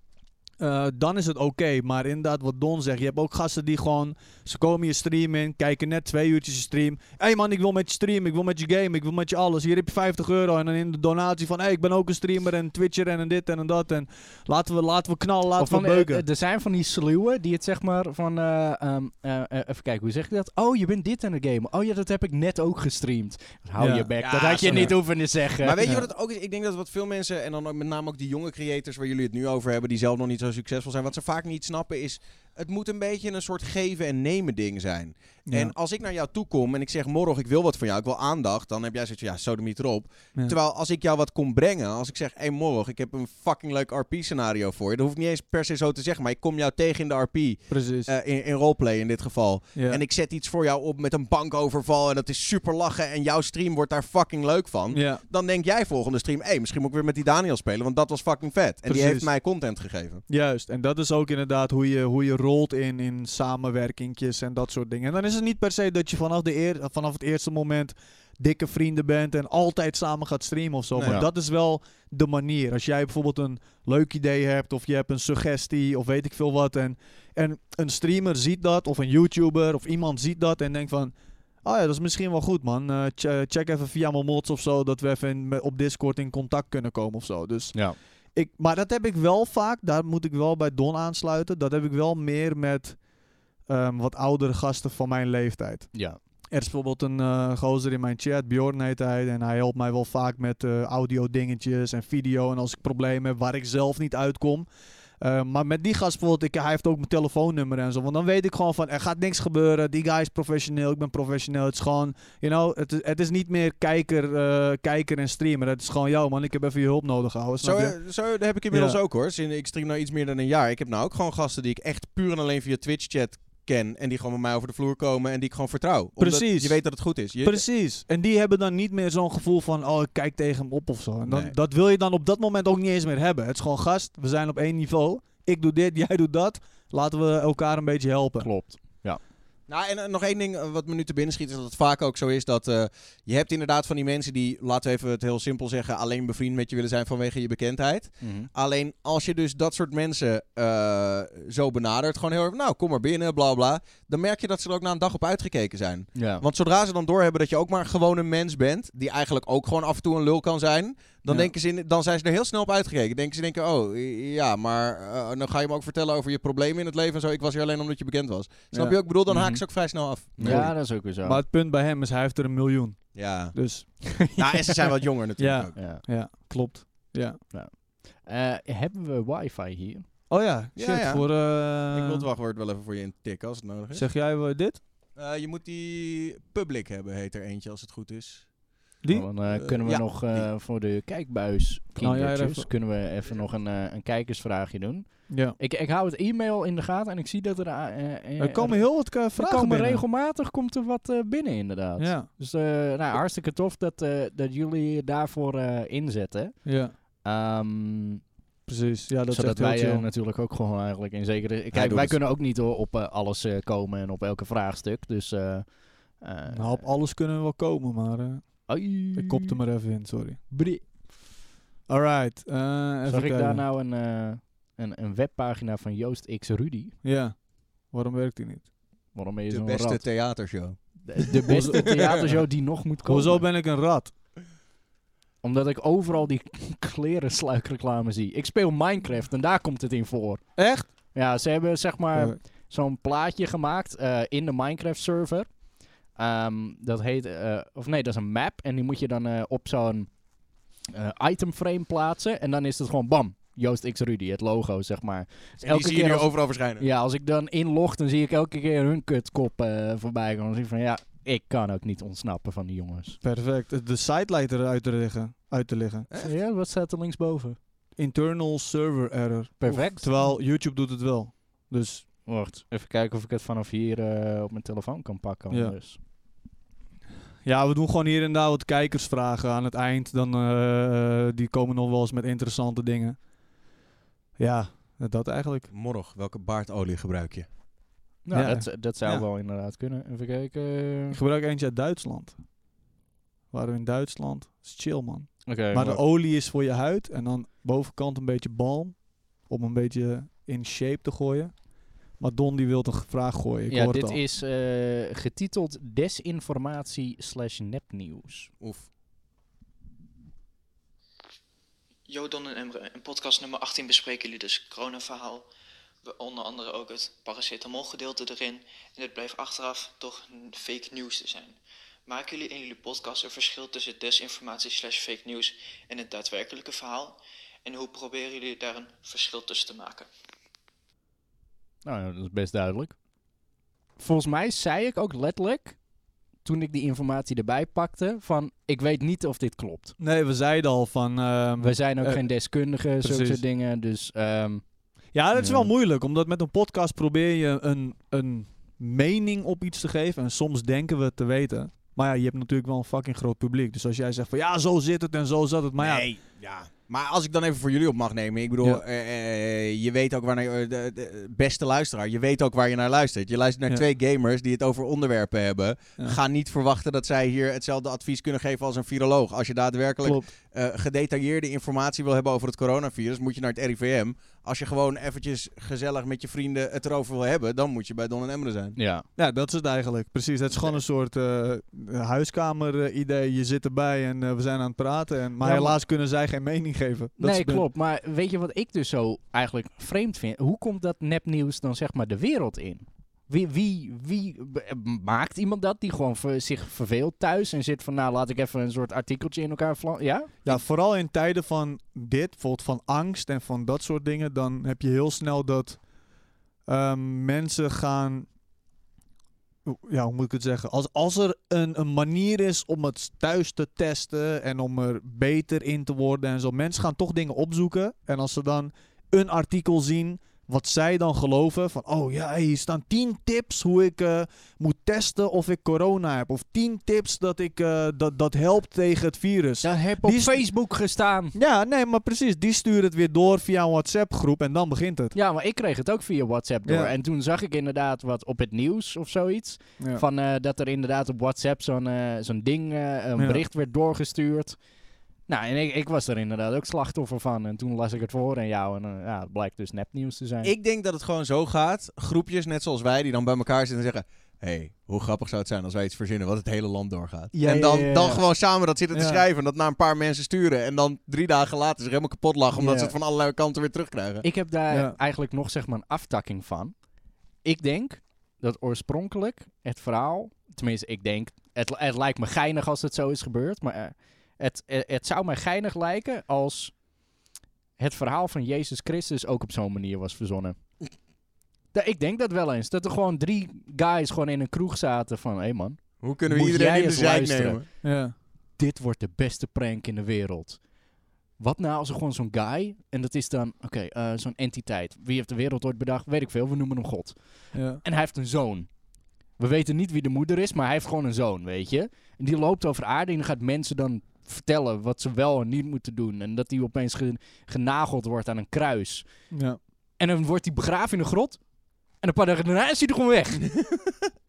[SPEAKER 1] eh, dan is het oké. Maar inderdaad, wat Don zegt, je hebt ook gasten die gewoon. Ze komen je stream in, kijken net twee uurtjes je stream. Hé hey man, ik wil met je stream, ik wil met je game, ik wil met je alles. Hier heb je 50 euro. En dan in de donatie van, hé, hey, ik ben ook een streamer en Twitcher en, en dit en, en dat. En laten we, laten we knallen, laten
[SPEAKER 2] Of van,
[SPEAKER 1] we beuken.
[SPEAKER 2] eh, er zijn van die sluwen die het zeg maar van. eh, ehm, eh, eh, even kijken, hoe zeg ik dat? Oh, je bent dit aan het game. Oh ja, dat heb ik net ook gestreamd. Hou
[SPEAKER 1] Ja.
[SPEAKER 2] je bek,
[SPEAKER 3] Ja,
[SPEAKER 2] dat had je
[SPEAKER 3] sorry.
[SPEAKER 2] niet hoeven te zeggen.
[SPEAKER 3] Maar weet je
[SPEAKER 1] Ja.
[SPEAKER 3] wat het ook is? Ik denk dat wat veel mensen, en dan ook met name ook die jonge creators waar jullie het nu over hebben, die zelf nog niet zo succesvol zijn, wat ze vaak niet snappen is, het moet een beetje een soort geven en nemen ding zijn.
[SPEAKER 1] Ja.
[SPEAKER 3] En als ik naar jou toe kom en ik zeg, morgen ik wil wat van jou, ik wil aandacht, dan heb jij zoiets van, ja, sodemiet erop.
[SPEAKER 1] Ja.
[SPEAKER 3] Terwijl als ik jou wat kom brengen, als ik zeg, hé hey, morgen, ik heb een fucking leuk RP-scenario voor je, dat hoeft niet eens per se zo te zeggen, maar ik kom jou tegen in de RP,
[SPEAKER 1] Precies.
[SPEAKER 3] eh, in, in roleplay in dit geval.
[SPEAKER 1] Ja.
[SPEAKER 3] En ik zet iets voor jou op met een bankoverval en dat is super lachen en jouw stream wordt daar fucking leuk van.
[SPEAKER 1] ja.
[SPEAKER 3] Dan denk jij volgende stream, hé, misschien moet ik weer met die Daniel spelen, want dat was fucking vet. En die
[SPEAKER 1] Precies.
[SPEAKER 3] heeft mij content gegeven.
[SPEAKER 1] Juist, en dat is ook inderdaad hoe je, hoe je rolt in, in samenwerkingjes en dat soort dingen. En dan is het niet per se dat je vanaf, de eer, vanaf het eerste moment dikke vrienden bent en altijd samen gaat streamen of zo.
[SPEAKER 3] Nee.
[SPEAKER 1] maar
[SPEAKER 2] Ja.
[SPEAKER 1] dat is wel de manier. Als jij bijvoorbeeld een leuk idee hebt of je hebt een suggestie of weet ik veel wat. En, en een streamer ziet dat of een YouTuber of iemand ziet dat en denkt van... Oh ja, dat is misschien wel goed man. Eh, che- check even via mijn mods of zo dat we even in- met- op Discord in contact kunnen komen of zo. Dus
[SPEAKER 2] Ja.
[SPEAKER 1] ik, maar dat heb ik wel vaak, daar moet ik wel bij Don aansluiten. Dat heb ik wel meer met ehm, wat oudere gasten van mijn leeftijd.
[SPEAKER 2] Ja.
[SPEAKER 1] Er is bijvoorbeeld een eh, gozer in mijn chat, Bjorn heet hij. En hij helpt mij wel vaak met eh, audio dingetjes en video. En als ik problemen heb waar ik zelf niet uitkom. Eh, maar met die gast bijvoorbeeld, ik, hij heeft ook mijn telefoonnummer en zo. Want dan weet ik gewoon van, er gaat niks gebeuren. Die guy is professioneel, ik ben professioneel. Het is gewoon, you know, het, is- het is niet meer kijker, eh, kijker en streamer. Het is gewoon, jou man, ik heb even je hulp nodig, houden.
[SPEAKER 3] Zo, eh, zo heb ik inmiddels
[SPEAKER 1] Ja.
[SPEAKER 3] ook hoor. Sinds- Ik stream nou iets meer dan een jaar. Ik heb nou ook gewoon gasten die ik echt puur en alleen via Twitch chat ken. En die gewoon met mij over de vloer komen en die ik gewoon vertrouw. Omdat
[SPEAKER 1] Precies.
[SPEAKER 3] Je weet dat het goed is. Je-
[SPEAKER 1] Precies. En die hebben dan niet meer zo'n gevoel van, oh, ik kijk tegen hem op of zo. En dan,
[SPEAKER 3] Nee.
[SPEAKER 1] dat wil je dan op dat moment ook niet eens meer hebben. Het is gewoon gast, we zijn op één niveau. Ik doe dit, jij doet dat. Laten we elkaar een beetje helpen.
[SPEAKER 2] Klopt. Ja.
[SPEAKER 3] Nou, en eh, nog één ding eh, wat me nu te binnen schiet, is dat het vaak ook zo is dat eh, je hebt inderdaad van die mensen die, laten we even het heel simpel zeggen, alleen bevriend met je willen zijn vanwege je bekendheid.
[SPEAKER 2] Mhm.
[SPEAKER 3] Alleen als je dus dat soort mensen eh, zo benadert, gewoon heel erg, nou kom maar binnen, bla bla, dan merk je dat ze er ook na een dag op uitgekeken zijn.
[SPEAKER 2] Ja.
[SPEAKER 3] Want zodra ze dan doorhebben dat je ook maar een gewone mens bent, die eigenlijk ook gewoon af en toe een lul kan zijn, dan,
[SPEAKER 2] Ja.
[SPEAKER 3] denken ze in- dan zijn ze er heel snel op uitgekeken. Denken ze denken, oh i- ja, maar eh, dan ga je me ook vertellen over je problemen in het leven en zo. Ik was hier alleen omdat je bekend was. Snap
[SPEAKER 1] Ja.
[SPEAKER 3] je ook? Ik bedoel, dan haak
[SPEAKER 2] Mhm.
[SPEAKER 3] ik ze ook vrij snel af.
[SPEAKER 2] ja, dat is ook weer zo.
[SPEAKER 1] Maar het punt bij hem is, hij heeft er een miljoen.
[SPEAKER 3] <laughs> Ja.
[SPEAKER 1] Dus
[SPEAKER 3] Nou, en ze zijn wat jonger natuurlijk
[SPEAKER 1] Ja.
[SPEAKER 3] ook.
[SPEAKER 2] Ja.
[SPEAKER 1] <laughs> ja, klopt. Ja.
[SPEAKER 2] Eh, hebben we wifi hier?
[SPEAKER 1] Oh ja, shit.
[SPEAKER 3] Ja, ja.
[SPEAKER 1] Voor, eh,
[SPEAKER 3] Ik wil het wachtwoord wel even voor je intikken als het nodig is.
[SPEAKER 1] Zeg jij eh, dit?
[SPEAKER 3] Eh, je moet die public hebben, heet er eentje als het goed is.
[SPEAKER 1] Die?
[SPEAKER 2] Dan eh,
[SPEAKER 3] Eh,
[SPEAKER 2] kunnen we
[SPEAKER 3] ja,
[SPEAKER 2] nog eh,
[SPEAKER 3] die.
[SPEAKER 2] voor de kijkbuis
[SPEAKER 1] Nou, jij
[SPEAKER 2] kindertjes,
[SPEAKER 1] even-
[SPEAKER 2] kunnen we even nog een, eh, een kijkersvraagje doen.
[SPEAKER 1] Ja.
[SPEAKER 2] Ik, ik hou het e-mail in de gaten en ik zie dat er... eh, eh,
[SPEAKER 1] Er komen heel wat eh,
[SPEAKER 2] er
[SPEAKER 1] vragen
[SPEAKER 2] komen
[SPEAKER 1] binnen.
[SPEAKER 2] regelmatig komt er wat eh, binnen inderdaad.
[SPEAKER 1] Ja,
[SPEAKER 2] Dus eh, nou, hartstikke tof dat, eh, dat jullie daarvoor eh, inzetten.
[SPEAKER 1] ja,
[SPEAKER 2] Ehm,
[SPEAKER 1] precies. Ja, dat is
[SPEAKER 2] zodat
[SPEAKER 1] echt heel
[SPEAKER 2] wij eh,
[SPEAKER 1] chill.
[SPEAKER 2] natuurlijk ook gewoon eigenlijk in zekere... Kijk,
[SPEAKER 3] doet
[SPEAKER 2] wij
[SPEAKER 3] het.
[SPEAKER 2] kunnen ook niet hoor, op eh, alles eh, komen en op elke vraagstuk. Dus... eh, eh,
[SPEAKER 1] Nou, op alles kunnen we wel komen, maar eh,
[SPEAKER 2] ai.
[SPEAKER 1] ik kopte maar even in, sorry.
[SPEAKER 2] Brie.
[SPEAKER 1] Alright, eh even
[SPEAKER 2] Zag ik
[SPEAKER 1] kijken.
[SPEAKER 2] daar nou een, eh, een, een webpagina van Joost X Rudy?
[SPEAKER 1] Ja, waarom werkt hij niet?
[SPEAKER 2] Waarom ben je
[SPEAKER 3] De
[SPEAKER 2] zo'n
[SPEAKER 3] beste
[SPEAKER 2] rat?
[SPEAKER 3] theatershow.
[SPEAKER 2] De, de beste theatershow die nog moet komen.
[SPEAKER 1] Hoezo ben ik een rat?
[SPEAKER 2] Omdat ik overal die <laughs> klerensluikreclame zie. Ik speel Minecraft en daar komt het in voor.
[SPEAKER 1] Echt? Eh,
[SPEAKER 2] Ja, ze hebben zeg maar
[SPEAKER 1] Ja.
[SPEAKER 2] zo'n plaatje gemaakt eh, in de Minecraft server. Ehm, dat heet, eh, of nee, dat is een map. En die moet je dan eh, op zo'n eh, item frame plaatsen. En dan is het gewoon bam. Joost X Rudy, het logo, zeg maar. Elke
[SPEAKER 3] die zie je
[SPEAKER 2] keer
[SPEAKER 3] nu
[SPEAKER 2] als-
[SPEAKER 3] overal verschijnen.
[SPEAKER 2] Ja, als ik dan inlog, dan zie ik elke keer hun kutkop eh, voorbij komen. Dan zie ik van, ja, ik kan ook niet ontsnappen van die jongens.
[SPEAKER 1] Perfect. De site lijkt eruit te liggen. Uit te liggen.
[SPEAKER 2] Ja, wat staat er linksboven?
[SPEAKER 1] Internal server error.
[SPEAKER 2] Perfect.
[SPEAKER 1] Terwijl YouTube doet het wel. Dus
[SPEAKER 2] Wacht, even kijken of ik het vanaf hier eh, op mijn telefoon kan pakken.
[SPEAKER 1] Ja.
[SPEAKER 2] Anders.
[SPEAKER 1] ja, we doen gewoon hier en daar wat kijkersvragen aan het eind. Dan, eh, die komen nog wel eens met interessante dingen. Ja, dat eigenlijk.
[SPEAKER 3] Morgen, welke baardolie gebruik je?
[SPEAKER 2] Nou,
[SPEAKER 1] Ja.
[SPEAKER 2] dat, dat zou
[SPEAKER 1] Ja.
[SPEAKER 2] wel inderdaad kunnen. Even kijken.
[SPEAKER 1] Ik gebruik eentje uit Duitsland. Waren we in Duitsland. is chill, man.
[SPEAKER 2] Oké,
[SPEAKER 1] Maar de olie is voor je huid. En dan bovenkant een beetje balm. Om een beetje in shape te gooien. Maar Don die wil een vraag gooien. Ik
[SPEAKER 2] ja,
[SPEAKER 1] hoor
[SPEAKER 2] dit
[SPEAKER 1] het al.
[SPEAKER 2] is eh, getiteld desinformatie slash nepnieuws.
[SPEAKER 3] Oef.
[SPEAKER 4] Yo, Don en Emre. In podcast nummer 18 bespreken jullie dus coronaverhaal. We- Onder andere ook het paracetamol gedeelte erin. En het blijft achteraf toch n- fake news te zijn. Maken jullie in jullie podcast een verschil tussen desinformatie slash fake news en het daadwerkelijke verhaal? En hoe proberen jullie daar een verschil tussen te maken?
[SPEAKER 2] Nou, ja, dat is best duidelijk. Volgens mij zei ik ook letterlijk, toen ik die informatie erbij pakte, van ik weet niet of dit klopt.
[SPEAKER 1] Nee, we zeiden al van... ehm,
[SPEAKER 2] We zijn ook
[SPEAKER 1] Eh,
[SPEAKER 2] geen deskundigen, zulke
[SPEAKER 1] precies.
[SPEAKER 2] soort dingen. Dus ehm,
[SPEAKER 1] Ja, dat is
[SPEAKER 2] Ja.
[SPEAKER 1] wel moeilijk. Omdat met een podcast probeer je een, een mening op iets te geven. En soms denken we het te weten. Maar ja, je hebt natuurlijk wel een fucking groot publiek. Dus als jij zegt van ja, zo zit het en zo zat het. Maar ja,
[SPEAKER 3] nee, ja. Maar als ik dan even voor jullie op mag nemen. Ik bedoel,
[SPEAKER 1] Ja.
[SPEAKER 3] eh, eh, je weet ook waar... naar- eh, de, de- beste luisteraar, je weet ook waar je naar luistert. Je luistert naar
[SPEAKER 1] Ja.
[SPEAKER 3] twee gamers die het over onderwerpen hebben.
[SPEAKER 1] Ja.
[SPEAKER 3] Ga niet verwachten dat zij hier hetzelfde advies kunnen geven als een viroloog. Als je daadwerkelijk
[SPEAKER 1] klopt.
[SPEAKER 3] eh, gedetailleerde informatie wil hebben over het coronavirus, moet je naar het RIVM. Als je gewoon eventjes gezellig met je vrienden het erover wil hebben, dan moet je bij Don en Emre zijn.
[SPEAKER 2] ja.
[SPEAKER 1] Ja, dat is het eigenlijk. Precies. Het is gewoon een soort eh, huiskamer-idee. Je zit erbij en eh, we zijn aan het praten. En, maar
[SPEAKER 2] Ja, maar-
[SPEAKER 1] helaas kunnen zij geen mening geven. Dat is
[SPEAKER 2] Nee,
[SPEAKER 1] het punt.
[SPEAKER 2] klopt. Maar weet je wat ik dus zo eigenlijk vreemd vind? Hoe komt dat nepnieuws dan zeg maar de wereld in? Wie, wie, wie eh, maakt iemand dat die gewoon ver- zich verveelt thuis en zit van nou laat ik even een soort artikeltje in elkaar vlam. Ja?
[SPEAKER 1] Ja, vooral in tijden van dit, bijvoorbeeld van angst en van dat soort dingen, dan heb je heel snel dat ehm, mensen gaan. Ja, hoe moet ik het zeggen? Als, als er een, een manier is om het thuis te testen en om er beter in te worden en zo. Mensen gaan toch dingen opzoeken. En als ze dan een artikel zien wat zij dan geloven. Van, oh ja, hier staan 10 tips hoe ik eh, moet testen of ik corona heb. Of 10 tips dat, ik, eh, dat, dat helpt tegen het virus. Ja.
[SPEAKER 2] Dat heb op
[SPEAKER 1] Die is-
[SPEAKER 2] Facebook gestaan.
[SPEAKER 1] nee, maar precies. Die sturen het weer door via een WhatsApp-groep en dan begint het.
[SPEAKER 2] Ja, maar ik kreeg het ook via WhatsApp door.
[SPEAKER 1] Ja.
[SPEAKER 2] En toen zag ik inderdaad wat op het nieuws of zoiets.
[SPEAKER 1] Ja.
[SPEAKER 2] Van eh, dat er inderdaad op WhatsApp zo'n eh, zo'n ding, eh, een
[SPEAKER 1] Ja.
[SPEAKER 2] bericht werd doorgestuurd. Nou, en ik, ik was er inderdaad ook slachtoffer van. En toen las ik het voor en jou. En eh, ja, het blijkt dus nepnieuws te zijn.
[SPEAKER 3] Ik denk dat het gewoon zo gaat. Groepjes, net zoals wij, die dan bij elkaar zitten en zeggen... Hé, hey, hoe grappig zou het zijn als wij iets verzinnen wat het hele land doorgaat.
[SPEAKER 2] Ja,
[SPEAKER 3] en dan,
[SPEAKER 2] ja, ja, ja.
[SPEAKER 3] dan gewoon samen dat zitten te
[SPEAKER 1] Ja.
[SPEAKER 3] schrijven en dat naar een paar mensen sturen. En dan drie dagen later zich helemaal kapot lachen omdat
[SPEAKER 2] Ja.
[SPEAKER 3] ze het van allerlei kanten weer terugkrijgen.
[SPEAKER 2] Ik heb daar
[SPEAKER 1] Ja.
[SPEAKER 2] eigenlijk nog zeg maar een aftakking van. Ik denk dat oorspronkelijk het verhaal, tenminste ik denk, het, het lijkt me geinig als het zo is gebeurd, maar eh, het, eh, het zou mij geinig lijken als het verhaal van Jezus Christus ook op zo'n manier was verzonnen. Da- Ik denk dat wel eens. Dat er gewoon drie guys gewoon in een kroeg zaten van... Hé hey man,
[SPEAKER 3] Hoe kunnen we
[SPEAKER 2] Moet
[SPEAKER 3] iedereen
[SPEAKER 2] jij
[SPEAKER 3] in de
[SPEAKER 2] eens
[SPEAKER 3] zijk
[SPEAKER 2] luisteren?
[SPEAKER 3] nemen?
[SPEAKER 1] Ja.
[SPEAKER 2] dit wordt de beste prank in de wereld. Wat nou als er gewoon zo'n guy, en dat is dan, oké, eh, zo'n entiteit. Wie heeft de wereld ooit bedacht? Weet ik veel, we noemen hem God.
[SPEAKER 1] Ja.
[SPEAKER 2] En hij heeft een zoon. We weten niet wie de moeder is, maar hij heeft gewoon een zoon, weet je. En die loopt over aarde en gaat mensen dan vertellen wat ze wel en niet moeten doen. En dat hij opeens ge- genageld wordt aan een kruis.
[SPEAKER 1] Ja.
[SPEAKER 2] En dan wordt hij begraven in een grot. En een paar dagen daarna is hij er gewoon
[SPEAKER 1] <laughs>
[SPEAKER 2] weg.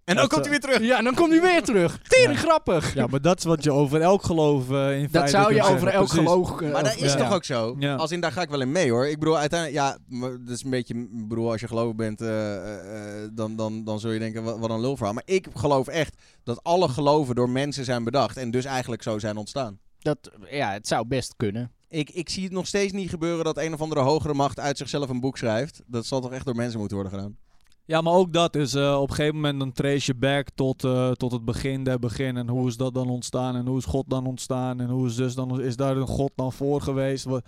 [SPEAKER 3] En
[SPEAKER 1] Dat,
[SPEAKER 3] dan
[SPEAKER 2] eh,
[SPEAKER 3] komt hij weer terug.
[SPEAKER 2] Ja, en dan komt hij weer terug. Tering grappig.
[SPEAKER 1] ja, maar dat is wat je over elk geloof eh, in
[SPEAKER 2] dat
[SPEAKER 1] feite
[SPEAKER 2] zou je
[SPEAKER 1] kunt
[SPEAKER 2] over
[SPEAKER 1] zeggen,
[SPEAKER 2] elk
[SPEAKER 1] precies.
[SPEAKER 2] geloof... eh,
[SPEAKER 3] Maar dat
[SPEAKER 2] over-
[SPEAKER 3] is
[SPEAKER 1] ja.
[SPEAKER 3] toch ook zo?
[SPEAKER 1] Ja.
[SPEAKER 3] Als in, daar ga ik wel in mee hoor. Ik bedoel, uiteindelijk, ja, maar dat is een beetje, ik bedoel, als je gelovig bent, eh, eh, eh, dan, dan, dan zul je denken, wat, wat een lulverhaal. Maar ik geloof echt dat alle geloven door mensen zijn bedacht en dus eigenlijk zo zijn ontstaan.
[SPEAKER 2] Dat, ja, het zou best kunnen.
[SPEAKER 3] Ik, ik zie het nog steeds niet gebeuren dat een of andere hogere macht uit zichzelf een boek schrijft. Dat zal toch echt door mensen moeten worden gedaan.
[SPEAKER 1] Ja, maar ook dat is eh, op een gegeven moment dan trace je back tot, eh, tot het begin der begin. En hoe is dat dan ontstaan? En hoe is God dan ontstaan? En hoe is, dus dan, is daar een God dan voor geweest? Wa-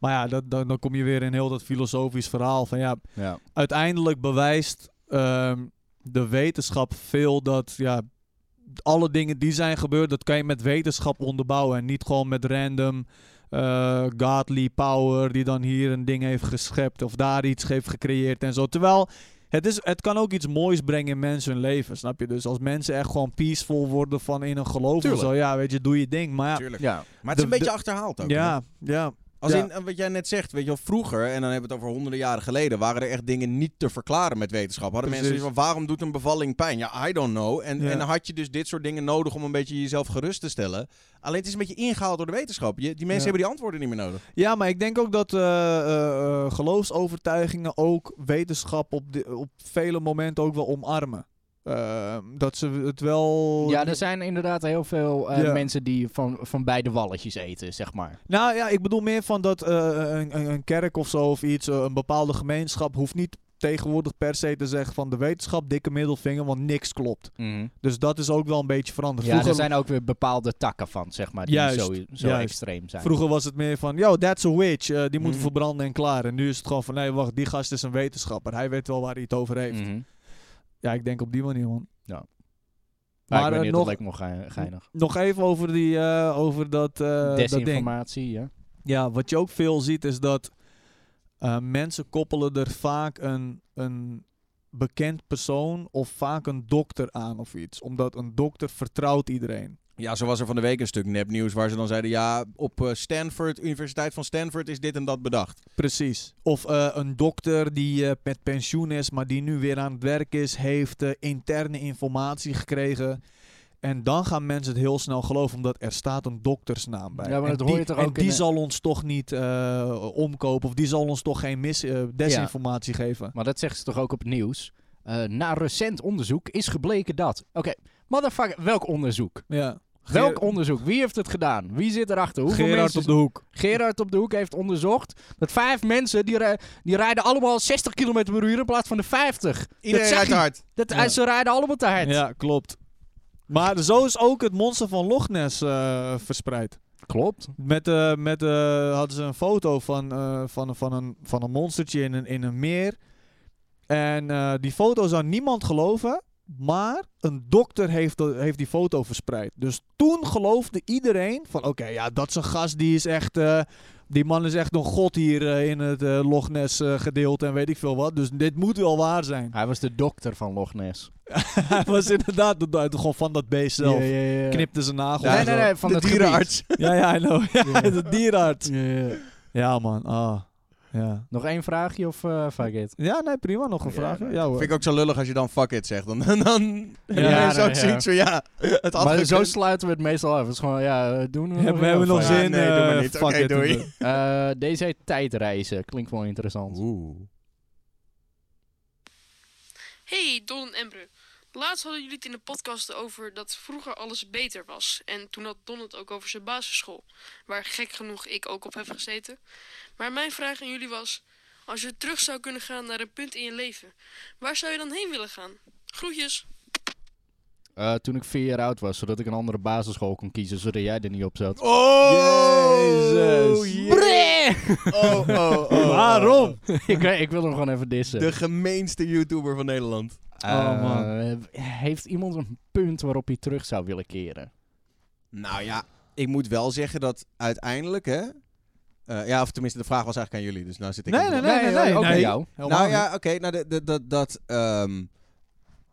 [SPEAKER 1] Maar ja, dat, dan, dan kom je weer in heel dat filosofisch verhaal van ja,
[SPEAKER 2] Ja.
[SPEAKER 1] uiteindelijk bewijst ehm, de wetenschap veel dat ja, alle dingen die zijn gebeurd, dat kan je met wetenschap onderbouwen. En niet gewoon met random eh, godly power die dan hier een ding heeft geschept of daar iets heeft gecreëerd en zo. Terwijl het, is, het kan ook iets moois brengen in mensen hun leven, snap je? Dus als mensen echt gewoon peaceful worden van in een geloof
[SPEAKER 3] Tuurlijk.
[SPEAKER 1] of zo, ja, weet je, doe je ding. Maar ja,
[SPEAKER 3] Tuurlijk.
[SPEAKER 2] Ja.
[SPEAKER 3] Maar
[SPEAKER 1] De-
[SPEAKER 3] het is een beetje
[SPEAKER 1] de-
[SPEAKER 3] achterhaald ook. hè?
[SPEAKER 1] ja, ja,
[SPEAKER 3] Als
[SPEAKER 1] Ja.
[SPEAKER 3] in eh, wat jij net zegt, weet je wel, vroeger, en dan hebben we het over honderden jaren geleden, waren er echt dingen niet te verklaren met wetenschap. Hadden mensen
[SPEAKER 1] Precies.
[SPEAKER 3] zoiets van, waarom doet een bevalling pijn? Ja, I don't know. En,
[SPEAKER 1] Ja.
[SPEAKER 3] en dan had je dus dit soort dingen nodig om een beetje jezelf gerust te stellen. Alleen het is een beetje ingehaald door de wetenschap. Je, die mensen
[SPEAKER 1] Ja.
[SPEAKER 3] hebben die antwoorden niet meer nodig.
[SPEAKER 1] Ja, maar ik denk ook dat eh, eh, eh, geloofsovertuigingen ook wetenschap op, di- op vele momenten ook wel omarmen. Eh, dat ze het wel.
[SPEAKER 2] Ja, er zijn inderdaad heel veel eh,
[SPEAKER 1] Ja.
[SPEAKER 2] mensen die van, van beide walletjes eten, zeg maar.
[SPEAKER 1] Nou ja, ik bedoel meer van dat eh, een, een- een kerk of zo of iets, eh, een bepaalde gemeenschap hoeft niet tegenwoordig per se te zeggen van de wetenschap dikke middelvinger, want niks klopt. Dus dat is ook wel een beetje veranderd.
[SPEAKER 2] Ja, er zijn ook weer bepaalde takken van, zeg maar, die
[SPEAKER 1] Juist,
[SPEAKER 2] zo, zo
[SPEAKER 1] juist.
[SPEAKER 2] extreem zijn.
[SPEAKER 1] Vroeger was het meer van, yo, that's a witch. eh, die moeten
[SPEAKER 3] Mhm.
[SPEAKER 1] verbranden en klaar. En nu is het gewoon van, nee, wacht, die gast is een wetenschapper. Hij weet wel waar hij het over heeft.
[SPEAKER 2] Mhm.
[SPEAKER 1] Ja, ik denk op die manier, man.
[SPEAKER 2] Maar,
[SPEAKER 1] Maar,
[SPEAKER 2] ik weet
[SPEAKER 1] eh,
[SPEAKER 2] niet,
[SPEAKER 1] nog-
[SPEAKER 2] dat lijkt me ge- geinig.
[SPEAKER 1] Nog even over, die, eh, over dat, eh, dat ding.
[SPEAKER 2] Desinformatie, ja.
[SPEAKER 1] Ja, wat je ook veel ziet is dat eh, mensen koppelen er vaak een, een bekend persoon of vaak een dokter aan of iets. Omdat een dokter vertrouwt iedereen.
[SPEAKER 3] Ja, zo was er van de week een stuk nepnieuws waar ze dan zeiden, ja, op eh, Stanford, Universiteit van Stanford, is dit en dat bedacht.
[SPEAKER 1] Precies. Of eh, een dokter die eh, met pensioen is, maar die nu weer aan het werk is, heeft eh, interne informatie gekregen. En dan gaan mensen het heel snel geloven, omdat er staat een doktersnaam bij.
[SPEAKER 2] Ja, maar
[SPEAKER 1] en
[SPEAKER 2] dat hoor
[SPEAKER 1] die,
[SPEAKER 2] je toch
[SPEAKER 1] en
[SPEAKER 2] ook in
[SPEAKER 1] die
[SPEAKER 2] de-
[SPEAKER 1] zal ons toch niet eh, omkopen, of die zal ons toch geen mis, eh, desinformatie geven.
[SPEAKER 2] Maar dat zeggen ze toch ook op het nieuws. Eh, na recent onderzoek is gebleken dat... Oké, motherfucker, welk onderzoek?
[SPEAKER 1] Ja.
[SPEAKER 2] welk onderzoek? Wie heeft het gedaan? Wie zit erachter? Hoeveel
[SPEAKER 1] Gerard
[SPEAKER 2] mensen
[SPEAKER 1] op de hoek.
[SPEAKER 2] Gerard op de Hoek heeft onderzocht dat vijf mensen die, ri- die rijden allemaal 60 km per uur in plaats van de 50.
[SPEAKER 3] Iedereen
[SPEAKER 2] zag
[SPEAKER 3] rijdt
[SPEAKER 2] je.
[SPEAKER 3] hard.
[SPEAKER 2] Dat,
[SPEAKER 1] Ja.
[SPEAKER 2] Ze rijden allemaal te hard.
[SPEAKER 1] Ja, klopt. Maar zo is ook het monster van Loch Ness eh, verspreid.
[SPEAKER 2] Klopt.
[SPEAKER 1] Met, eh, met, eh, hadden ze een foto van, eh, van, van, een, van een monstertje in een, in een meer. En eh, die foto zou niemand geloven. Maar een dokter heeft, dat- heeft die foto verspreid. Dus toen geloofde iedereen van... Oké, ja, dat is een gast die is echt... eh, Die man is echt een god hier eh, in het eh Loch Ness eh, gedeelte en weet ik veel wat. Dus dit moet wel waar
[SPEAKER 2] <laughs>
[SPEAKER 1] zijn.
[SPEAKER 2] Hij was de dokter van Loch Ness.
[SPEAKER 1] Hij was inderdaad de, de- gewoon van dat beest zelf.
[SPEAKER 2] Ja, ja, ja.
[SPEAKER 1] Knipte zijn nagels.
[SPEAKER 2] Nee,
[SPEAKER 1] en
[SPEAKER 2] nee,
[SPEAKER 1] zo.
[SPEAKER 2] nee, van
[SPEAKER 3] de
[SPEAKER 2] het
[SPEAKER 3] dierenarts.
[SPEAKER 1] Ja, ja, I know. Ja,
[SPEAKER 2] Ja.
[SPEAKER 1] <laughs> de dierenarts.
[SPEAKER 2] gebied.
[SPEAKER 1] Ja, man. Ah. Ja.
[SPEAKER 2] Nog één vraagje of eh fuck it?
[SPEAKER 1] ja, nee, prima. Nog een
[SPEAKER 2] Ja,
[SPEAKER 1] vraag.
[SPEAKER 2] nee.
[SPEAKER 1] Ja, hoor.
[SPEAKER 3] nou, Vind ik ook zo lullig als je dan fuck it zegt. Dan, dan, dan
[SPEAKER 1] Ja,
[SPEAKER 3] heb je
[SPEAKER 2] nee,
[SPEAKER 3] zo
[SPEAKER 2] ja.
[SPEAKER 3] zoiets van ja, het had
[SPEAKER 2] Maar
[SPEAKER 3] gekund.
[SPEAKER 2] zo sluiten we het meestal af. Het is gewoon, ja, eh, doen we
[SPEAKER 1] <laughs> Hebben we hebben nog
[SPEAKER 2] nog
[SPEAKER 3] Ja,
[SPEAKER 1] zin?
[SPEAKER 3] nee, doe maar
[SPEAKER 1] eh,
[SPEAKER 3] niet.
[SPEAKER 1] fuck
[SPEAKER 3] Oké,
[SPEAKER 1] it.
[SPEAKER 3] doei.
[SPEAKER 2] Eh, deze heet tijdreizen. Klinkt wel interessant.
[SPEAKER 3] Oeh.
[SPEAKER 5] Hey Don en Emre. Laatst hadden jullie het in de podcast over dat vroeger alles beter was. En toen had Don het ook over zijn basisschool, waar gek genoeg ik ook op heb gezeten. Maar mijn vraag aan jullie was: als je terug zou kunnen gaan naar een punt in je leven, waar zou je dan heen willen gaan? Groetjes!
[SPEAKER 2] Eh, toen ik vier jaar oud was, zodat ik een andere basisschool kon kiezen, zodat jij er niet op
[SPEAKER 3] <laughs>
[SPEAKER 2] zat.
[SPEAKER 3] Oh!
[SPEAKER 1] Jezus.
[SPEAKER 3] jee.
[SPEAKER 2] Brrr!
[SPEAKER 3] Oh, oh, oh, oh.
[SPEAKER 1] Waarom?
[SPEAKER 2] ik, weet- ik wil hem gewoon even dissen.
[SPEAKER 3] De gemeenste YouTuber van Nederland.
[SPEAKER 1] Oh, man.
[SPEAKER 2] Eh, heeft iemand een punt waarop hij terug zou willen keren?
[SPEAKER 3] Nou ja, ik moet wel zeggen dat uiteindelijk, hè... eh, ja, of tenminste, de vraag was eigenlijk aan jullie, dus nou zit ik...
[SPEAKER 1] Nee,
[SPEAKER 3] in de-
[SPEAKER 1] nee, nee. nee, nee,
[SPEAKER 2] ook aan
[SPEAKER 1] nee.
[SPEAKER 2] jou.
[SPEAKER 1] Helemaal
[SPEAKER 3] Nou
[SPEAKER 1] niet.
[SPEAKER 3] ja, oké, nou, dat- dat... dat, dat ehm,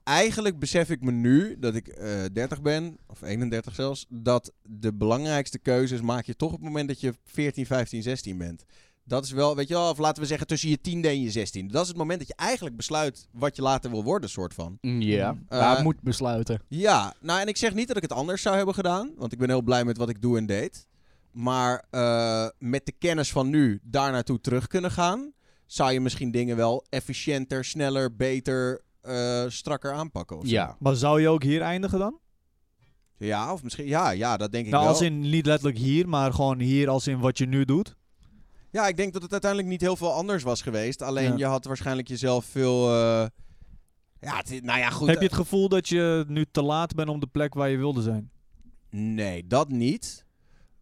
[SPEAKER 3] eigenlijk besef ik me nu, dat ik eh 30 ben, of 31 zelfs, dat de belangrijkste keuzes maak je toch op het moment dat je 14, 15, 16 bent. Dat is wel, weet je wel, of laten we zeggen tussen je tiende en je zestiende. Dat is het moment dat je eigenlijk besluit wat je later wil worden, soort van.
[SPEAKER 2] Mm, Ja,
[SPEAKER 3] Eh,
[SPEAKER 2] maar hij moet besluiten.
[SPEAKER 3] Ja, nou en ik zeg niet dat ik het anders zou hebben gedaan, want ik ben heel blij met wat ik doe en deed. Maar eh, met de kennis van nu daar naartoe terug kunnen gaan, zou je misschien dingen wel efficiënter, sneller, beter, eh, strakker aanpakken. Of zo.
[SPEAKER 2] Ja.
[SPEAKER 1] Maar zou je ook hier eindigen dan?
[SPEAKER 3] ja, of misschien, ja, ja, dat denk ik
[SPEAKER 1] nou,
[SPEAKER 3] wel.
[SPEAKER 1] als in niet letterlijk hier, maar gewoon hier als in wat je nu doet.
[SPEAKER 3] Ja, ik denk dat het uiteindelijk niet heel veel anders was geweest. Alleen
[SPEAKER 1] Ja.
[SPEAKER 3] je had waarschijnlijk jezelf veel. eh, ja, het, is- nou ja, goed.
[SPEAKER 1] Heb je het gevoel dat je nu te laat bent om de plek waar je wilde zijn?
[SPEAKER 3] Nee, dat niet.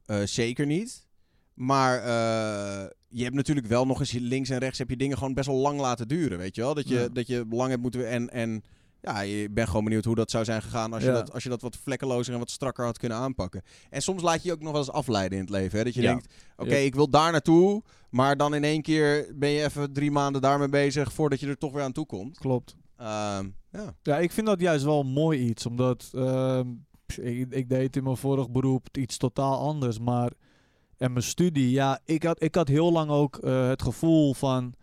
[SPEAKER 3] Eh, zeker niet. Maar eh, je hebt natuurlijk wel nog eens links en rechts heb je dingen gewoon best wel lang laten duren, weet je wel? Dat je,
[SPEAKER 1] Ja.
[SPEAKER 3] dat je lang hebt moeten en, en ja, je bent gewoon benieuwd hoe dat zou zijn gegaan als,
[SPEAKER 1] Ja.
[SPEAKER 3] je dat, als je dat wat vlekkelozer en wat strakker had kunnen aanpakken. En soms laat je je ook nog wel eens afleiden in het leven, hè? Dat je
[SPEAKER 2] Ja.
[SPEAKER 3] denkt, oké, ik wil daar naartoe, maar dan in één keer ben je even drie maanden daarmee bezig voordat je er toch weer aan toe komt.
[SPEAKER 1] Klopt.
[SPEAKER 3] Ehm, ja.
[SPEAKER 1] Ja, ik vind dat juist wel een mooi iets, omdat ehm, pff, ik, ik deed in mijn vorig beroep iets totaal anders, maar en mijn studie, ja, ik had, ik had heel lang ook eh, het gevoel van,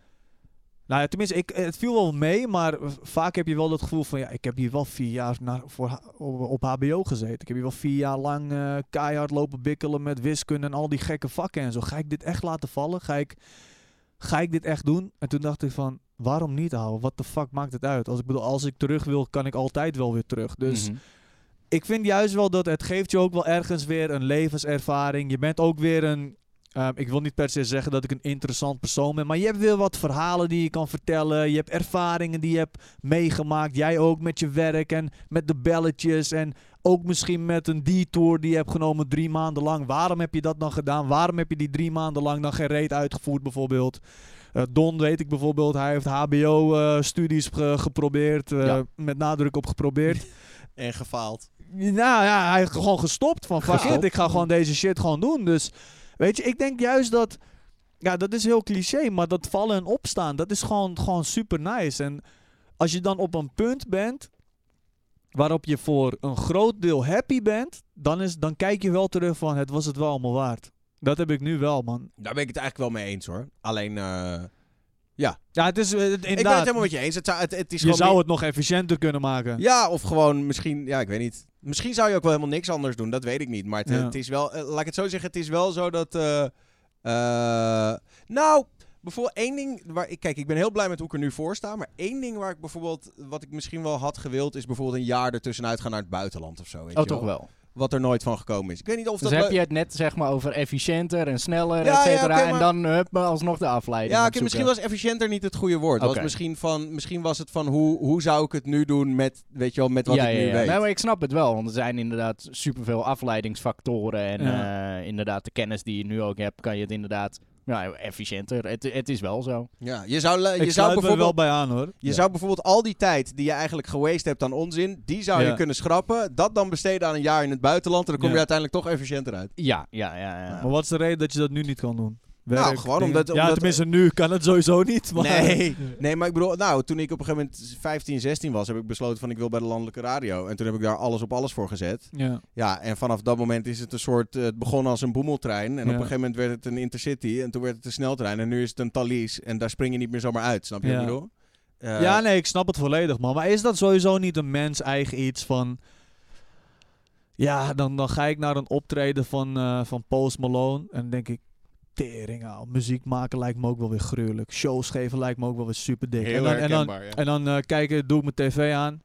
[SPEAKER 1] nou ja, tenminste, ik, het viel wel mee, maar v- vaak heb je wel dat gevoel van, ja, ik heb hier wel vier jaar naar, voor, h- op, op HBO gezeten, ik heb hier wel vier jaar lang eh, keihard lopen bikkelen met wiskunde en al die gekke vakken en zo. Ga ik dit echt laten vallen? Ga ik ga ik dit echt doen? En toen dacht ik van, waarom niet houden? Wat de fuck maakt het uit? Als ik bedoel, als ik terug wil, kan ik altijd wel weer terug. Dus
[SPEAKER 2] Mhm.
[SPEAKER 1] ik vind juist wel dat het geeft je ook wel ergens weer een levenservaring. Je bent ook weer een. ehm, ik wil niet per se zeggen dat ik een interessant persoon ben, maar je hebt weer wat verhalen die je kan vertellen. Je hebt ervaringen die je hebt meegemaakt. Jij ook met je werk en met de belletjes. En ook misschien met een detour die je hebt genomen drie maanden lang. Waarom heb je dat dan gedaan? Waarom heb je die drie maanden lang dan geen reet uitgevoerd, bijvoorbeeld? Eh, Don weet ik bijvoorbeeld, hij heeft HBO-studies eh, geprobeerd. eh,
[SPEAKER 2] Ja.
[SPEAKER 1] Met nadruk op geprobeerd.
[SPEAKER 3] En gefaald.
[SPEAKER 1] Nou ja, hij heeft gewoon gestopt van fuck
[SPEAKER 2] Gestopt.
[SPEAKER 1] it, ik ga gewoon deze shit gewoon doen. Dus weet je, ik denk juist dat, ja dat is heel cliché, maar dat vallen en opstaan, dat is gewoon, gewoon super nice. En als je dan op een punt bent waarop je voor een groot deel happy bent, dan, is, dan kijk je wel terug van het was het wel allemaal waard. Dat heb ik nu wel, man.
[SPEAKER 3] Daar ben ik het eigenlijk wel mee eens hoor. Alleen... eh,
[SPEAKER 1] Ja, het is eh, het- inderdaad.
[SPEAKER 3] Ik ben het helemaal met je eens. Het, zou- het, het
[SPEAKER 1] je
[SPEAKER 3] is gewoon
[SPEAKER 1] zou
[SPEAKER 3] meer-
[SPEAKER 1] het nog efficiënter kunnen maken.
[SPEAKER 3] Ja, of gewoon misschien, ja, ik weet niet. Misschien zou je ook wel helemaal niks anders doen, dat weet ik niet. Maar het,
[SPEAKER 1] Ja.
[SPEAKER 3] het is wel, eh, laat ik het zo zeggen, het is wel zo dat. eh, eh, nou, bijvoorbeeld één ding waar ik, kijk, ik ben heel blij met hoe ik er nu voor sta. Maar één ding waar ik bijvoorbeeld, wat ik misschien wel had gewild, is bijvoorbeeld een jaar ertussenuit gaan naar het buitenland of zo. Weet
[SPEAKER 2] Oh,
[SPEAKER 3] je
[SPEAKER 2] toch wel.
[SPEAKER 3] Wat er nooit van gekomen is. Ik weet niet of
[SPEAKER 2] Dus
[SPEAKER 3] dat.
[SPEAKER 2] heb
[SPEAKER 3] le-
[SPEAKER 2] je het net zeg maar over efficiënter en sneller,
[SPEAKER 3] Ja,
[SPEAKER 2] et
[SPEAKER 3] ja,
[SPEAKER 2] cetera.
[SPEAKER 3] oké,
[SPEAKER 2] En
[SPEAKER 3] maar-
[SPEAKER 2] dan hup, maar alsnog de afleiding.
[SPEAKER 3] Ja,
[SPEAKER 2] aan
[SPEAKER 3] oké,
[SPEAKER 2] het
[SPEAKER 3] misschien
[SPEAKER 2] zoeken.
[SPEAKER 3] was efficiënter niet het goede woord.
[SPEAKER 2] Oké.
[SPEAKER 3] Was misschien, van, misschien was het van hoe, hoe zou ik het nu doen met, weet je wel, met wat
[SPEAKER 2] ja,
[SPEAKER 3] ik nu
[SPEAKER 2] ja, ja.
[SPEAKER 3] weet.
[SPEAKER 2] Nee, maar ik snap het wel, want er zijn inderdaad superveel afleidingsfactoren. En eh, inderdaad, de kennis die je nu ook hebt, kan je het inderdaad nou, efficiënter. Het, het is wel zo.
[SPEAKER 3] ja, je zou, le-
[SPEAKER 1] Ik
[SPEAKER 3] je zou
[SPEAKER 1] sluit me er
[SPEAKER 3] bijvoorbeeld
[SPEAKER 1] wel bij aan, hoor.
[SPEAKER 3] Je
[SPEAKER 1] Ja.
[SPEAKER 3] zou bijvoorbeeld al die tijd die je eigenlijk gewaste hebt aan onzin, die zou je
[SPEAKER 1] Ja.
[SPEAKER 3] kunnen schrappen. Dat dan besteden aan een jaar in het buitenland. En dan kom
[SPEAKER 1] Ja.
[SPEAKER 3] je uiteindelijk toch efficiënter uit.
[SPEAKER 2] Ja, ja, ja. ja.
[SPEAKER 1] Maar wat is de reden dat je dat nu niet kan doen? werk,
[SPEAKER 3] Nou, gewoon
[SPEAKER 1] dingen.
[SPEAKER 3] omdat-
[SPEAKER 1] ja,
[SPEAKER 3] omdat-
[SPEAKER 1] tenminste, nu kan het sowieso <laughs> niet. Maar
[SPEAKER 3] Nee, nee, maar ik bedoel, nou, toen ik op een gegeven moment 15, 16 was, heb ik besloten van ik wil bij de landelijke radio. En toen heb ik daar alles op alles voor gezet.
[SPEAKER 1] Ja.
[SPEAKER 3] Ja, en vanaf dat moment is het een soort, eh, het begon als een boemeltrein. En op
[SPEAKER 1] Ja.
[SPEAKER 3] een gegeven moment werd het een intercity en toen werd het een sneltrein. En nu is het een Thalys en daar spring je niet meer zomaar uit, snap je
[SPEAKER 1] Ja.
[SPEAKER 3] wat ik bedoel? Eh,
[SPEAKER 1] ja, nee, ik snap het volledig, man. Maar is dat sowieso niet een mens eigen iets van... Ja, dan, dan ga ik naar een optreden van, eh, van Post Malone en denk ik... Tering, ouwe, muziek maken lijkt me ook wel weer gruwelijk. Shows geven lijkt me ook wel weer super dik. en
[SPEAKER 3] heel
[SPEAKER 1] dan, en dan,
[SPEAKER 3] herkenbaar, ja.
[SPEAKER 1] en dan eh, kijken, doe ik mijn tv aan.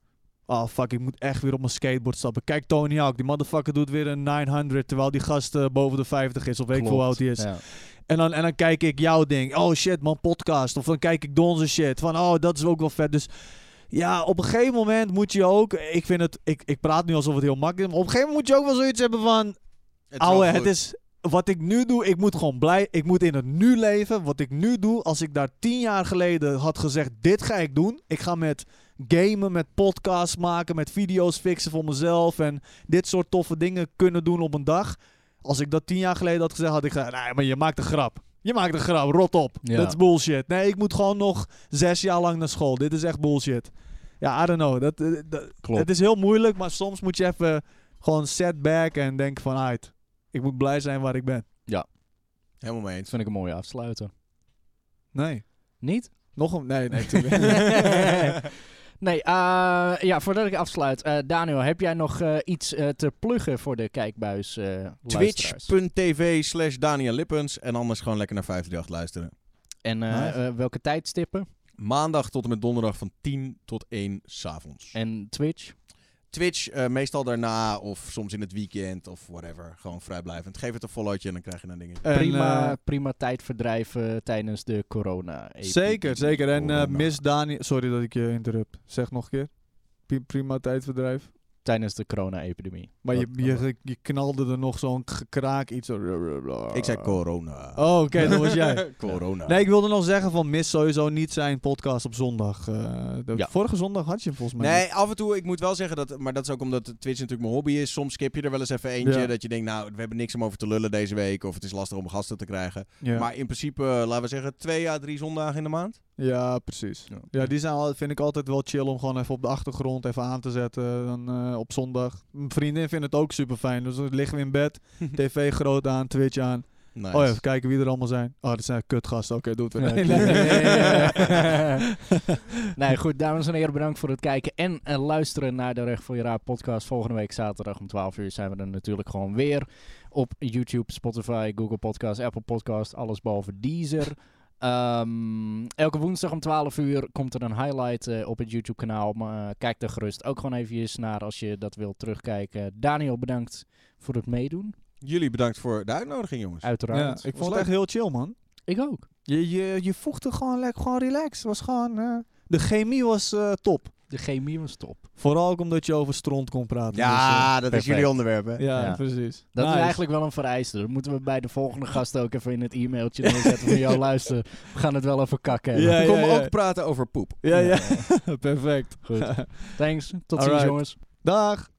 [SPEAKER 1] Oh fuck, ik moet echt weer op mijn skateboard stappen. Kijk Tony Hawk, die motherfucker doet weer een 900... terwijl die gast eh, boven de 50 is of weet ik veel hoe oud hij is.
[SPEAKER 2] Ja.
[SPEAKER 1] En dan, en dan kijk ik jouw ding. Oh shit, man, podcast. Of dan kijk ik Don's shit. Van, oh, dat is ook wel vet. Dus ja, op een gegeven moment moet je ook... Ik vind het... Ik, ik praat nu alsof het heel makkelijk is. Maar op een gegeven moment moet je ook wel zoiets hebben van...
[SPEAKER 3] Het is wel
[SPEAKER 1] Ouwe,
[SPEAKER 3] goed.
[SPEAKER 1] het is... Wat ik nu doe, ik moet gewoon blij... Ik moet in het nu leven. Wat ik nu doe, als ik daar tien jaar geleden had gezegd... Dit ga ik doen. Ik ga met gamen, met podcasts maken, met video's fixen voor mezelf. En dit soort toffe dingen kunnen doen op een dag. Als ik dat tien jaar geleden had gezegd, had ik gezegd... Nee, maar je maakt een grap. Je maakt een grap, rot op.
[SPEAKER 2] Ja.
[SPEAKER 1] Dat is bullshit. Nee, ik moet gewoon nog zes jaar lang naar school. Dit is echt bullshit. Ja, I don't know. Dat, eh, dat,
[SPEAKER 2] Klopt.
[SPEAKER 1] Het is heel moeilijk, maar soms moet je even gewoon set back en denken van... Uit, ik moet blij zijn waar ik ben.
[SPEAKER 3] Helemaal mee
[SPEAKER 2] Dat
[SPEAKER 3] eens.
[SPEAKER 2] vind ik een mooie afsluiter.
[SPEAKER 1] Nee.
[SPEAKER 2] Niet?
[SPEAKER 1] Nog een... Nee, nee. tuurlijk.
[SPEAKER 2] nee, eh, ja, voordat ik afsluit. eh, Daniel, heb jij nog eh, iets eh, te pluggen voor de kijkbuis eh, luisteraars?
[SPEAKER 3] Twitch.tv slash Daniel Lippens. En anders gewoon lekker naar 538 luisteren.
[SPEAKER 2] En eh,
[SPEAKER 1] Nice.
[SPEAKER 2] eh, welke tijdstippen?
[SPEAKER 3] Maandag tot en met donderdag van 10 tot 1 s'avonds.
[SPEAKER 2] En Twitch?
[SPEAKER 3] Twitch eh, meestal daarna of soms in het weekend of whatever. Gewoon vrijblijvend. Geef het een followtje en dan krijg je een dingetje.
[SPEAKER 1] En,
[SPEAKER 2] prima,
[SPEAKER 1] eh,
[SPEAKER 2] prima tijdverdrijf eh, tijdens de corona.
[SPEAKER 1] zeker, zeker. En eh,
[SPEAKER 3] Corona.
[SPEAKER 1] mis Daniel... Sorry dat ik je interrupt. Zeg nog een keer. Pri- Prima tijdverdrijf.
[SPEAKER 2] Tijdens de corona-epidemie.
[SPEAKER 1] Maar je,
[SPEAKER 2] Wat-
[SPEAKER 1] je, je knalde er nog zo'n gekraak iets. zo-
[SPEAKER 3] Ik zei corona.
[SPEAKER 1] Oh, oké, dat was
[SPEAKER 3] <laughs>
[SPEAKER 1] jij.
[SPEAKER 3] corona.
[SPEAKER 1] Nee, ik wilde nog zeggen van mis sowieso niet zijn podcast op zondag. Eh, de-
[SPEAKER 3] Ja.
[SPEAKER 1] Vorige zondag had je hem volgens mij. niet.
[SPEAKER 3] Nee, af en toe, ik moet wel zeggen dat, maar dat is ook omdat Twitch natuurlijk mijn hobby is. Soms skip je er wel eens even eentje.
[SPEAKER 1] Ja.
[SPEAKER 3] Dat je denkt, nou, we hebben niks om over te lullen deze week. Of het is lastig om gasten te krijgen.
[SPEAKER 1] Ja.
[SPEAKER 3] Maar in principe, eh, laten we zeggen, twee à drie zondagen in de maand.
[SPEAKER 1] ja, precies.
[SPEAKER 3] Ja.
[SPEAKER 1] Ja, die zijn al, vind ik altijd wel chill om gewoon even op de achtergrond even aan te zetten. Dan, eh, op zondag. Mijn vriendin vindt het ook super fijn. Dus dan liggen we in bed, tv groot aan, Twitch aan.
[SPEAKER 3] Nice.
[SPEAKER 1] Oh ja, even kijken wie er allemaal zijn. Oh, dat zijn kutgasten. Oké, doet <laughs> het weer.
[SPEAKER 2] <laughs> Nee, nee, <laughs> nee, goed, dames en heren, bedankt voor het kijken en eh, luisteren naar de Recht voor je Raad podcast. Volgende week zaterdag om 12 uur zijn we er natuurlijk gewoon weer op YouTube, Spotify, Google Podcast, Apple Podcast, alles behalve Deezer. Ehm, elke woensdag om 12 uur komt er een highlight eh, op het YouTube kanaal. Maar eh, kijk er gerust ook gewoon even naar als je dat wilt terugkijken. Daniel, bedankt voor het meedoen.
[SPEAKER 3] Jullie bedankt voor de uitnodiging, jongens.
[SPEAKER 1] Ja,
[SPEAKER 2] Uiteraard.
[SPEAKER 1] ik
[SPEAKER 3] Was
[SPEAKER 1] vond het
[SPEAKER 3] leuk.
[SPEAKER 1] echt heel chill, man.
[SPEAKER 2] Ik ook.
[SPEAKER 1] Je, je, je voegde gewoon lekker, gewoon relaxed. Was gewoon, eh, de chemie was eh, top.
[SPEAKER 2] De chemie was top.
[SPEAKER 1] Vooral ook omdat je over stront kon praten.
[SPEAKER 3] Ja, dat is
[SPEAKER 2] perfect.
[SPEAKER 3] jullie onderwerp, hè?
[SPEAKER 1] dus, eh, ja,
[SPEAKER 2] Ja.
[SPEAKER 1] precies.
[SPEAKER 2] Dat
[SPEAKER 1] Nice.
[SPEAKER 2] is eigenlijk wel een vereiste. Dat moeten we bij de volgende gast ook even in het e-mailtje neerzetten. Van
[SPEAKER 1] <laughs>
[SPEAKER 2] jou luisteren. We gaan het wel even kakken. hebben.
[SPEAKER 1] Ja, ja,
[SPEAKER 3] Kom
[SPEAKER 1] ja.
[SPEAKER 3] ook praten over poep.
[SPEAKER 1] Ja, ja. <laughs> Perfect.
[SPEAKER 2] Goed. Thanks. Tot ziens,
[SPEAKER 1] Alright.
[SPEAKER 2] jongens.
[SPEAKER 1] <laughs> Dag.